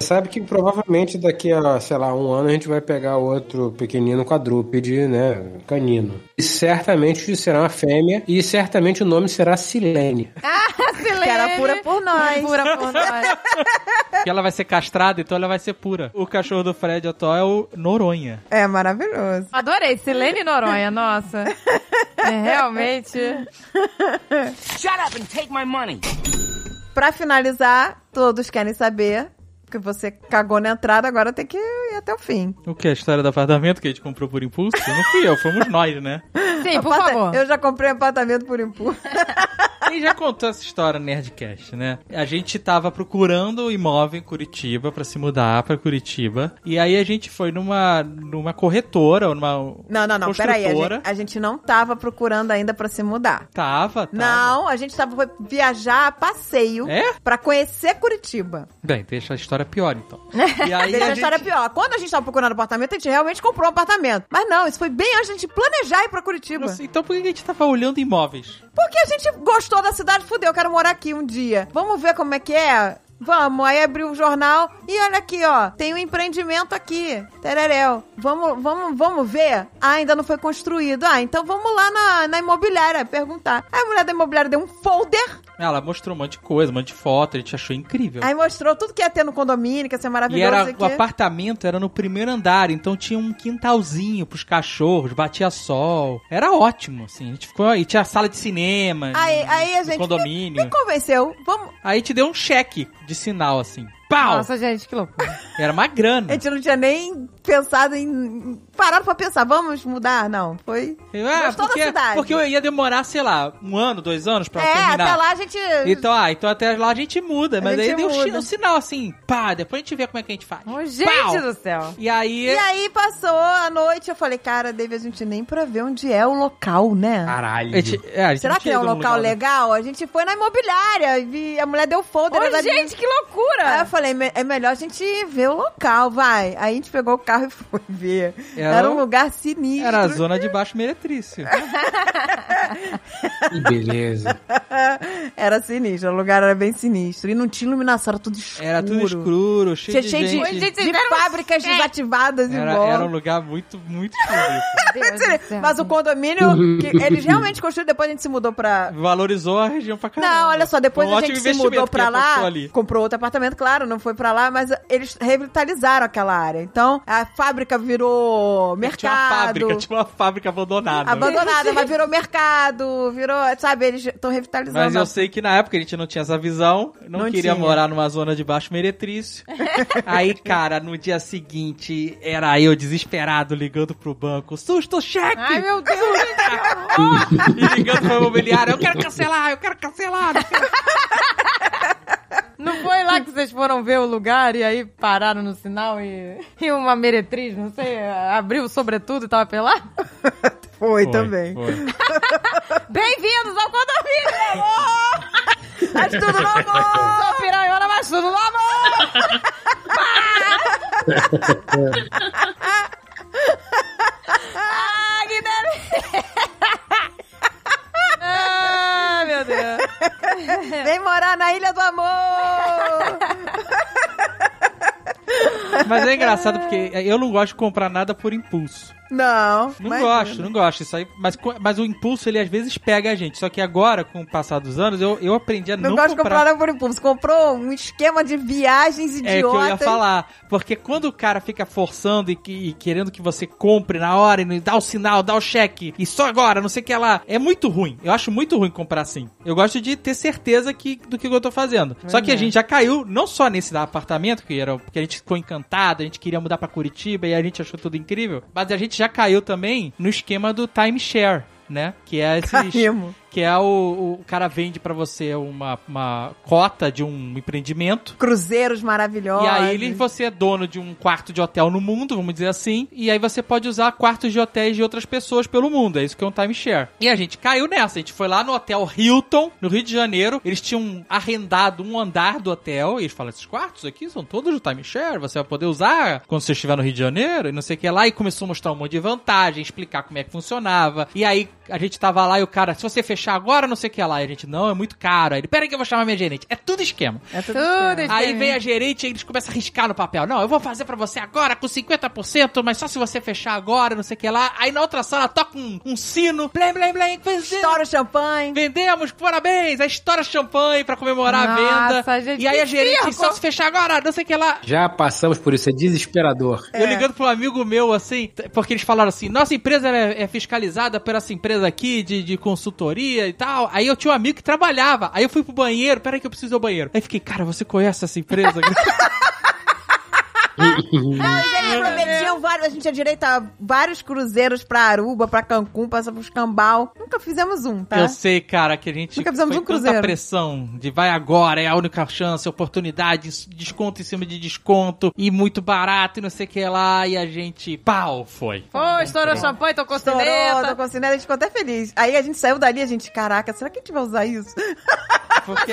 S6: Sabe que provavelmente daqui a, sei lá, um ano a gente vai pegar outro pequenino quadrúpede, né? Canino. E certamente será uma fêmea e certamente o nome será Silene.
S1: Silene.
S2: Que era pura por nós.
S1: Pura por nós.
S7: Porque ela vai ser castrada, então ela vai ser pura. O cachorro do Fred atual é o Noronha.
S2: É maravilhoso.
S1: Adorei, Silene Noronha, nossa. É, realmente.
S9: Shut up and take my money.
S2: Pra finalizar, todos querem saber que você cagou na entrada, agora tem que ir até o fim.
S7: O que? A história do apartamento que a gente comprou por impulso? Não fui eu, fomos nós, né?
S1: Sim, por
S2: Aparta-
S1: favor.
S2: Eu já comprei um apartamento por impulso.
S7: Quem já contou essa história no Nerdcast, né? A gente tava procurando o imóvel em Curitiba pra se mudar pra Curitiba. E aí a gente foi numa, numa corretora ou numa.
S2: Não, não, não, peraí. A
S7: construtora.
S2: gente, a gente não tava procurando ainda pra se mudar.
S7: Tava, tava.
S2: Não, a gente tava foi viajar a passeio
S7: É?
S2: pra conhecer Curitiba.
S7: Bem, deixa a história pior então. E aí
S2: Deixa a,
S7: a
S2: história
S7: gente-
S2: pior. Quando a gente tava procurando apartamento, a gente realmente comprou um apartamento. Mas não, isso foi bem antes da gente planejar ir pra Curitiba.
S7: Então por que a gente tava olhando imóveis?
S2: Porque a gente gostou da cidade, fudeu, eu quero morar aqui um dia. Vamos ver como é que é? Vamos, aí abriu o jornal e olha aqui, ó, tem um empreendimento aqui, tereréu. Vamos, vamos, vamos ver? Ah, ainda não foi construído. Ah, então vamos lá na, na imobiliária perguntar. Aí a mulher da imobiliária deu um folder,
S7: Ela mostrou um monte de coisa, um monte de foto, a gente achou incrível.
S2: aí mostrou tudo que ia ter no condomínio, que ia ser
S7: E
S2: maravilhoso
S7: era,
S2: aqui.
S7: o apartamento era no primeiro andar, então tinha um quintalzinho pros cachorros, batia sol. Era ótimo, assim. A gente ficou. E tinha sala de cinema.
S2: Aí,
S7: no-
S2: aí a
S7: no
S2: gente
S7: condomínio.
S2: Me, me convenceu. Vamos.
S7: Aí te deu um cheque de sinal, assim. Pau!
S1: Nossa, gente, que loucura.
S7: Era uma
S2: A
S7: grana.
S2: gente não tinha nem pensado em. Parado pra pensar, vamos mudar? Não. Foi.
S7: ah,
S2: gostou da
S7: porque,
S2: cidade.
S7: porque eu ia demorar, sei lá, um ano, dois anos pra
S2: é,
S7: terminar.
S2: até lá a gente.
S7: Então, ah, então até lá a gente muda, mas
S2: gente
S7: aí deu um chi-
S2: muda. Oh,
S7: um sinal assim, pá, depois a gente vê como é que a gente faz.
S1: Ô, gente
S7: Pau!
S1: do céu.
S7: E aí.
S2: E aí passou a noite, eu falei, cara, David, a gente nem pra ver onde é o local, né?
S6: Caralho.
S7: a gente- é, a gente
S2: Será
S7: não
S2: que
S7: tinha
S2: é um
S7: ido num
S2: local
S7: lugar- né?
S2: legal? A gente foi na imobiliária e a mulher deu folder.
S1: Ô,
S2: ela-
S1: gente, que
S2: Aí eu
S1: loucura.
S2: falei, "Me- é melhor a gente ver o local, vai. Aí a gente pegou o carro e foi ver. Era,
S7: Era
S2: um
S7: um-
S2: lugar sinistro.
S7: Era a zona de baixo meretrício.
S6: Que beleza.
S2: Era sinistro, o lugar era bem sinistro. E não tinha iluminação, era tudo escuro.
S7: Era tudo escuro,
S2: Tinha
S7: cheio de
S2: cheio de,
S7: gente.
S2: de,
S1: Gente, era um
S2: fábricas
S1: chefe.
S2: desativadas em
S7: Era,
S2: volta.
S7: era um lugar muito, muito esquisito.
S1: Deus do céu.
S2: Mas o condomínio, que eles realmente construíram, depois a gente se mudou pra,
S7: Valorizou a região pra caramba.
S2: Não, olha só, depois
S7: Foi
S2: a
S7: um ótimo
S2: gente se
S7: investimento
S2: mudou
S7: que
S2: pra lá,
S7: apostou ali.
S2: comprou outro apartamento, claro, não foi pra lá, mas eles revitalizaram aquela área. Então, a fábrica virou
S7: Tinha uma fábrica,
S2: mercado.
S7: tinha uma fábrica abandonada.
S2: Abandonada, mas virou mercado, virou, sabe, eles estão revitalizando.
S7: Mas eu sei que na época a gente não tinha essa visão, não,
S2: Não tinha.
S7: queria morar numa zona de baixo meretrício. Aí, cara, no dia seguinte, era eu desesperado ligando pro banco, susto, cheque!
S1: Ai, meu Deus.
S7: E ligando pro imobiliário, eu quero cancelar, eu quero cancelar.
S1: Não foi lá que você vocês foram ver o lugar e aí pararam no sinal e, e uma meretriz, não sei, abriu o sobretudo e tava pelado?
S2: Foi,
S7: Foi,
S2: também.
S7: foi.
S1: Bem-vindos ao condomínio, meu amor!
S2: Mas tudo novo!
S1: Sou piranhona, mas tudo no amor! Ah, que delícia! Ah, meu Deus!
S2: Vem morar na Ilha do Amor!
S7: Mas é engraçado porque eu não gosto de comprar nada por impulso.
S2: Não,
S7: Não
S2: mas-
S7: gosto, não gosto. Isso aí, mas, co- mas o impulso, ele às vezes pega a gente. Só que agora, com o passar dos anos, eu, eu aprendi a não,
S2: Não, gosto de comprar
S7: comprar.
S2: nada por impulso. Comprou um esquema de viagens
S7: é o que eu ia
S2: idiotas.
S7: falar. Porque quando o cara fica forçando e, que- e querendo que você compre na hora e não- dá o sinal, dá o cheque, e só agora, não sei o que lá, é muito ruim. Eu acho muito ruim comprar assim. Eu gosto de ter certeza que, do que eu tô fazendo. Só que a gente já caiu, não só nesse da apartamento, que era porque a gente ficou encantado, a gente queria mudar pra Curitiba e a gente achou tudo incrível, mas a gente já caiu também no esquema do timeshare. Né? Que é esses,
S2: Caímos.
S7: que é o, o cara vende pra você uma, uma cota de um empreendimento
S2: Cruzeiros maravilhosos.
S7: e aí ele, você é dono de um quarto de hotel no mundo, vamos dizer assim, e aí você pode usar quartos de hotéis de outras pessoas pelo mundo. É isso que é um timeshare. E a gente caiu nessa. A gente foi lá no hotel Hilton, no Rio de Janeiro. Eles tinham arrendado um andar do hotel e eles falam, esses quartos aqui são todos do timeshare, você vai poder usar quando você estiver no Rio de Janeiro e não sei o que lá. E começou a mostrar um monte de vantagem, explicar como é que funcionava. E aí a gente tava lá e o cara, se você fechar agora, não sei o que lá. E a gente, não, é muito caro. Aí ele, pera aí que eu vou chamar minha gerente. É tudo esquema.
S2: É tudo
S1: Tudo
S2: certo.
S7: Aí vem a gerente e eles começam a riscar no papel. Não, eu vou fazer pra você agora com 50%, mas só se você fechar agora, não sei o que lá. Aí na outra sala toca um, um sino. Blém, blém, blém. vendemos.
S2: Estoura o champanhe.
S7: Vendemos, parabéns! Aí estoura champanhe pra comemorar a
S1: Nossa,
S7: venda.
S1: gente,
S7: e aí a
S1: que
S7: gerente
S1: circo!
S7: só se fechar agora, não sei o que lá.
S6: Já passamos por isso, é desesperador.
S1: É.
S7: Eu ligando pro amigo meu, assim, t- porque eles falaram assim, nossa empresa é, é fiscalizada por essa empresa aqui de, de consultoria e tal. Aí eu tinha um amigo que trabalhava. Aí eu fui pro banheiro, peraí que eu preciso ir ao banheiro. Aí fiquei, cara, você conhece essa empresa?
S2: Mas eles prometiam vários. A gente tinha direito a vários cruzeiros pra Aruba, pra Cancún, passa pros Cambal. Nunca fizemos um, tá?
S7: Eu sei, cara, que a gente
S2: Nunca precisamos de
S7: foi
S2: um cruzeiro.
S7: tanta pressão de vai agora, é a única chance, oportunidade, s- desconto em cima de desconto e muito barato e não sei o que lá. E a gente, pau, foi.
S1: Pô, estourou champanhe, tocou
S2: Estourou,
S1: sineta.
S2: tocou sineta, a gente ficou até feliz. Aí a gente saiu dali, a gente, caraca, será que a gente vai usar isso?
S7: Porque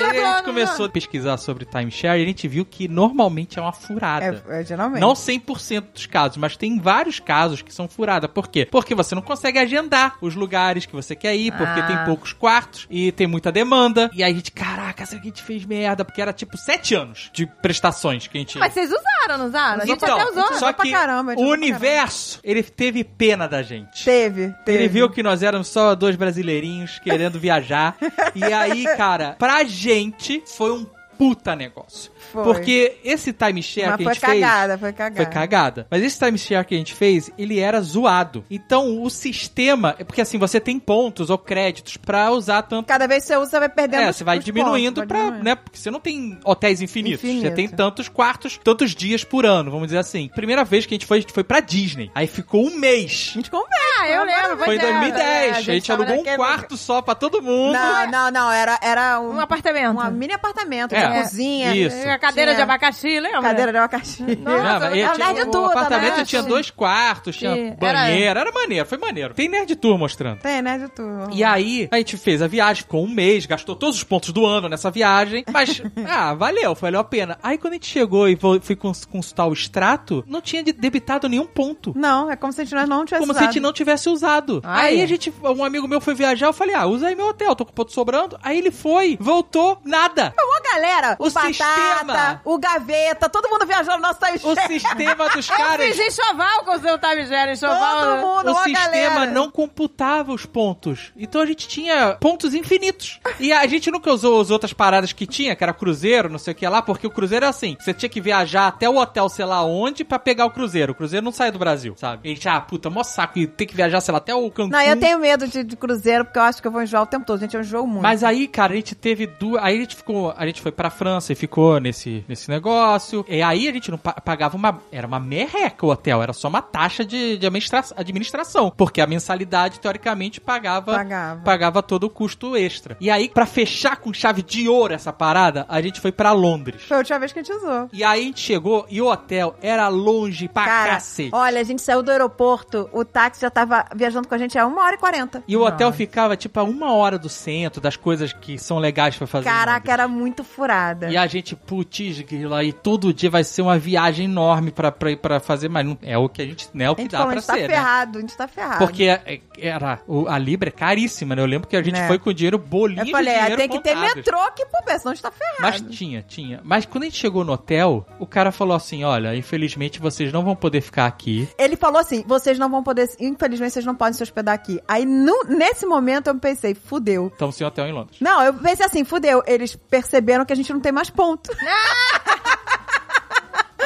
S7: aí a gente começou a pesquisar sobre timeshare e a gente viu que normalmente é uma furada.
S2: É, é, geralmente.
S7: Não 100% dos casos, mas tem vários casos que são furada. Por quê? Porque você não consegue agendar os lugares que você quer ir, porque
S1: Ah.
S7: tem poucos quartos e tem muita demanda. E aí a gente, caraca, será que a gente fez merda? Porque era tipo sete anos de prestações que a gente...
S1: Mas vocês usaram, não usaram? A gente
S7: Então,
S1: até usou.
S7: Só
S2: Ah, pra
S7: que
S2: caramba, a gente
S7: o
S2: usou pra
S7: universo, ele teve pena da gente.
S2: Teve, teve.
S7: Ele viu que nós éramos só dois brasileirinhos querendo viajar. E aí, cara, pra gente foi um puta negócio.
S2: Foi.
S7: Porque esse timeshare
S2: Mas
S7: que a
S2: foi
S7: gente fez...
S2: cagada, foi cagada.
S7: Foi cagada. Mas esse timeshare que a gente fez, ele era zoado. Então, o sistema... é Porque, assim, você tem pontos ou créditos pra usar tanto...
S2: Cada vez que você usa, você vai perdendo
S7: É,
S2: os-
S7: você vai
S2: os
S7: diminuindo
S2: pontos, vai
S7: pra.
S2: diminuindo.
S7: Né, porque você não tem hotéis infinitos.
S2: Infinito.
S7: Você tem tantos quartos, tantos dias por ano, vamos dizer assim. Primeira vez que a gente foi, a gente foi pra Disney. Aí ficou um mês.
S2: gente conversa.
S1: Ah, eu lembro.
S7: Foi
S1: pois
S7: em
S1: é,
S7: 2010.
S1: é,
S7: a gente,
S1: tava
S7: alugou um
S1: naquele-
S7: quarto só pra todo mundo.
S2: Não, não, não, era, era um,
S1: Um apartamento.
S2: um mini apartamento,
S7: É.
S2: tinha cozinha,
S7: Isso.
S1: Uma cadeira de
S2: Tinha-
S1: abacaxi, lembra?
S2: cadeira de abacaxi.
S7: Não, mas
S1: era
S7: e tinha-
S2: nerd
S7: o
S2: tour,
S7: apartamento
S2: né?
S7: tinha
S2: Sim.
S7: dois quartos, tinha
S2: Sim.
S7: banheiro, era maneiro, foi maneiro. Tem Nerd Tour mostrando.
S2: Tem, né, de tudo.
S7: E aí, a gente fez a viagem, ficou um mês, gastou todos os pontos do ano nessa viagem, mas, ah, valeu, valeu a pena. Aí, quando a gente chegou e foi- fui cons- consultar o extrato, não tinha de- debitado nenhum ponto.
S2: Não, é como se a gente nós não tivesse
S7: Como se a gente não tivesse usado.
S1: Ah,
S7: aí
S1: é?
S7: a gente, um amigo meu foi viajar, eu falei, ah, usa aí meu hotel, tô com ponto sobrando. Aí ele foi, voltou, nada.
S2: Ô, galera, o,
S7: O
S2: Batata,
S7: sistema.
S2: o Gaveta, todo mundo viajou no nosso
S7: O
S2: timeshare.
S7: sistema dos
S1: Eu
S7: caras.
S1: fiz enxoval com o seu timeshare,
S2: Todo
S1: enxoval.
S2: mundo,
S7: o
S2: ó,
S7: sistema
S2: galera.
S7: não computava os pontos. Então a gente tinha pontos infinitos. E a gente nunca usou as outras paradas que tinha, que era cruzeiro, não sei o que lá, porque o cruzeiro é assim. Você tinha que viajar até o hotel, sei lá onde, pra pegar o cruzeiro. O cruzeiro não sai do Brasil, sabe? E a gente, ah, puta, mó saco. E tem que viajar, sei lá, até o Cancún.
S2: Não, eu tenho medo de, de cruzeiro, porque eu acho que eu vou enjoar o tempo todo. Gente, eu enjoo muito.
S7: Mas aí, cara, a gente teve duas. Aí a gente ficou. A gente gente foi pra França e ficou nesse, nesse negócio. E aí a gente não pa- pagava uma. Era uma merreca o hotel, era só uma taxa de, de administra- administração. Porque a mensalidade, teoricamente, pagava,
S2: Pagava.
S7: pagava todo o custo extra. E aí, pra fechar com chave de ouro essa parada, a gente foi pra Londres.
S2: Foi a última vez que a gente usou.
S7: E aí a gente chegou e o hotel era longe pra
S2: Cara,
S7: cacete.
S2: olha, a gente saiu do aeroporto, o táxi já tava viajando com a gente há uma hora e quarenta.
S7: E o hotel ficava tipo a uma hora do centro, das coisas que são legais pra fazer. em
S2: Caraca,
S7: Londres.
S2: era muito furada.
S7: E a gente, putz, grila, e todo dia vai ser uma viagem enorme pra, pra, pra fazer, mas não, é o que a gente, né, é o
S2: a
S7: que
S2: gente
S7: dá
S2: falou, a
S7: pra
S2: gente tá
S7: ser, né?
S2: ferrado, a gente tá ferrado.
S7: Porque é- era, o- a Libra é caríssima, né? Eu lembro que a gente
S2: Né.
S7: foi com dinheiro bolinho
S2: Eu falei,
S7: de
S2: ah,
S7: dinheiro
S2: tem que ter
S7: contado.
S2: metrô aqui pro pé, senão a gente tá ferrado.
S7: Mas tinha, tinha. Mas quando a gente chegou no hotel, o cara falou assim, olha, infelizmente vocês não vão poder ficar aqui.
S2: Ele falou assim: vocês não vão poder, infelizmente, vocês não podem se hospedar aqui. Aí, no- nesse momento, eu pensei, fudeu.
S7: Estamos sem hotel em Londres.
S2: Não, eu pensei assim, fudeu. Eles perceberam que a gente não tem mais ponto.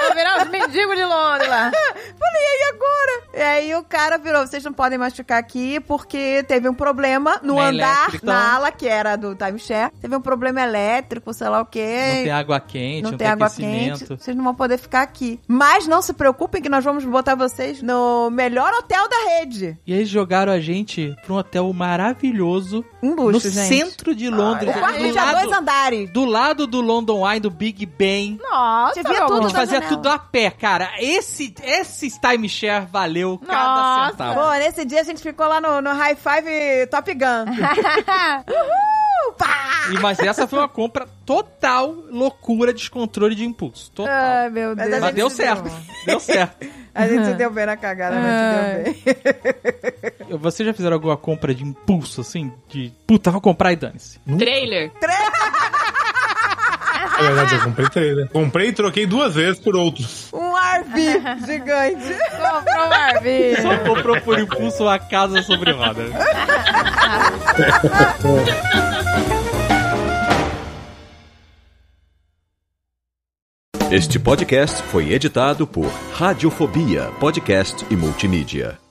S1: Vou virar os mendigos de Londres lá.
S2: Falei, e aí agora? E aí o cara virou, vocês não podem mais ficar aqui porque teve um problema no
S7: Na
S2: andar,
S7: elétrica.
S2: na ala que era do timeshare. Teve um problema elétrico, sei lá o
S7: Não tem
S2: quê.
S7: água quente, não, tem,
S2: água
S7: aquecimento.
S2: quente, vocês não vão poder ficar aqui. Mas não se preocupem que nós vamos botar vocês no melhor hotel da rede.
S7: E aí jogaram a gente pra um hotel maravilhoso
S2: Um luxo,
S7: no
S2: gente.
S7: centro de Londres.
S2: O quarto
S7: do,
S2: tinha dois
S7: lado,
S2: andares.
S7: do lado do London Eye, do Big Ben.
S1: Nossa,
S2: Você via
S1: meu
S2: tudo
S7: a
S1: amor.
S7: gente
S2: da
S7: fazia
S2: janela.
S7: tudo a pé, cara. Esse, esse timeshare valeu cada
S1: Nossa.
S7: centavo.
S2: Pô, nesse dia a gente ficou lá no, no High Five Top Gun. Uhul! Pá!
S7: E, mas essa foi uma compra total loucura, descontrole de impulso. Total.
S2: Ai, meu
S7: mas
S2: Deus.
S7: deu, certo. Deu certo.
S2: A gente se deu bem na cagada, mas se deu bem.
S7: Vocês já fizeram alguma compra de impulso, assim? De puta, vou comprar e dane-se.
S4: Trailer.
S3: Na verdade, eu comprei trailer. Comprei e troquei duas vezes por outros.
S2: Um RV gigante.
S1: Comprou uma
S2: É.
S1: arvinha.
S7: Só comprou por impulso uma casa sobre roda.
S10: Este podcast foi editado por Radiofobia, podcast e multimídia.